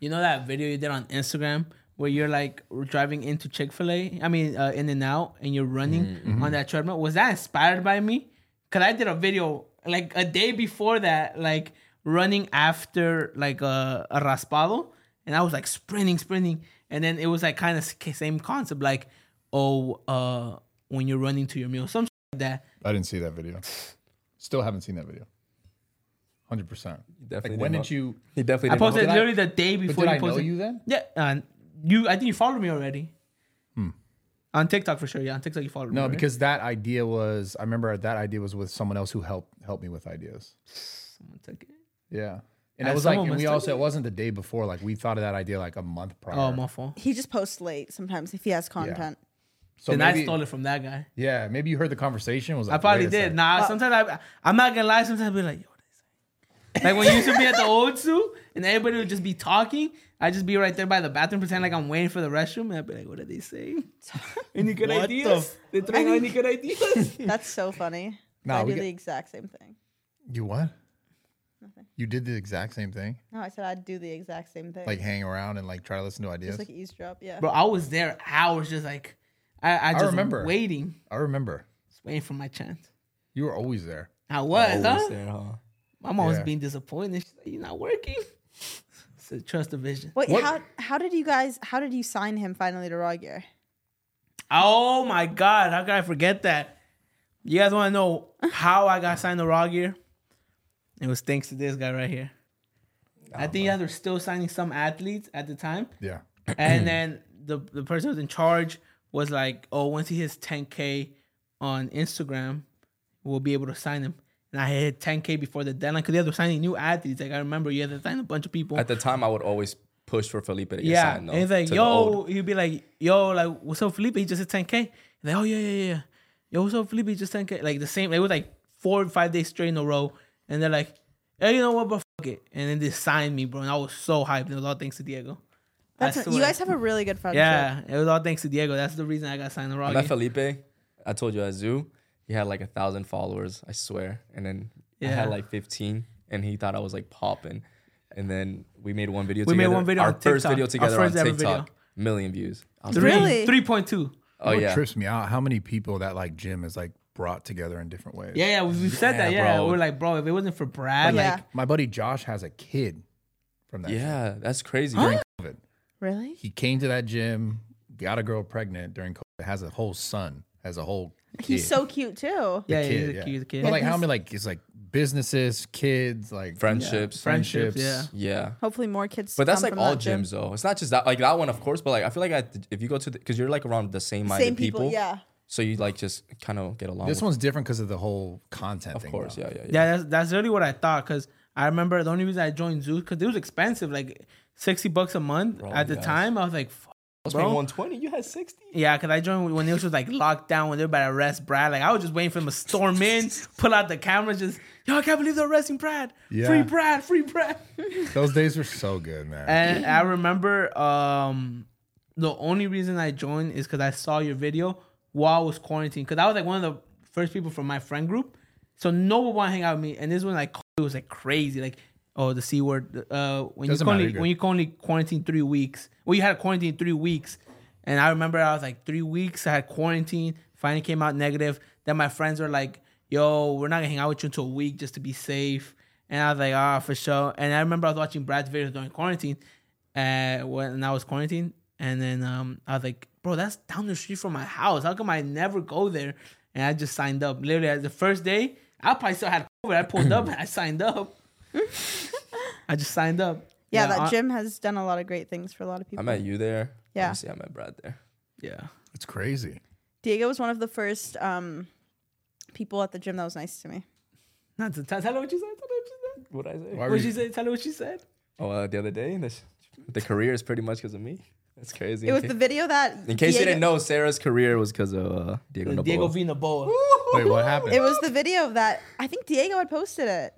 [SPEAKER 3] You know that video you did on Instagram where you're like driving into Chick Fil A, I mean uh, In and Out, and you're running
[SPEAKER 4] Mm, mm-hmm.
[SPEAKER 3] on that treadmill. Was that inspired by me? Cause I did a video like a day before that, like running after like a, a raspado, and I was like sprinting, sprinting, and then it was like kind of same concept, like oh, uh, when you're running to your meal, some shit like that.
[SPEAKER 4] it. I didn't see that video. Still haven't seen that video. Hundred percent.
[SPEAKER 2] definitely
[SPEAKER 4] Like when
[SPEAKER 2] didn't
[SPEAKER 4] did you?
[SPEAKER 2] He definitely
[SPEAKER 3] I
[SPEAKER 2] didn't.
[SPEAKER 3] posted
[SPEAKER 4] did I-
[SPEAKER 3] literally the day
[SPEAKER 4] But
[SPEAKER 3] before
[SPEAKER 4] did I
[SPEAKER 3] posted.
[SPEAKER 4] know you then?
[SPEAKER 3] Yeah, and you. I think you followed me already. On TikTok for sure. Yeah, on TikTok you followed me.
[SPEAKER 4] Hmm. No,
[SPEAKER 3] right?
[SPEAKER 4] because that idea was. I remember that idea was with someone else who helped helped me with ideas.
[SPEAKER 3] Someone took it.
[SPEAKER 4] Yeah. And
[SPEAKER 3] Uh,
[SPEAKER 4] it was like,
[SPEAKER 3] someone
[SPEAKER 4] and we
[SPEAKER 3] must
[SPEAKER 4] also, it wasn't the day before. Like, we thought of that idea like a month prior.
[SPEAKER 3] Oh, my fault.
[SPEAKER 1] He just posts late sometimes if he has content.
[SPEAKER 4] So
[SPEAKER 3] then I
[SPEAKER 4] maybe,
[SPEAKER 3] stole it from that guy.
[SPEAKER 4] Yeah, maybe you heard the conversation. Was
[SPEAKER 3] I
[SPEAKER 4] like,
[SPEAKER 3] probably
[SPEAKER 4] wait a
[SPEAKER 3] did.
[SPEAKER 4] second.
[SPEAKER 3] Nah, sometimes I, I'm not gonna lie. Sometimes I'll be like, yo, what is that? like when you used to be at the old zoo and everybody would just be talking. I'd just be right there by the bathroom, pretend like I'm waiting for the restroom, and I'd be like, what are they saying? any good
[SPEAKER 4] What the
[SPEAKER 3] ideas? They throwing out any good ideas?
[SPEAKER 1] That's so funny.
[SPEAKER 4] No,
[SPEAKER 1] I
[SPEAKER 4] we
[SPEAKER 1] do
[SPEAKER 4] get-
[SPEAKER 1] the exact same thing.
[SPEAKER 4] You what? You did the exact same thing,
[SPEAKER 1] No, I said I'd do the exact same thing.
[SPEAKER 4] like hang around and like try to listen to ideas.
[SPEAKER 1] just like eavesdrop. Yeah.
[SPEAKER 3] Bro, I was there hours, just like I, I just
[SPEAKER 4] remember.
[SPEAKER 3] waiting,
[SPEAKER 4] I remember
[SPEAKER 3] just waiting for my chance.
[SPEAKER 4] you were always there.
[SPEAKER 3] I was, huh?
[SPEAKER 2] Always Oh, there, huh?
[SPEAKER 3] My mom was
[SPEAKER 4] Yeah.
[SPEAKER 3] being disappointed. She's like, "You're not working." So trust the vision.
[SPEAKER 1] Wait,
[SPEAKER 4] What-
[SPEAKER 1] how how did you guys how did you sign him finally to Raw Gear?
[SPEAKER 3] Oh my god, how could I forget that? You guys want to know how I got signed to Raw Gear? It was thanks to this guy right here. I think you guys were still signing some athletes at the time,
[SPEAKER 4] Yeah.
[SPEAKER 3] and then the the person who was in charge was like, "Oh, once he hits 10k on Instagram, we'll be able to sign him." And I hit 10k before the deadline because they were signing new athletes. Like I remember, you had to sign a bunch of people.
[SPEAKER 2] At the time, I would always push for Felipe to get
[SPEAKER 3] Yeah,
[SPEAKER 2] signed. though,
[SPEAKER 3] and he's like,
[SPEAKER 2] to the
[SPEAKER 3] yo,
[SPEAKER 2] old-
[SPEAKER 3] he'd be like, yo, like, what's up, Felipe? He just hit 10K. He's like, oh, yeah, yeah, yeah. Yo, what's up, Felipe? He just 10K. Like, the same, it was like four or five days straight in a row. And they're like, hey, you know what, bro, fuck it. And then they signed me, bro. And I was so hyped. It was all thanks to Diego. I
[SPEAKER 1] That's you
[SPEAKER 3] swear.
[SPEAKER 1] guys have a really good friendship.
[SPEAKER 3] Yeah, it was all thanks to Diego. That's the reason I got signed to
[SPEAKER 2] I
[SPEAKER 3] Rocky.
[SPEAKER 2] met Felipe. I told you at Zoo, he had like a thousand followers, I swear. And then I
[SPEAKER 3] Yeah.
[SPEAKER 2] had like 15, and he thought I was like popping. And then we made one video
[SPEAKER 3] We made
[SPEAKER 2] together.
[SPEAKER 3] one video
[SPEAKER 2] Our
[SPEAKER 3] on
[SPEAKER 2] first
[SPEAKER 3] TikTok.
[SPEAKER 2] video
[SPEAKER 3] Our
[SPEAKER 2] together
[SPEAKER 3] first
[SPEAKER 2] on
[SPEAKER 3] ever
[SPEAKER 2] TikTok.
[SPEAKER 3] video.
[SPEAKER 2] Million views. I was like,
[SPEAKER 3] Three,
[SPEAKER 1] Really?
[SPEAKER 3] 3.2.
[SPEAKER 2] oh,
[SPEAKER 4] What
[SPEAKER 2] yeah.
[SPEAKER 4] trips me out? How many people that like gym is like brought together in different ways?
[SPEAKER 3] Yeah, yeah, we, we said
[SPEAKER 2] Yeah,
[SPEAKER 3] that. Yeah,
[SPEAKER 2] bro.
[SPEAKER 3] we're like, bro, if it wasn't for Brad,
[SPEAKER 1] Yeah.
[SPEAKER 3] like,
[SPEAKER 4] My buddy Josh has a kid from that. gym.
[SPEAKER 2] Yeah, that's crazy.
[SPEAKER 4] COVID.
[SPEAKER 1] Really?
[SPEAKER 4] He came to that gym, got a girl pregnant during COVID, has a whole son, has a whole.
[SPEAKER 1] He's
[SPEAKER 4] kid.
[SPEAKER 1] so cute too.
[SPEAKER 3] yeah,
[SPEAKER 4] kid,
[SPEAKER 3] he's a
[SPEAKER 4] yeah.
[SPEAKER 3] kid. He's a kid.
[SPEAKER 4] But like how many like it's like businesses, kids, like
[SPEAKER 2] Friendships.
[SPEAKER 3] friendships,
[SPEAKER 4] friendships.
[SPEAKER 3] yeah.
[SPEAKER 2] yeah.
[SPEAKER 1] Hopefully more kids.
[SPEAKER 2] But that's
[SPEAKER 1] come
[SPEAKER 2] like
[SPEAKER 1] from
[SPEAKER 2] all
[SPEAKER 1] that gym.
[SPEAKER 2] gyms though. It's not just that like that one, of course. But like I feel like I, if you go to because you're like around the same minded
[SPEAKER 1] Same people, yeah.
[SPEAKER 2] So you like just kind of get along.
[SPEAKER 4] This
[SPEAKER 2] with,
[SPEAKER 4] one's different because of the whole content.
[SPEAKER 2] of course, yeah, yeah, yeah.
[SPEAKER 3] Yeah, that's that's really what I thought. Cause I remember the only reason I joined Zoo because it was expensive, like sixty bucks a month
[SPEAKER 2] Bro,
[SPEAKER 3] at the
[SPEAKER 2] yes.
[SPEAKER 3] time. I was like, Fuck.
[SPEAKER 2] I was
[SPEAKER 3] bro.
[SPEAKER 2] paying 120. You had 60.
[SPEAKER 3] yeah, cause I joined when it was just like locked down when they were about to arrest Brad. Like I was just waiting for them to storm in, pull out the cameras, just yo, I can't believe they're arresting Brad. Free
[SPEAKER 4] Yeah.
[SPEAKER 3] Brad, free Brad.
[SPEAKER 4] Those days were so good, man.
[SPEAKER 3] and I remember um the only reason I joined is because I saw your video while I was quarantined. Cause I was like one of the first people from my friend group. So no one wanted to hang out with me. And this one like it was like crazy. Like, oh the C word. Uh when you can
[SPEAKER 4] Doesn't matter, you're
[SPEAKER 3] only
[SPEAKER 4] good.
[SPEAKER 3] when you can only quarantine three weeks. Well you had to quarantine three weeks. And I remember I was like three weeks, I had quarantine, finally came out negative. Then my friends were like, yo, we're not gonna hang out with you until a week just to be safe. And I was like, ah, for sure. And I remember I was watching Brad's videos during quarantine, uh, when I was quarantined. And then um, I was like, bro, that's down the street from my house. How come I never go there? And I just signed up. Literally, as the first day, I probably still had COVID. I pulled up and I signed up. I just signed up.
[SPEAKER 1] Yeah, that
[SPEAKER 3] I-
[SPEAKER 1] gym has done a lot of great things for a lot of
[SPEAKER 2] I
[SPEAKER 1] people.
[SPEAKER 2] met you there.
[SPEAKER 1] Yeah.
[SPEAKER 2] Obviously, I met Brad there.
[SPEAKER 3] Yeah.
[SPEAKER 4] it's crazy.
[SPEAKER 1] Diego was one of the first um, people at the gym that was nice to me.
[SPEAKER 3] Not to tell, tell her what you said. Tell her what you said.
[SPEAKER 2] What I say?
[SPEAKER 4] Why were
[SPEAKER 3] What
[SPEAKER 4] you-
[SPEAKER 3] she said. Tell her what she said.
[SPEAKER 2] Oh, uh, the other day. This, the career is pretty much because of me. That's crazy.
[SPEAKER 1] It was
[SPEAKER 2] in,
[SPEAKER 1] the
[SPEAKER 2] ca-
[SPEAKER 1] video that.
[SPEAKER 2] in case you
[SPEAKER 1] Diego-
[SPEAKER 2] didn't know, Sarah's career was because of uh, Diego
[SPEAKER 3] The
[SPEAKER 2] Noboa.
[SPEAKER 3] Diego Vina Boa.
[SPEAKER 4] Wait, what happened?
[SPEAKER 1] It was the video that I think Diego had posted it,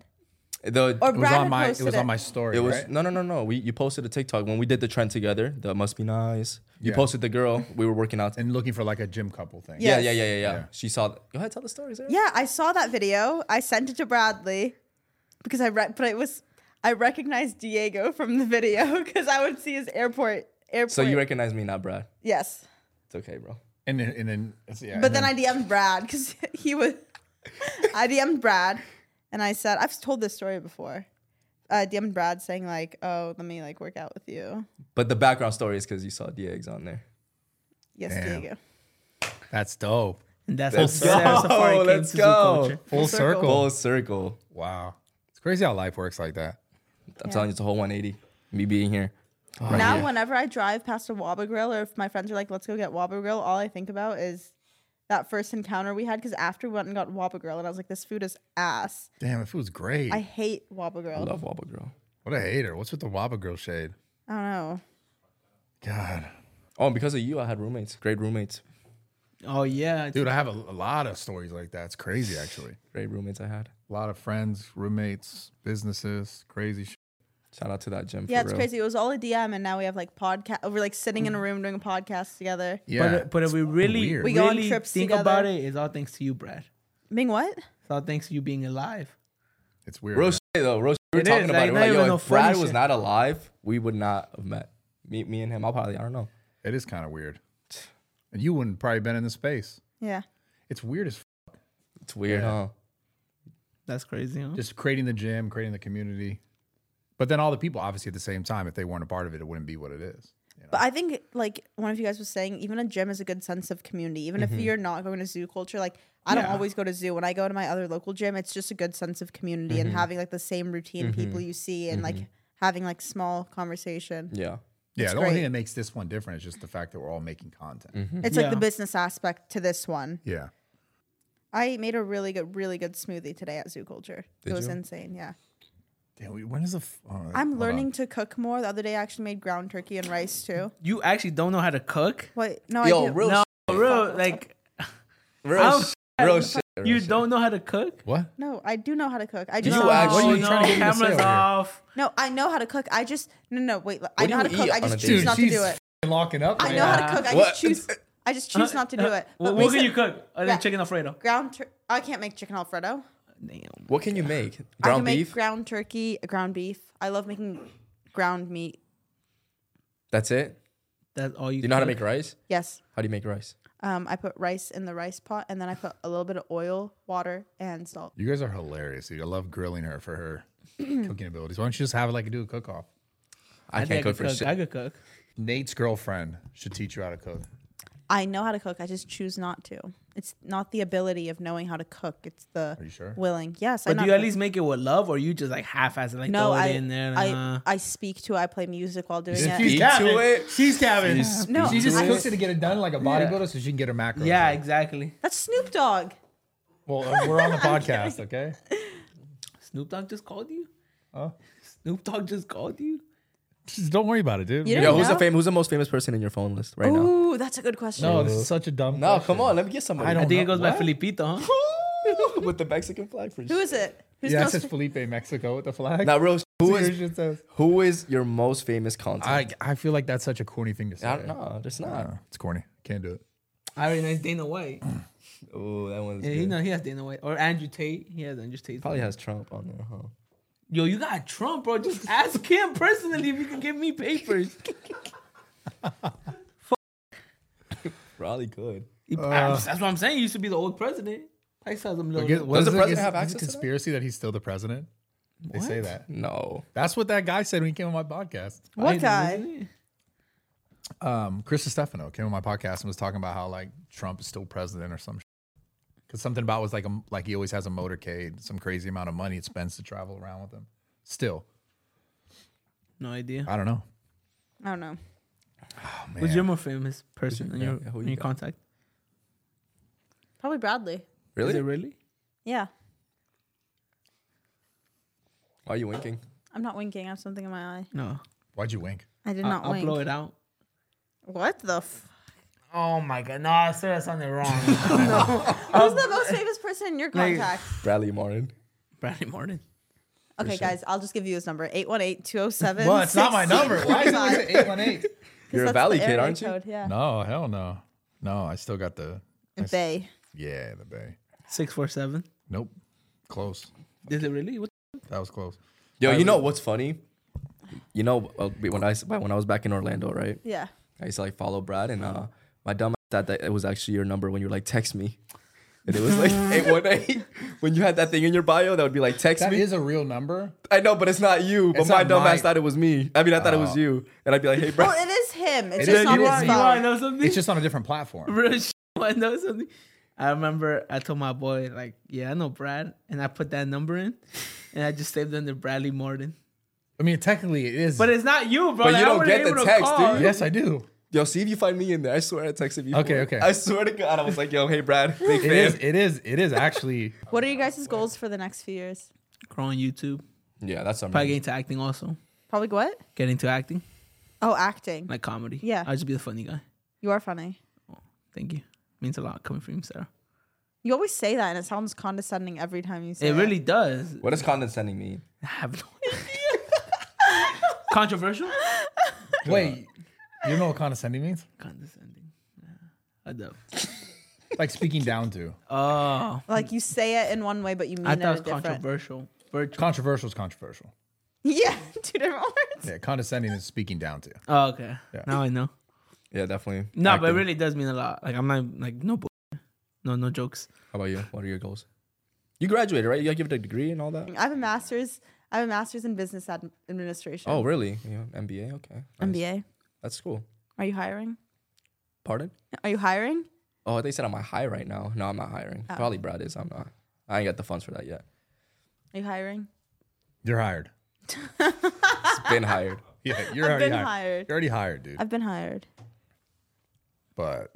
[SPEAKER 2] The-
[SPEAKER 1] or
[SPEAKER 4] It was
[SPEAKER 1] Brad
[SPEAKER 4] on
[SPEAKER 1] had
[SPEAKER 4] my. It
[SPEAKER 1] posted
[SPEAKER 4] was on my story.
[SPEAKER 2] it was
[SPEAKER 4] right?
[SPEAKER 2] no, no, no, no. We you posted a TikTok when we did the trend together. That must be nice. You
[SPEAKER 4] Yeah.
[SPEAKER 2] posted the girl we were working out.
[SPEAKER 4] and looking for like a gym couple thing.
[SPEAKER 1] Yeah.
[SPEAKER 2] Yeah,
[SPEAKER 1] Yes.
[SPEAKER 2] yeah, yeah, yeah, yeah.
[SPEAKER 4] Yeah.
[SPEAKER 2] She saw. Go ahead, tell the story, Sarah.
[SPEAKER 1] Yeah, I saw that video. I sent it to Bradley because I re- but it was I recognized Diego from the video because I would see his airport airport.
[SPEAKER 2] So you recognize me, not Brad.
[SPEAKER 1] yes,
[SPEAKER 2] It's okay, bro.
[SPEAKER 4] And then, and then yeah.
[SPEAKER 1] but
[SPEAKER 2] Uh-huh.
[SPEAKER 1] then I DM'd Brad because he was I DM'd Brad and I said I've told this story before. I DM'd Brad saying like, "Oh, let me like work out with you."
[SPEAKER 2] But the background story is because you saw Diego's on there.
[SPEAKER 1] Yes,
[SPEAKER 4] Damn.
[SPEAKER 1] Diego.
[SPEAKER 4] that's dope.
[SPEAKER 3] And that's
[SPEAKER 2] Let's
[SPEAKER 3] how Sarah
[SPEAKER 2] go.
[SPEAKER 3] Safari came
[SPEAKER 2] Let's
[SPEAKER 3] to Zoo
[SPEAKER 2] go.
[SPEAKER 3] Culture.
[SPEAKER 4] Full
[SPEAKER 1] circle.
[SPEAKER 4] circle.
[SPEAKER 2] Full circle.
[SPEAKER 4] Wow. It's crazy how life works like that.
[SPEAKER 2] I'm telling you, it's a whole 180. Me being here.
[SPEAKER 1] now,
[SPEAKER 2] yeah.
[SPEAKER 1] whenever I drive past a Waba Grill, or if my friends are like, "Let's go get Waba Grill," all I think about is that first encounter we had. Because after we went and got Waba Grill, and I was like, "This food is ass.
[SPEAKER 4] Damn, the food's great.
[SPEAKER 1] I hate Waba
[SPEAKER 2] I
[SPEAKER 1] Grill.
[SPEAKER 2] love Wobble Girl.
[SPEAKER 4] what a hater. What's with the Waba Grill shade?
[SPEAKER 1] I don't know.
[SPEAKER 4] God.
[SPEAKER 2] Oh, and because of you, I had roommates. Great roommates.
[SPEAKER 3] Oh yeah,
[SPEAKER 4] Dude, I have a, a lot of stories like that. It's crazy, actually.
[SPEAKER 2] Great roommates I had.
[SPEAKER 4] A lot of friends, roommates, businesses, crazy shit.
[SPEAKER 2] Shout out to that gym.
[SPEAKER 1] Yeah,
[SPEAKER 2] for
[SPEAKER 1] it's
[SPEAKER 2] real.
[SPEAKER 1] crazy. It was all a DM, and now we have like podcast. We're like sitting in a room doing a podcast together.
[SPEAKER 4] uh,
[SPEAKER 3] But, but if we really,
[SPEAKER 4] weird.
[SPEAKER 1] We go on
[SPEAKER 3] really
[SPEAKER 1] trips
[SPEAKER 3] think
[SPEAKER 1] together.
[SPEAKER 3] about it, it's all thanks to you, Brad.
[SPEAKER 1] Ming, what?
[SPEAKER 3] It's all thanks to you being alive.
[SPEAKER 4] It's weird.
[SPEAKER 2] Real
[SPEAKER 4] man.
[SPEAKER 2] shit though. Real shit. We were
[SPEAKER 3] It
[SPEAKER 2] talking
[SPEAKER 3] is,
[SPEAKER 2] about
[SPEAKER 3] like,
[SPEAKER 2] it.
[SPEAKER 3] not
[SPEAKER 2] We're like, yo,
[SPEAKER 3] even no
[SPEAKER 2] if Brad
[SPEAKER 3] funny
[SPEAKER 2] was
[SPEAKER 3] shit.
[SPEAKER 2] not alive, we would not have met. Me, me and him. I'll probably. I don't know.
[SPEAKER 4] It is kind of weird. And you wouldn't probably been in this space.
[SPEAKER 1] Yeah.
[SPEAKER 4] It's weird as f-
[SPEAKER 2] It's weird,
[SPEAKER 4] Yeah.
[SPEAKER 2] huh?
[SPEAKER 3] That's crazy, huh?
[SPEAKER 4] just creating the gym, creating the community. But then all the people, obviously, at the same time, if they weren't a part of it, it wouldn't be what it is.
[SPEAKER 1] But I think like one of you guys was saying, even a gym is a good sense of community. Even if you're not going to zoo culture, like I don't
[SPEAKER 3] Yeah.
[SPEAKER 1] always go to zoo. When I go to my other local gym, it's just a good sense of community and having like the same routine people you see and like having like small conversation.
[SPEAKER 2] Yeah.
[SPEAKER 4] Yeah,
[SPEAKER 1] It's
[SPEAKER 4] the only
[SPEAKER 1] great.
[SPEAKER 4] thing that makes this one different is just the fact that we're all making content.
[SPEAKER 1] It's like the
[SPEAKER 3] Yeah.
[SPEAKER 1] business aspect to this one.
[SPEAKER 4] Yeah.
[SPEAKER 1] I made a really good, really good smoothie today at Zoo Culture.
[SPEAKER 2] Did
[SPEAKER 1] it was
[SPEAKER 2] you?
[SPEAKER 1] insane. Yeah.
[SPEAKER 4] Damn, we- when is the? F- oh,
[SPEAKER 1] I'm
[SPEAKER 4] hold
[SPEAKER 1] learning
[SPEAKER 4] on.
[SPEAKER 1] to cook more. The other day I actually made ground turkey and rice too.
[SPEAKER 3] You actually don't know how to cook?
[SPEAKER 1] What? No, I
[SPEAKER 2] Yo,
[SPEAKER 1] do.
[SPEAKER 2] real
[SPEAKER 3] No, real
[SPEAKER 1] Fuck.
[SPEAKER 3] like
[SPEAKER 2] Real
[SPEAKER 3] I'm-
[SPEAKER 2] shit. Real shit.
[SPEAKER 3] you
[SPEAKER 2] real shit.
[SPEAKER 3] don't know how to cook.
[SPEAKER 4] What?
[SPEAKER 1] No, I do know how to cook. I
[SPEAKER 2] You
[SPEAKER 1] just
[SPEAKER 2] No, actually- what are you
[SPEAKER 3] no,
[SPEAKER 4] trying to get me to say
[SPEAKER 3] cameras
[SPEAKER 4] over here?
[SPEAKER 3] off.
[SPEAKER 1] No, I know how to cook. I just no no wait. look, I
[SPEAKER 2] What do
[SPEAKER 1] know how
[SPEAKER 2] you
[SPEAKER 1] to cook.
[SPEAKER 2] eat
[SPEAKER 1] I
[SPEAKER 2] on a
[SPEAKER 1] just
[SPEAKER 2] daily
[SPEAKER 1] choose not to
[SPEAKER 4] she's
[SPEAKER 1] do it.
[SPEAKER 4] f***ing locking up.
[SPEAKER 1] I
[SPEAKER 4] right
[SPEAKER 1] know how to
[SPEAKER 3] Yeah.
[SPEAKER 1] cook. I
[SPEAKER 2] What?
[SPEAKER 1] just choose. I just choose not to do it.
[SPEAKER 3] Uh, What,
[SPEAKER 1] But
[SPEAKER 3] what can
[SPEAKER 1] recent-
[SPEAKER 3] you cook? Other
[SPEAKER 1] Yeah.
[SPEAKER 3] than chicken alfredo.
[SPEAKER 1] Ground. Tur- oh, I can't make chicken alfredo.
[SPEAKER 3] Damn.
[SPEAKER 2] What can you make?
[SPEAKER 1] I can
[SPEAKER 2] Ground
[SPEAKER 1] make
[SPEAKER 2] beef.
[SPEAKER 1] ground turkey, uh, ground beef. I love making ground meat.
[SPEAKER 2] That's it.
[SPEAKER 3] That's all you.
[SPEAKER 2] Do you know how to make rice?
[SPEAKER 1] Yes.
[SPEAKER 2] How do you make rice?
[SPEAKER 1] Um, I put rice in the rice pot, and then I put a little bit of oil, water, and salt.
[SPEAKER 4] You guys are hilarious, dude. I love grilling her for her cooking abilities. Why don't you just have it like do a cook off?
[SPEAKER 2] I,
[SPEAKER 3] I,
[SPEAKER 2] can't
[SPEAKER 3] think
[SPEAKER 2] cook
[SPEAKER 3] I
[SPEAKER 2] for
[SPEAKER 3] could cook.
[SPEAKER 2] shit.
[SPEAKER 3] I could cook.
[SPEAKER 4] Nate's girlfriend should teach you how to cook.
[SPEAKER 1] I know how to cook. I just choose not to. It's not the ability of knowing how to cook. It's the
[SPEAKER 4] Are you sure?
[SPEAKER 1] willing. Yes. I
[SPEAKER 3] But
[SPEAKER 1] know
[SPEAKER 3] do you at
[SPEAKER 1] how to
[SPEAKER 3] least make it with love, or you just like half-ass it, like
[SPEAKER 1] No,
[SPEAKER 3] throw
[SPEAKER 1] I,
[SPEAKER 3] it in there? like, uh,
[SPEAKER 1] I, I speak to it. I play music while doing
[SPEAKER 2] Yeah.
[SPEAKER 1] it.
[SPEAKER 2] Speak to it.
[SPEAKER 3] She's cabin.
[SPEAKER 1] No,
[SPEAKER 4] she just
[SPEAKER 1] I-
[SPEAKER 4] cooks it to get it done like a bodybuilder, so she can get her macros.
[SPEAKER 3] Yeah,
[SPEAKER 4] right?
[SPEAKER 3] exactly.
[SPEAKER 1] That's Snoop Dogg.
[SPEAKER 4] Well, uh, we're on the podcast, okay?
[SPEAKER 3] Snoop Dogg just called you.
[SPEAKER 4] Oh.
[SPEAKER 3] Snoop Dogg just called you.
[SPEAKER 4] Just don't worry about it, dude.
[SPEAKER 1] You don't
[SPEAKER 2] Yo, who's the
[SPEAKER 1] know?
[SPEAKER 2] fam- Who's the most famous person in your phone list right now?
[SPEAKER 1] Ooh, that's a good question.
[SPEAKER 2] Oh,
[SPEAKER 4] no, this is such a dumb.
[SPEAKER 2] No, come on. Let me get somebody.
[SPEAKER 4] I
[SPEAKER 3] I
[SPEAKER 4] don't
[SPEAKER 3] think
[SPEAKER 4] know-
[SPEAKER 3] it goes
[SPEAKER 4] what?
[SPEAKER 3] by Filipito, huh?
[SPEAKER 2] with the Mexican flag for
[SPEAKER 1] Who
[SPEAKER 2] shit.
[SPEAKER 1] is it? Who's
[SPEAKER 4] Yeah, it
[SPEAKER 1] most
[SPEAKER 4] says Felipe Mexico with the flag.
[SPEAKER 2] Now, real. shit, Who
[SPEAKER 4] Yours
[SPEAKER 2] is
[SPEAKER 4] just says-
[SPEAKER 2] who is your most famous content?
[SPEAKER 4] I I feel like that's such a corny thing to say.
[SPEAKER 2] I don't know. There's not.
[SPEAKER 4] Uh, it's corny. Can't do it.
[SPEAKER 3] I recognize Dana White.
[SPEAKER 2] Oh, that one's
[SPEAKER 3] Yeah, he
[SPEAKER 2] good.
[SPEAKER 3] know he has Dana White or Andrew Tate. He has Andrew Tate.
[SPEAKER 2] Probably has Trump on there, huh?
[SPEAKER 3] Yo, you got Trump, bro. Just ask him personally if you can give me papers.
[SPEAKER 2] Probably could.
[SPEAKER 3] He- that's what I'm saying. He used to be the old president. I saw some little.
[SPEAKER 4] What
[SPEAKER 2] Does
[SPEAKER 4] is
[SPEAKER 2] the
[SPEAKER 4] it?
[SPEAKER 2] president
[SPEAKER 4] Is-
[SPEAKER 2] have
[SPEAKER 4] is it
[SPEAKER 2] access to that?
[SPEAKER 4] conspiracy that? he's still the president? They say
[SPEAKER 3] What?
[SPEAKER 4] that.
[SPEAKER 2] No.
[SPEAKER 4] That's what that guy said when he came on my podcast.
[SPEAKER 1] what guy?
[SPEAKER 4] Um, Chris Stefano came on my podcast and was talking about how like Trump is still president or some. Because something about was like a, like he always has a motorcade, some crazy amount of money it spends to travel around with him. Still,
[SPEAKER 3] No idea.
[SPEAKER 4] I don't know.
[SPEAKER 1] I don't know.
[SPEAKER 2] Oh,
[SPEAKER 3] Who's your more famous person in
[SPEAKER 2] yeah,
[SPEAKER 3] your,
[SPEAKER 2] yeah, who
[SPEAKER 3] in
[SPEAKER 2] you
[SPEAKER 3] your
[SPEAKER 2] got?
[SPEAKER 3] contact?
[SPEAKER 1] Probably Bradley.
[SPEAKER 3] Is it
[SPEAKER 2] Really?
[SPEAKER 3] really?
[SPEAKER 1] Yeah.
[SPEAKER 2] Why are you winking?
[SPEAKER 1] I'm not winking. I have something in my eye.
[SPEAKER 3] No.
[SPEAKER 4] Why'd you wink?
[SPEAKER 1] I did
[SPEAKER 3] I-
[SPEAKER 1] not
[SPEAKER 3] Uh, I'll
[SPEAKER 1] wink.
[SPEAKER 3] blow it out.
[SPEAKER 1] What the f-
[SPEAKER 3] Oh my god. No, I said that's something wrong.
[SPEAKER 1] Who's the most famous person in your
[SPEAKER 3] Like-
[SPEAKER 1] contact?
[SPEAKER 2] Bradley Martin.
[SPEAKER 3] Bradley Martin.
[SPEAKER 1] Okay, guys, I'll just give you his number 818 207.
[SPEAKER 4] Well, it's not my number. Why is it always eight one eight?
[SPEAKER 2] You're a Valley kid, aren't you?
[SPEAKER 1] Yeah.
[SPEAKER 4] No, hell no, no. I still got the
[SPEAKER 1] Bay.
[SPEAKER 4] yeah the bay.
[SPEAKER 3] Six four seven.
[SPEAKER 4] Nope, close.
[SPEAKER 3] Is it really? What?
[SPEAKER 4] That was close.
[SPEAKER 2] Yo, you know what's funny? You know uh, when I s- when I was back in Orlando, right?
[SPEAKER 1] Yeah.
[SPEAKER 2] I used to like follow Brad, and uh, my dumb ass thought that it was actually your number when you were like text me, and it was like eight one eight. When you had that thing in your bio, that would be like text
[SPEAKER 4] That
[SPEAKER 2] me.
[SPEAKER 4] is a real number.
[SPEAKER 2] I know, but it's not you. But
[SPEAKER 4] It's
[SPEAKER 2] my
[SPEAKER 4] not
[SPEAKER 2] dumb
[SPEAKER 4] mine. Oh.
[SPEAKER 2] ass thought it was me. I mean, I thought it was you, and I'd be like, hey, Brad.
[SPEAKER 3] Oh,
[SPEAKER 1] Well, it is him. It's
[SPEAKER 4] It
[SPEAKER 1] just
[SPEAKER 4] is-
[SPEAKER 1] not
[SPEAKER 4] it is
[SPEAKER 1] his
[SPEAKER 4] me.
[SPEAKER 3] You wanna
[SPEAKER 1] phone.
[SPEAKER 3] know something?
[SPEAKER 4] It's just on a different platform.
[SPEAKER 3] Real shit, you wanna know something? I remember I told my boy like, yeah, I know Brad, and I put that number in, and I just saved under Bradley Morton.
[SPEAKER 4] I mean, technically it is.
[SPEAKER 3] But it's not you, bro.
[SPEAKER 2] But
[SPEAKER 3] Like,
[SPEAKER 2] you
[SPEAKER 3] I
[SPEAKER 2] don't
[SPEAKER 3] wasn't
[SPEAKER 2] get the
[SPEAKER 3] able to
[SPEAKER 2] text, do
[SPEAKER 3] call.
[SPEAKER 2] you?
[SPEAKER 4] yes, I do.
[SPEAKER 2] Yo, see if you find me in there. I swear I texted you.
[SPEAKER 4] Okay, okay.
[SPEAKER 2] I swear to God, I was like, yo, hey, Brad, big
[SPEAKER 4] It is.
[SPEAKER 2] fan.
[SPEAKER 4] It is. It is actually.
[SPEAKER 1] What are you guys' goals for the next few years?
[SPEAKER 3] Grow on YouTube.
[SPEAKER 2] Yeah, that's
[SPEAKER 3] Probably get
[SPEAKER 2] something.
[SPEAKER 3] into acting also.
[SPEAKER 1] Probably what?
[SPEAKER 3] Get into acting,
[SPEAKER 1] Oh, acting.
[SPEAKER 3] like comedy.
[SPEAKER 1] Yeah.
[SPEAKER 3] I'll just be the funny guy.
[SPEAKER 1] You are funny.
[SPEAKER 3] Thank you. Means a lot coming from you, Sarah.
[SPEAKER 1] You always say that, and it sounds condescending every time you say
[SPEAKER 3] it really does.
[SPEAKER 2] What does condescending mean?
[SPEAKER 3] I have no idea. Controversial?
[SPEAKER 4] Wait, you know what condescending means?
[SPEAKER 3] Condescending. Yeah. I do.
[SPEAKER 4] Like speaking down to.
[SPEAKER 3] Oh,
[SPEAKER 1] Like you say it in one way, but you mean
[SPEAKER 3] I
[SPEAKER 1] it in
[SPEAKER 3] thought
[SPEAKER 1] a
[SPEAKER 3] it was
[SPEAKER 1] different.
[SPEAKER 3] controversial. Virtu-
[SPEAKER 4] Controversial is controversial.
[SPEAKER 1] Yeah, two different words.
[SPEAKER 4] Yeah, condescending is speaking down to.
[SPEAKER 3] oh, okay.
[SPEAKER 4] Yeah.
[SPEAKER 3] Now I know.
[SPEAKER 2] Yeah, definitely.
[SPEAKER 3] No, but it
[SPEAKER 2] Acting.
[SPEAKER 3] really does mean a lot. Like I'm not like no, bull- no, no jokes.
[SPEAKER 2] How about you? What are your goals? You graduated, right? You got given a degree and all that?
[SPEAKER 1] I have a master's. I have a master's in business ad- administration.
[SPEAKER 2] Oh, really? Yeah, MBA? Okay. nice.
[SPEAKER 1] MBA.
[SPEAKER 2] That's cool.
[SPEAKER 1] Are you hiring?
[SPEAKER 2] Pardon?
[SPEAKER 1] Are you hiring?
[SPEAKER 2] Oh, they said I'm on high right now. No, I'm not hiring.
[SPEAKER 1] Oh.
[SPEAKER 2] Probably Brad is. I'm not. I ain't got the funds for that yet.
[SPEAKER 1] Are you hiring?
[SPEAKER 4] You're hired.
[SPEAKER 2] It's been hired.
[SPEAKER 4] Yeah, you're
[SPEAKER 1] I've
[SPEAKER 4] already
[SPEAKER 1] been
[SPEAKER 4] hired.
[SPEAKER 1] hired.
[SPEAKER 4] You're already hired, dude.
[SPEAKER 1] I've been hired.
[SPEAKER 4] But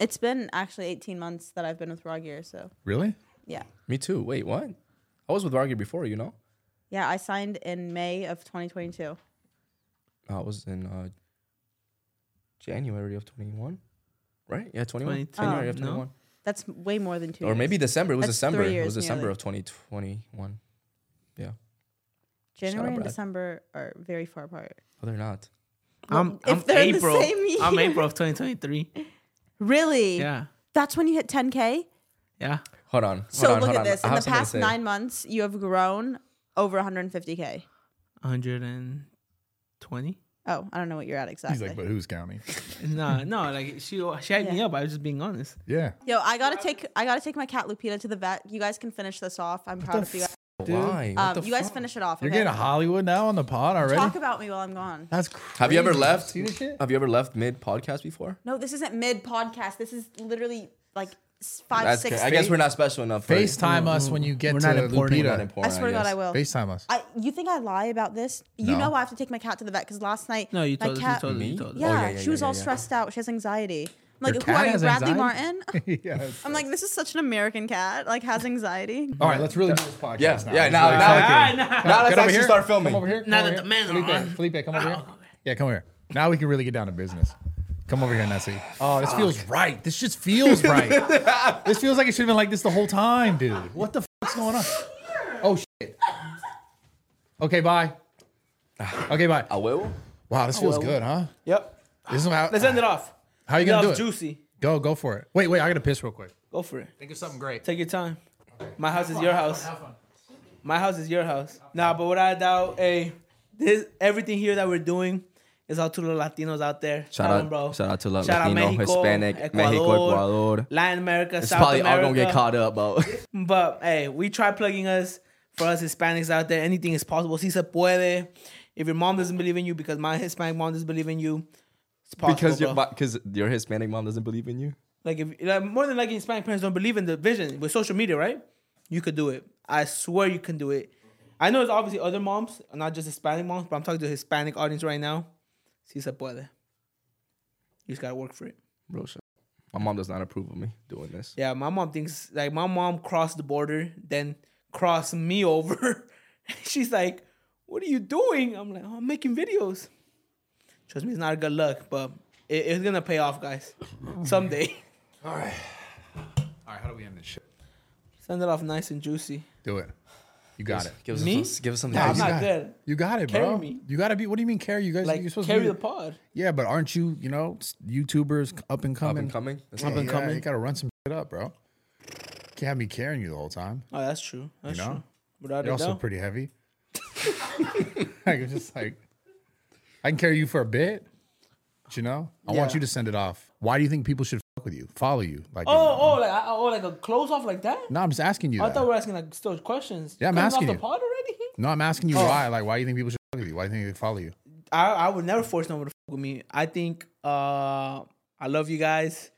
[SPEAKER 1] It's been actually 18 months that I've been with Raw Gear, so
[SPEAKER 4] really,
[SPEAKER 1] yeah.
[SPEAKER 2] Me too. Wait, what? I was with Vargy before, you know?
[SPEAKER 1] Yeah, I signed in May of 2022.
[SPEAKER 2] I was in uh, January of 21, right? Yeah, 21.
[SPEAKER 3] Twenty-
[SPEAKER 2] January of
[SPEAKER 3] Oh, no.
[SPEAKER 2] 21.
[SPEAKER 1] That's way more than two
[SPEAKER 2] Or
[SPEAKER 1] years.
[SPEAKER 2] maybe December. It was
[SPEAKER 1] That's
[SPEAKER 2] December.
[SPEAKER 1] three
[SPEAKER 2] It was
[SPEAKER 1] years
[SPEAKER 2] December
[SPEAKER 1] nearly.
[SPEAKER 2] of 2021. Shout out,
[SPEAKER 1] January and
[SPEAKER 2] Brad.
[SPEAKER 1] December are very far apart.
[SPEAKER 2] Oh, they're not.
[SPEAKER 3] I'm,
[SPEAKER 1] if
[SPEAKER 3] I'm
[SPEAKER 1] they're in the
[SPEAKER 3] April.
[SPEAKER 1] same
[SPEAKER 3] I'm
[SPEAKER 1] year.
[SPEAKER 3] April of 2023.
[SPEAKER 1] Really?
[SPEAKER 3] Yeah,
[SPEAKER 1] That's when you hit 10K?
[SPEAKER 3] yeah.
[SPEAKER 2] Hold on. Hold
[SPEAKER 1] So
[SPEAKER 2] on,
[SPEAKER 1] look
[SPEAKER 2] hold
[SPEAKER 1] at
[SPEAKER 2] on.
[SPEAKER 1] this.
[SPEAKER 2] I
[SPEAKER 1] In
[SPEAKER 2] have
[SPEAKER 1] the
[SPEAKER 2] something to
[SPEAKER 1] past
[SPEAKER 2] say.
[SPEAKER 1] nine months, you have grown over 150K.
[SPEAKER 3] 120.
[SPEAKER 1] Oh, I don't know what you're at
[SPEAKER 4] he's
[SPEAKER 1] exactly.
[SPEAKER 4] like, but who's counting?
[SPEAKER 3] No, no. Like she, she hyped me
[SPEAKER 1] Yeah.
[SPEAKER 3] up. I was just being honest.
[SPEAKER 4] Yeah,
[SPEAKER 1] Yo, I gotta take I gotta take my cat Lupita to the vet. You guys can finish this off. I'm proud of you guys.
[SPEAKER 2] Why? What
[SPEAKER 1] Um,
[SPEAKER 2] the
[SPEAKER 1] you guys
[SPEAKER 2] fuck?
[SPEAKER 1] finish it off.
[SPEAKER 4] you're
[SPEAKER 1] okay?
[SPEAKER 4] getting Hollywood now on the pod already.
[SPEAKER 1] Talk about me while I'm gone.
[SPEAKER 4] That's crazy.
[SPEAKER 2] Have you ever left?
[SPEAKER 4] See this shit?
[SPEAKER 2] Have you ever left mid podcast before?
[SPEAKER 1] No, this isn't mid podcast. This is literally like s- five,
[SPEAKER 2] That's
[SPEAKER 1] six.
[SPEAKER 2] cra- I guess we're not special enough. for-
[SPEAKER 4] FaceTime us when you get
[SPEAKER 3] We're
[SPEAKER 4] to
[SPEAKER 3] not important.
[SPEAKER 2] Mm-hmm. We're not
[SPEAKER 4] Lupita.
[SPEAKER 1] I
[SPEAKER 2] important.
[SPEAKER 1] swear to God,
[SPEAKER 2] guess.
[SPEAKER 1] I will.
[SPEAKER 4] FaceTime us.
[SPEAKER 1] I, you think I lie about this? You
[SPEAKER 4] No.
[SPEAKER 1] know I have to take my cat to the vet because last night
[SPEAKER 3] No, you
[SPEAKER 1] my
[SPEAKER 3] told us. You
[SPEAKER 1] cat.
[SPEAKER 3] told us.
[SPEAKER 2] Me?
[SPEAKER 3] You told us.
[SPEAKER 4] Oh,
[SPEAKER 1] yeah,
[SPEAKER 2] yeah, yeah,
[SPEAKER 1] she was
[SPEAKER 2] yeah,
[SPEAKER 1] all
[SPEAKER 2] yeah.
[SPEAKER 1] stressed out. She has anxiety. I'm
[SPEAKER 4] Your
[SPEAKER 1] like, who
[SPEAKER 4] cat
[SPEAKER 1] are you,
[SPEAKER 4] has
[SPEAKER 1] Bradley
[SPEAKER 4] anxiety?
[SPEAKER 1] Martin?
[SPEAKER 4] yes.
[SPEAKER 1] I'm like, this is such an American cat. Like has anxiety.
[SPEAKER 4] All right, let's really do this podcast
[SPEAKER 2] Yeah,
[SPEAKER 4] now.
[SPEAKER 2] yeah.
[SPEAKER 4] Let's
[SPEAKER 2] Now, now,
[SPEAKER 4] really fucking-
[SPEAKER 3] Alright, nah.
[SPEAKER 2] now let's
[SPEAKER 4] Get over
[SPEAKER 2] actually
[SPEAKER 4] here.
[SPEAKER 2] start filming.
[SPEAKER 4] Come over here. Come
[SPEAKER 3] Now
[SPEAKER 4] over
[SPEAKER 3] that
[SPEAKER 4] here.
[SPEAKER 3] the men are
[SPEAKER 4] Felipe,
[SPEAKER 3] on. Oh,
[SPEAKER 4] Felipe, come over here. Yeah, come over here. Now we can really get down to business. Come over here, Nessie. Oh, this feels right. This just feels right. this feels like it should have been like this the whole time, dude. What the fuck's going on? Oh shit. Okay, bye. Okay, bye.
[SPEAKER 2] I will.
[SPEAKER 4] Oh, Wow, this feels good, huh?
[SPEAKER 3] Yep.
[SPEAKER 4] This is how,
[SPEAKER 3] Let's end it off.
[SPEAKER 4] how you
[SPEAKER 3] Love
[SPEAKER 4] gonna do it?
[SPEAKER 3] juicy.
[SPEAKER 4] Go, go for it. Wait, wait. I gotta piss real quick.
[SPEAKER 3] Go for it.
[SPEAKER 4] Think of something great.
[SPEAKER 3] Take your time. My house is your house. My house is your house. Nah, but without a doubt, hey, this everything here that we're doing is all to the Latinos out there.
[SPEAKER 2] Shout
[SPEAKER 3] Tell
[SPEAKER 2] out,
[SPEAKER 3] 'em, bro.
[SPEAKER 2] shout out to Latino,
[SPEAKER 3] Shout out Mexico,
[SPEAKER 2] Hispanic, Mexico, Ecuador.
[SPEAKER 3] Latin America,
[SPEAKER 2] It's
[SPEAKER 3] South
[SPEAKER 2] probably
[SPEAKER 3] America.
[SPEAKER 2] all gonna get caught up, bro.
[SPEAKER 3] But hey, we try plugging us for us Hispanics out there. Anything is possible. Si se puede. If your mom doesn't believe in you, because my Hispanic mom doesn't believe in you, it's possible.
[SPEAKER 2] because your
[SPEAKER 3] bro.
[SPEAKER 2] because your Hispanic mom doesn't believe in you.
[SPEAKER 3] Like if like more than likely Hispanic parents don't believe in the vision with social media, right? You could do it. I swear you can do it. I know it's obviously other moms, not just Hispanic moms, but I'm talking to the Hispanic audience right now. Si se puede. You just gotta work for it.
[SPEAKER 2] Bro, shut up. my mom does not approve of me doing this.
[SPEAKER 3] Yeah, my mom thinks like my mom crossed the border, then crossed me over. She's like, "What are you doing?" I'm like, "Oh, "I'm making videos." Trust me, it's not a good luck, but it, it's gonna pay off, guys, someday.
[SPEAKER 4] All right. All right. How do we end this shit?
[SPEAKER 3] Send it off nice and juicy.
[SPEAKER 4] Do it. You got it.
[SPEAKER 2] Give us
[SPEAKER 3] Me?
[SPEAKER 2] Some, give us something.
[SPEAKER 3] Nah, I'm
[SPEAKER 2] juicy.
[SPEAKER 3] not
[SPEAKER 4] got
[SPEAKER 3] good.
[SPEAKER 4] You got it,
[SPEAKER 3] Carry
[SPEAKER 4] bro.
[SPEAKER 3] me.
[SPEAKER 4] You gotta be. What do you mean carry? You guys, you're
[SPEAKER 3] Like
[SPEAKER 4] supposed
[SPEAKER 3] carry
[SPEAKER 4] to
[SPEAKER 3] the
[SPEAKER 4] be,
[SPEAKER 3] pod.
[SPEAKER 4] Yeah, but aren't you? You know, s- YouTubers c- up and
[SPEAKER 2] up
[SPEAKER 4] coming.
[SPEAKER 2] and coming. That's
[SPEAKER 4] Up
[SPEAKER 2] all.
[SPEAKER 4] and coming. You gotta run some shit up, bro. Can't have me carrying you the whole time.
[SPEAKER 3] Oh, that's true. That's
[SPEAKER 4] know?
[SPEAKER 3] true. Without
[SPEAKER 4] You're
[SPEAKER 3] a
[SPEAKER 4] also
[SPEAKER 3] doubt.
[SPEAKER 4] pretty heavy. like it's just like, I can carry you for a bit. But you know, I want
[SPEAKER 3] Yeah.
[SPEAKER 4] you to send it off. Why do you think people should fuck with you, follow you? Like,
[SPEAKER 3] oh, oh, like oh, like a close off like that.
[SPEAKER 4] no, I'm just asking you.
[SPEAKER 3] I
[SPEAKER 4] that.
[SPEAKER 3] thought we were asking like still questions.
[SPEAKER 4] Yeah, I'm
[SPEAKER 3] Coming
[SPEAKER 4] asking
[SPEAKER 3] off
[SPEAKER 4] you.
[SPEAKER 3] the pod already.
[SPEAKER 4] no, I'm asking you
[SPEAKER 3] Oh.
[SPEAKER 4] why. Like, why do you think people should fuck with you? Why do you think they follow you?
[SPEAKER 3] I, I would never force no one to fuck with me. I think uh, I love you guys.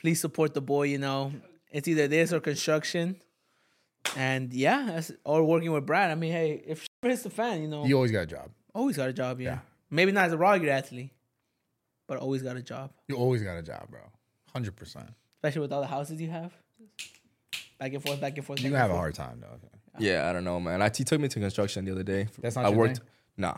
[SPEAKER 3] Please support the boy, you know. It's either this or construction. And yeah, that's, or working with Brad. I mean, hey, if shit hits the fan, you know,
[SPEAKER 4] You always got a job.
[SPEAKER 3] always got a job. Yeah.
[SPEAKER 4] Yeah.
[SPEAKER 3] Maybe not as a regular athlete, but always got a job.
[SPEAKER 4] You always got a job, bro. Hundred percent.
[SPEAKER 3] Especially with all the houses you have. Back and forth, back and forth.
[SPEAKER 4] You
[SPEAKER 3] back
[SPEAKER 4] have
[SPEAKER 3] and
[SPEAKER 4] a
[SPEAKER 3] forth.
[SPEAKER 4] hard time though.
[SPEAKER 2] Yeah, I don't know, man. I, he took me to construction the other day.
[SPEAKER 4] That's not
[SPEAKER 2] I
[SPEAKER 4] your
[SPEAKER 2] worked.
[SPEAKER 4] thing?
[SPEAKER 2] Nah,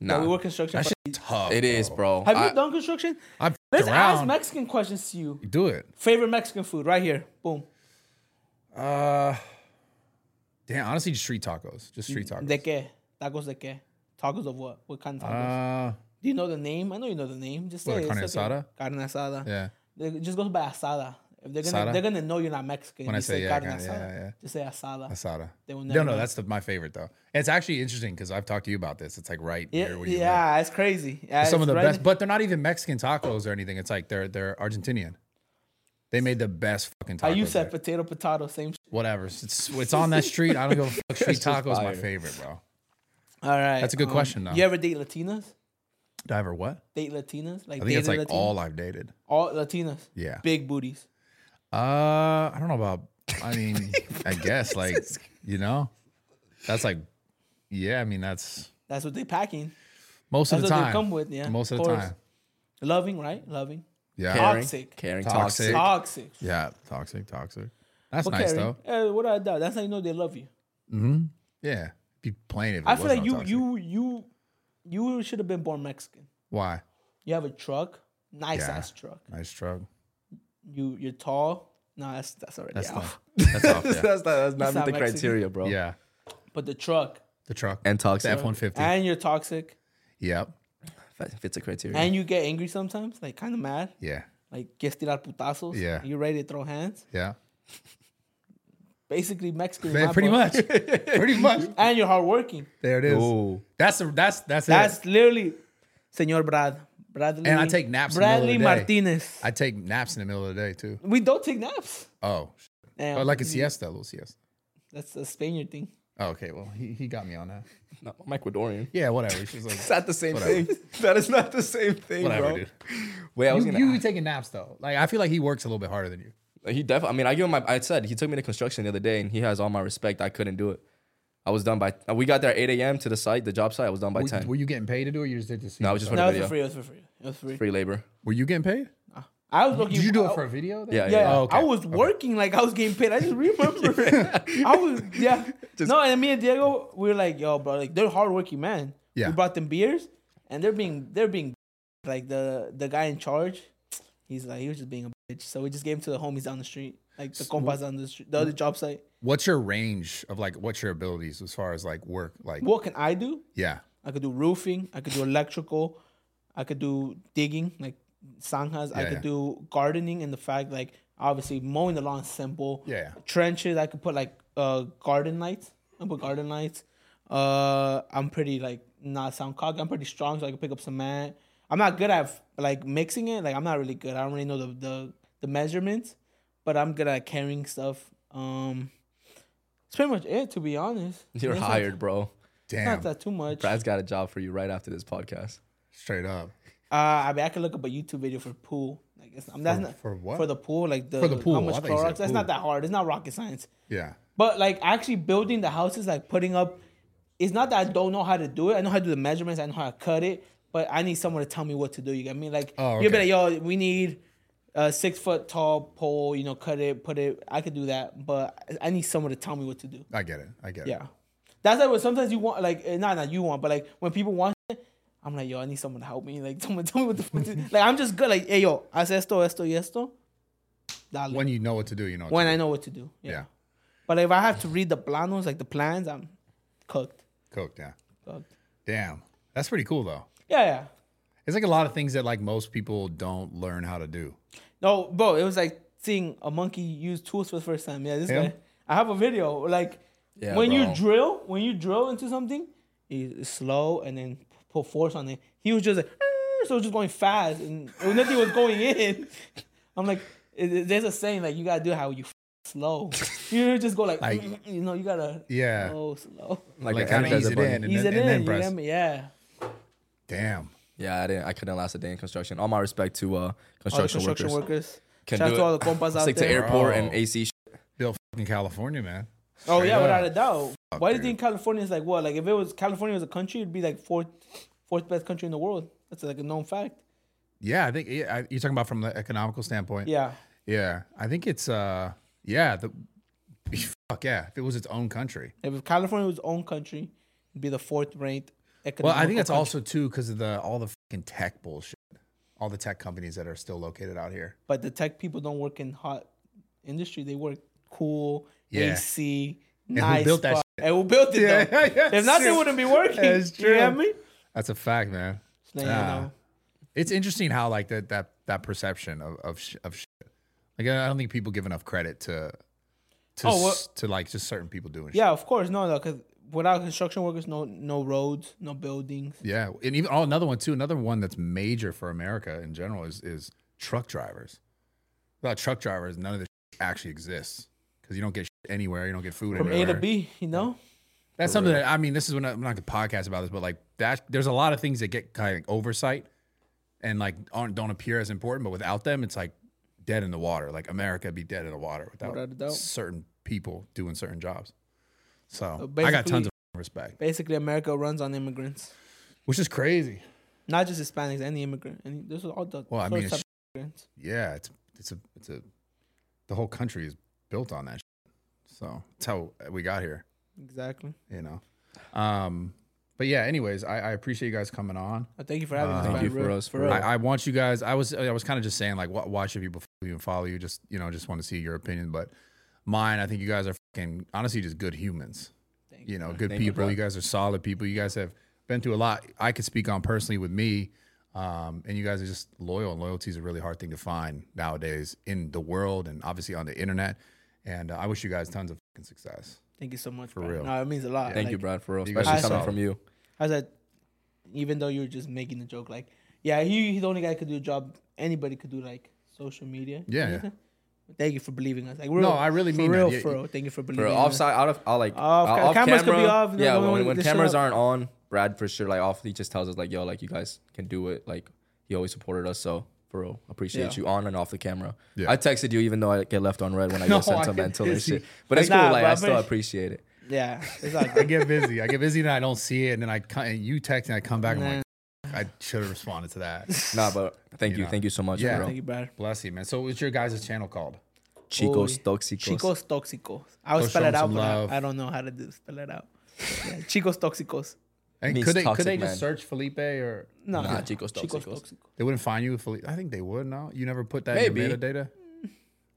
[SPEAKER 3] But
[SPEAKER 2] nah.
[SPEAKER 3] we work construction.
[SPEAKER 4] That
[SPEAKER 3] for-
[SPEAKER 4] shit's tough.
[SPEAKER 2] it is, Oh, bro.
[SPEAKER 3] have
[SPEAKER 2] I-
[SPEAKER 3] you done construction?
[SPEAKER 4] I'm
[SPEAKER 3] Let's ask
[SPEAKER 4] around.
[SPEAKER 3] Mexican questions to you.
[SPEAKER 4] Do it.
[SPEAKER 3] Favorite Mexican food, right here. Boom.
[SPEAKER 4] Uh, damn. Honestly, just street tacos. Just street tacos.
[SPEAKER 3] De qué? Tacos de qué? Tacos of what? What kind of tacos?
[SPEAKER 4] Uh,
[SPEAKER 3] Do you know the name? I know you know the name. Just say
[SPEAKER 4] What,
[SPEAKER 3] it.
[SPEAKER 4] carne
[SPEAKER 3] It's okay.
[SPEAKER 4] asada?
[SPEAKER 3] Carne asada.
[SPEAKER 4] yeah.
[SPEAKER 3] They- It just goes by asada. If they're gonna,
[SPEAKER 4] Asada?
[SPEAKER 3] they're gonna know you're not Mexican.
[SPEAKER 4] When
[SPEAKER 3] you
[SPEAKER 4] I say, yeah,
[SPEAKER 3] carne
[SPEAKER 4] kinda,
[SPEAKER 3] asada.
[SPEAKER 4] yeah, yeah.
[SPEAKER 3] Just say asada.
[SPEAKER 4] Asada.
[SPEAKER 3] They will
[SPEAKER 4] No,
[SPEAKER 3] never
[SPEAKER 4] no,
[SPEAKER 3] know.
[SPEAKER 4] that's the, my favorite though. It's actually interesting because I've talked to you about this. It's like right
[SPEAKER 3] yeah,
[SPEAKER 4] near where you live.
[SPEAKER 3] yeah, it's crazy. Yeah,
[SPEAKER 4] Some
[SPEAKER 3] it's
[SPEAKER 4] of the
[SPEAKER 3] right-
[SPEAKER 4] best, but they're not even Mexican tacos or anything. It's like they're they're Argentinian. They made the best fucking
[SPEAKER 3] I
[SPEAKER 4] tacos.
[SPEAKER 3] used
[SPEAKER 4] there.
[SPEAKER 3] that potato, potato, same. Shit.
[SPEAKER 4] Whatever. It's it's on that street. I don't give a fuck. Street
[SPEAKER 2] just
[SPEAKER 4] tacos my
[SPEAKER 2] fire.
[SPEAKER 4] favorite, bro.
[SPEAKER 3] All right, um,
[SPEAKER 4] That's a good question, though.
[SPEAKER 3] You ever date Latinas?
[SPEAKER 4] Diver, what?
[SPEAKER 3] Date Latinas? Like
[SPEAKER 4] I think it's like
[SPEAKER 3] dated Latinas?
[SPEAKER 4] all I've dated.
[SPEAKER 3] all Latinas.
[SPEAKER 4] Yeah.
[SPEAKER 3] Big booties.
[SPEAKER 4] Uh, I don't know about. I mean, I guess like you know, that's like, yeah. I mean, that's
[SPEAKER 3] That's what they packing.
[SPEAKER 4] most
[SPEAKER 3] That's
[SPEAKER 4] of the
[SPEAKER 3] what
[SPEAKER 4] time.
[SPEAKER 3] they come with. Yeah,
[SPEAKER 4] most of the
[SPEAKER 3] course.
[SPEAKER 4] time.
[SPEAKER 3] Loving, right? Loving.
[SPEAKER 4] Yeah.
[SPEAKER 2] caring,
[SPEAKER 3] Toxic.
[SPEAKER 2] caring, toxic.
[SPEAKER 4] Toxic.
[SPEAKER 3] Toxic.
[SPEAKER 4] Yeah. Toxic. Toxic. That's
[SPEAKER 3] Okay.
[SPEAKER 4] nice though.
[SPEAKER 3] Hey, what I doubt. That's how you know they love you.
[SPEAKER 4] Yeah. Be plain if it
[SPEAKER 3] I feel like
[SPEAKER 4] wasn't all
[SPEAKER 3] you,
[SPEAKER 4] toxic.
[SPEAKER 3] you, you, you should have been born Mexican.
[SPEAKER 4] Why?
[SPEAKER 3] You have a truck, nice
[SPEAKER 4] Yeah.
[SPEAKER 3] ass truck.
[SPEAKER 4] Nice truck.
[SPEAKER 3] You, you're tall. No, that's that's already
[SPEAKER 4] That's
[SPEAKER 3] out.
[SPEAKER 4] tough. That's off. Yeah.
[SPEAKER 2] that's not, that's not,
[SPEAKER 3] not
[SPEAKER 2] the
[SPEAKER 3] Mexican.
[SPEAKER 2] criteria, bro.
[SPEAKER 4] yeah.
[SPEAKER 3] But the truck,
[SPEAKER 4] The truck.
[SPEAKER 2] And
[SPEAKER 4] the
[SPEAKER 2] toxic.
[SPEAKER 4] F one fifty.
[SPEAKER 3] and you're toxic,
[SPEAKER 4] Yep.
[SPEAKER 2] If it's a criteria.
[SPEAKER 3] and you get angry sometimes, like kind of mad,
[SPEAKER 4] Yeah.
[SPEAKER 3] like quieres tirar putazos.
[SPEAKER 4] Yeah.
[SPEAKER 3] You're ready to throw hands.
[SPEAKER 4] Yeah.
[SPEAKER 3] Basically Mexican. in
[SPEAKER 4] Yeah,
[SPEAKER 3] my
[SPEAKER 4] pretty
[SPEAKER 3] book.
[SPEAKER 4] much. pretty much.
[SPEAKER 3] And you're hardworking.
[SPEAKER 4] There it is.
[SPEAKER 2] Ooh.
[SPEAKER 4] That's the that's that's it.
[SPEAKER 3] That's literally, Señor Brad. Bradley.
[SPEAKER 4] And I take naps in the middle of
[SPEAKER 3] Bradley
[SPEAKER 4] the day.
[SPEAKER 3] Martinez.
[SPEAKER 4] I take naps in the middle of the day too.
[SPEAKER 3] we don't take naps.
[SPEAKER 4] Oh, sh-
[SPEAKER 3] Damn,
[SPEAKER 4] oh like a siesta, a little siesta.
[SPEAKER 3] that's a Spaniard thing.
[SPEAKER 4] Oh, okay, well he, he got me on that.
[SPEAKER 2] No, I'm Ecuadorian.
[SPEAKER 4] Yeah, whatever. She's
[SPEAKER 2] It's
[SPEAKER 4] like
[SPEAKER 2] not the same
[SPEAKER 4] Whatever.
[SPEAKER 2] thing. That is not the same thing,
[SPEAKER 4] whatever,
[SPEAKER 2] bro.
[SPEAKER 4] dude.
[SPEAKER 2] Wait, I was
[SPEAKER 4] You,
[SPEAKER 2] gonna.
[SPEAKER 4] you be taking naps though. Like I feel like he works a little bit harder than you.
[SPEAKER 2] He definitely. I mean, I give him my. I said he took me to construction the other day, and he has all my respect. I couldn't do it. I was done by. uh, We got there at 8 a.m. to the site, the job site. I was done by
[SPEAKER 4] Were,
[SPEAKER 2] 10.
[SPEAKER 4] were you getting paid to do it? Or you just did this.
[SPEAKER 2] No, I was just for
[SPEAKER 3] No,
[SPEAKER 2] the
[SPEAKER 3] it was for
[SPEAKER 2] video.
[SPEAKER 3] free. It was for free. It was free.
[SPEAKER 2] Free labor.
[SPEAKER 4] Were you getting paid?
[SPEAKER 3] I was looking.
[SPEAKER 4] Did you do it
[SPEAKER 3] I-
[SPEAKER 4] for a video? then?
[SPEAKER 2] Yeah,
[SPEAKER 3] Yeah,
[SPEAKER 4] Oh, okay.
[SPEAKER 3] I was working like I was getting paid. I just remember. I was yeah. no, and me and Diego, we were like, yo, bro, like they're hardworking man.
[SPEAKER 4] Yeah.
[SPEAKER 3] We brought them beers, and they're being they're being like the the guy in charge. He's like he was just being a bitch, so we just gave him to the homies down the street, like the compas on the street, the other job site.
[SPEAKER 4] What's your range of like? What's your abilities as far as like work? Like
[SPEAKER 3] What can I do?
[SPEAKER 4] yeah,
[SPEAKER 3] I could do roofing. I could do electrical. I could do digging, like sanjas. I
[SPEAKER 4] Yeah,
[SPEAKER 3] could
[SPEAKER 4] yeah.
[SPEAKER 3] do gardening and the fact, like, obviously mowing the lawn is simple.
[SPEAKER 4] Yeah, yeah.
[SPEAKER 3] Trenches. I could put like uh garden lights. I put garden lights. Uh, I'm pretty like not sound cocky. I'm pretty strong, so I can pick up cement. I'm not good at like mixing it. Like I'm not really good. I don't really know the the, the measurements, but I'm good at carrying stuff. Um, it's pretty much it, to be honest.
[SPEAKER 2] You're
[SPEAKER 3] It's not-
[SPEAKER 2] hired, bro.
[SPEAKER 4] damn,
[SPEAKER 3] Not that too much.
[SPEAKER 2] Brad's got a job for you right after this podcast.
[SPEAKER 4] straight up.
[SPEAKER 3] Uh, I mean, I could look up a YouTube video for pool. Like, it's, I'm, that's
[SPEAKER 4] For-
[SPEAKER 3] not,
[SPEAKER 4] for what?
[SPEAKER 3] For the pool, like the,
[SPEAKER 4] For the
[SPEAKER 3] How
[SPEAKER 4] pool,
[SPEAKER 3] much
[SPEAKER 4] I thought you said
[SPEAKER 3] Clorox? That's not
[SPEAKER 4] pool.
[SPEAKER 3] that hard. It's not rocket science.
[SPEAKER 4] Yeah,
[SPEAKER 3] But like actually building the houses, like putting up, it's not that I don't know how to do it. I know how to do the measurements. I know how to cut it. But I need someone to tell me what to do. You get me? Like
[SPEAKER 4] Oh,
[SPEAKER 3] you'll be like,
[SPEAKER 4] okay.
[SPEAKER 3] yo, we need a six foot tall pole. You know, cut it, put it. I could do that, but I- I need someone to tell me what to do.
[SPEAKER 4] I get it. I get it.
[SPEAKER 3] Yeah. That's like what sometimes you want, like, eh, not not you want, but like when people want it, I'm like, yo, I need someone to help me. Like, someone tell me what the fuck to Like, I'm just good. Like, hey, yo, haz esto, esto, y esto. Dale.
[SPEAKER 4] When
[SPEAKER 3] When,
[SPEAKER 4] you know what to do, you know. What to
[SPEAKER 3] I
[SPEAKER 4] do.
[SPEAKER 3] know what to do. Yeah.
[SPEAKER 4] Yeah.
[SPEAKER 3] But if I have to read the planos, like the plans, I'm cooked.
[SPEAKER 4] Cooked. Yeah.
[SPEAKER 3] Cooked.
[SPEAKER 4] Damn, that's pretty cool though.
[SPEAKER 3] Yeah, yeah.
[SPEAKER 4] It's like a lot of things that like most people don't learn how to do.
[SPEAKER 3] No, bro, it was like seeing a monkey use tools for the first time. Yeah, this
[SPEAKER 4] Yeah.
[SPEAKER 3] guy. I have a video. Like
[SPEAKER 2] Yeah,
[SPEAKER 3] when you
[SPEAKER 2] bro.
[SPEAKER 3] drill, when you drill into something, you slow and then put force on it. He was just like, "Arr," so it was just going fast and nothing was going in. I'm like, it- it- there's a saying like you gotta do how you f- slow. You just go like,
[SPEAKER 4] Like-
[SPEAKER 3] you know, you gotta
[SPEAKER 4] Yeah.
[SPEAKER 3] slow, slow.
[SPEAKER 2] Like, an
[SPEAKER 4] Like kind of
[SPEAKER 2] energizer
[SPEAKER 4] ease it
[SPEAKER 2] bunny.
[SPEAKER 4] in, and,
[SPEAKER 3] Ease
[SPEAKER 4] then,
[SPEAKER 3] it
[SPEAKER 4] and
[SPEAKER 3] in,
[SPEAKER 4] then
[SPEAKER 3] you
[SPEAKER 4] press.
[SPEAKER 3] get me? Yeah.
[SPEAKER 4] Damn.
[SPEAKER 2] Yeah, I didn't. I couldn't last a day in construction. All my respect to uh,
[SPEAKER 3] All the
[SPEAKER 2] construction,
[SPEAKER 3] construction
[SPEAKER 2] workers.
[SPEAKER 3] workers.
[SPEAKER 2] Can
[SPEAKER 3] Shout out
[SPEAKER 2] do
[SPEAKER 3] to
[SPEAKER 2] it.
[SPEAKER 3] all the compas out
[SPEAKER 2] Stick to
[SPEAKER 3] there.
[SPEAKER 2] airport and
[SPEAKER 4] Bro.
[SPEAKER 2] AC. Sh-
[SPEAKER 4] Bill in California, man.
[SPEAKER 3] Oh
[SPEAKER 4] Straight
[SPEAKER 3] yeah,
[SPEAKER 4] up.
[SPEAKER 3] without a doubt.
[SPEAKER 4] Fuck,
[SPEAKER 3] Why do you
[SPEAKER 4] dude.
[SPEAKER 3] think California is like what? Like if it was California was a country, it'd be like fourth, fourth best country in the world. That's like a known fact.
[SPEAKER 4] Yeah, I think yeah, I- you're talking about from the economical standpoint.
[SPEAKER 3] Yeah,
[SPEAKER 4] yeah. I think it's uh, yeah, the fuck yeah. If it was its own country,
[SPEAKER 3] if California was its own country, it'd be the fourth ranked.
[SPEAKER 4] well, I think
[SPEAKER 3] economical
[SPEAKER 4] it's
[SPEAKER 3] country.
[SPEAKER 4] also too because of the all the fucking tech bullshit, all the tech companies that are still located out here.
[SPEAKER 3] But the tech people don't work in hot industry. They work cool,
[SPEAKER 4] Yeah.
[SPEAKER 3] AC,
[SPEAKER 4] who
[SPEAKER 3] nice.
[SPEAKER 4] built that
[SPEAKER 3] spot. And who built it
[SPEAKER 4] Yeah,
[SPEAKER 3] though?
[SPEAKER 4] yeah,
[SPEAKER 3] if not, they
[SPEAKER 4] true.
[SPEAKER 3] wouldn't be working.
[SPEAKER 4] That's
[SPEAKER 3] You
[SPEAKER 4] true.
[SPEAKER 3] know what I mean?
[SPEAKER 4] That's a fact, man.
[SPEAKER 3] So now you
[SPEAKER 4] Ah.
[SPEAKER 3] know.
[SPEAKER 4] It's interesting how like that that that perception of of sh- of shit. like I don't think people give enough credit to to
[SPEAKER 3] Oh, well-
[SPEAKER 4] s- to like just certain people doing shit.
[SPEAKER 3] Yeah, of course. No, no, because without construction workers, no, no roads, no buildings.
[SPEAKER 4] Yeah, and even oh, another one too. Another one that's major for America in general is is truck drivers. Without truck drivers, none of this shit actually exists because you don't get shit anywhere. You don't get food
[SPEAKER 3] From A
[SPEAKER 4] anywhere.
[SPEAKER 3] to B, you know.
[SPEAKER 4] That's something that I mean. This is when I, am not gonna podcast about this, but like that, there's a lot of things that get kind of like oversight and like aren't don't appear as important. But without them, it's like dead in the water. Like America be dead in the water without
[SPEAKER 3] Without a doubt.
[SPEAKER 4] certain people doing certain jobs. So
[SPEAKER 3] So
[SPEAKER 4] I got
[SPEAKER 3] basically-
[SPEAKER 4] tons of respect,
[SPEAKER 3] Basically, America runs on immigrants.
[SPEAKER 4] which is crazy.
[SPEAKER 3] not just Hispanics, any immigrant. And this is all the
[SPEAKER 4] Well, I
[SPEAKER 3] those
[SPEAKER 4] mean, it's
[SPEAKER 3] type of immigrants.
[SPEAKER 4] yeah, it's it's a it's a the whole country is built on that. Shit. So that's how we got here,
[SPEAKER 3] Exactly.
[SPEAKER 4] you know. Um, but yeah, anyways, I, I appreciate you guys coming on.
[SPEAKER 3] Oh, thank you for having us.
[SPEAKER 4] Uh, Thank
[SPEAKER 3] man,
[SPEAKER 2] you for
[SPEAKER 3] real-
[SPEAKER 2] us,
[SPEAKER 3] For
[SPEAKER 2] bro.
[SPEAKER 3] real.
[SPEAKER 4] I, I want you guys. I was I was kind of just saying like, what, why should people f- even follow you? Just you know, just want to see your opinion. But mine, I think you guys are fucking honestly just good humans.
[SPEAKER 3] Thank
[SPEAKER 4] You know, good
[SPEAKER 2] Thank you,
[SPEAKER 4] people.
[SPEAKER 2] bro.
[SPEAKER 4] You, guys are solid people. You guys have been through a lot. I could speak on personally with me, um, and you guys are just loyal. And loyalty is a really hard thing to find nowadays in the world and obviously on the internet. And uh, I wish you guys tons of fucking success.
[SPEAKER 3] thank you so much.
[SPEAKER 4] For
[SPEAKER 3] bro.
[SPEAKER 4] real.
[SPEAKER 3] No, it means a lot.
[SPEAKER 2] Thank you,
[SPEAKER 3] Like,
[SPEAKER 2] Brad, for real.
[SPEAKER 4] you guys
[SPEAKER 2] Especially
[SPEAKER 3] are
[SPEAKER 2] coming
[SPEAKER 4] solid.
[SPEAKER 2] from you.
[SPEAKER 3] I said, even though you were just making a joke, like, yeah, he, he's the only guy that could do a job. Anybody could do like social media.
[SPEAKER 4] Yeah, yeah.
[SPEAKER 3] Thank you for believing us. Like, real,
[SPEAKER 4] No, I really
[SPEAKER 3] for
[SPEAKER 4] mean that.
[SPEAKER 3] real,
[SPEAKER 4] Yeah,
[SPEAKER 3] for
[SPEAKER 4] you-
[SPEAKER 3] real. Thank you for believing.
[SPEAKER 2] For
[SPEAKER 3] us.
[SPEAKER 2] offside, out of, out like,
[SPEAKER 3] Off-
[SPEAKER 2] uh, off
[SPEAKER 3] cameras
[SPEAKER 2] camera.
[SPEAKER 3] could be off, you know,
[SPEAKER 2] yeah,
[SPEAKER 3] the way
[SPEAKER 2] when, when
[SPEAKER 3] they set
[SPEAKER 2] cameras
[SPEAKER 3] up.
[SPEAKER 2] aren't on, Brad for sure, like, awfully just tells us, like, yo, like, you guys can do it. Like, he always supported us. So, for real, appreciate
[SPEAKER 3] Yeah.
[SPEAKER 2] you on and off the camera.
[SPEAKER 4] Yeah.
[SPEAKER 2] I texted you even though I get left on red when I
[SPEAKER 4] No,
[SPEAKER 2] get
[SPEAKER 4] I get
[SPEAKER 2] sentimental and
[SPEAKER 4] busy.
[SPEAKER 2] shit. But it's
[SPEAKER 3] Like, nah,
[SPEAKER 2] cool. Like,
[SPEAKER 3] bro,
[SPEAKER 2] I
[SPEAKER 3] I'm
[SPEAKER 2] still
[SPEAKER 3] finished.
[SPEAKER 2] appreciate it.
[SPEAKER 3] Yeah, it's all
[SPEAKER 4] I
[SPEAKER 3] good.
[SPEAKER 4] get busy. I get busy and I don't see it, and then I co- and you text and I come back. and I'm
[SPEAKER 3] Nah.
[SPEAKER 4] like, I should have responded to that.
[SPEAKER 2] Nah, but thank you.
[SPEAKER 4] know.
[SPEAKER 2] Thank you so much,
[SPEAKER 4] Yeah.
[SPEAKER 2] bro.
[SPEAKER 3] Thank you, Brad.
[SPEAKER 4] Bless you, man. So, what's your guys' channel called?
[SPEAKER 2] Chicos
[SPEAKER 3] Oy.
[SPEAKER 2] Toxicos.
[SPEAKER 3] Chicos Toxicos. I would
[SPEAKER 4] Go
[SPEAKER 3] spell it
[SPEAKER 4] show 'em
[SPEAKER 3] out,
[SPEAKER 4] some
[SPEAKER 3] but
[SPEAKER 4] love.
[SPEAKER 3] I, I don't know how to do spell it out. Yeah, Chicos Toxicos.
[SPEAKER 4] And
[SPEAKER 2] Means
[SPEAKER 4] could they
[SPEAKER 2] toxic
[SPEAKER 4] could they
[SPEAKER 2] man.
[SPEAKER 4] just search Felipe or
[SPEAKER 3] No,
[SPEAKER 2] Nah,
[SPEAKER 3] no.
[SPEAKER 2] Chicos Toxicos.
[SPEAKER 4] they wouldn't find you? with Felipe? I think they would. No, you never put that in
[SPEAKER 2] Maybe.
[SPEAKER 4] your metadata.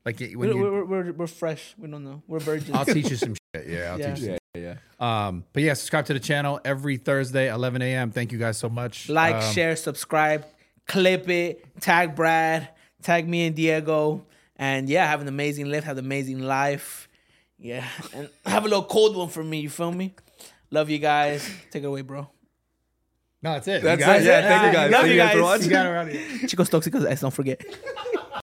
[SPEAKER 4] Like y- when
[SPEAKER 3] We're,
[SPEAKER 4] you,
[SPEAKER 3] we're, we're, we're fresh. We don't know. We're virgins.
[SPEAKER 2] Ah,
[SPEAKER 4] I'll teach you some shit. Yeah, I'll
[SPEAKER 3] Yeah.
[SPEAKER 4] teach you.
[SPEAKER 2] Yeah, yeah.
[SPEAKER 4] Um, but yeah, subscribe to the channel every Thursday, 11 a.m. Thank you guys so much.
[SPEAKER 3] like,
[SPEAKER 4] Um,
[SPEAKER 3] share, subscribe, clip it, tag Brad, tag me and Diego, and yeah, have an amazing life, have an amazing life, yeah, and have a little cold one for me. You feel me? Love you guys. Take it away, bro.
[SPEAKER 4] No, that's it.
[SPEAKER 2] That's
[SPEAKER 4] guys-
[SPEAKER 2] it. Yeah, thank you guys.
[SPEAKER 3] Love
[SPEAKER 2] Thank
[SPEAKER 3] you
[SPEAKER 2] you guys for
[SPEAKER 3] guys.
[SPEAKER 2] watching.
[SPEAKER 4] You got around here.
[SPEAKER 3] Chicos Toxicos, don't forget.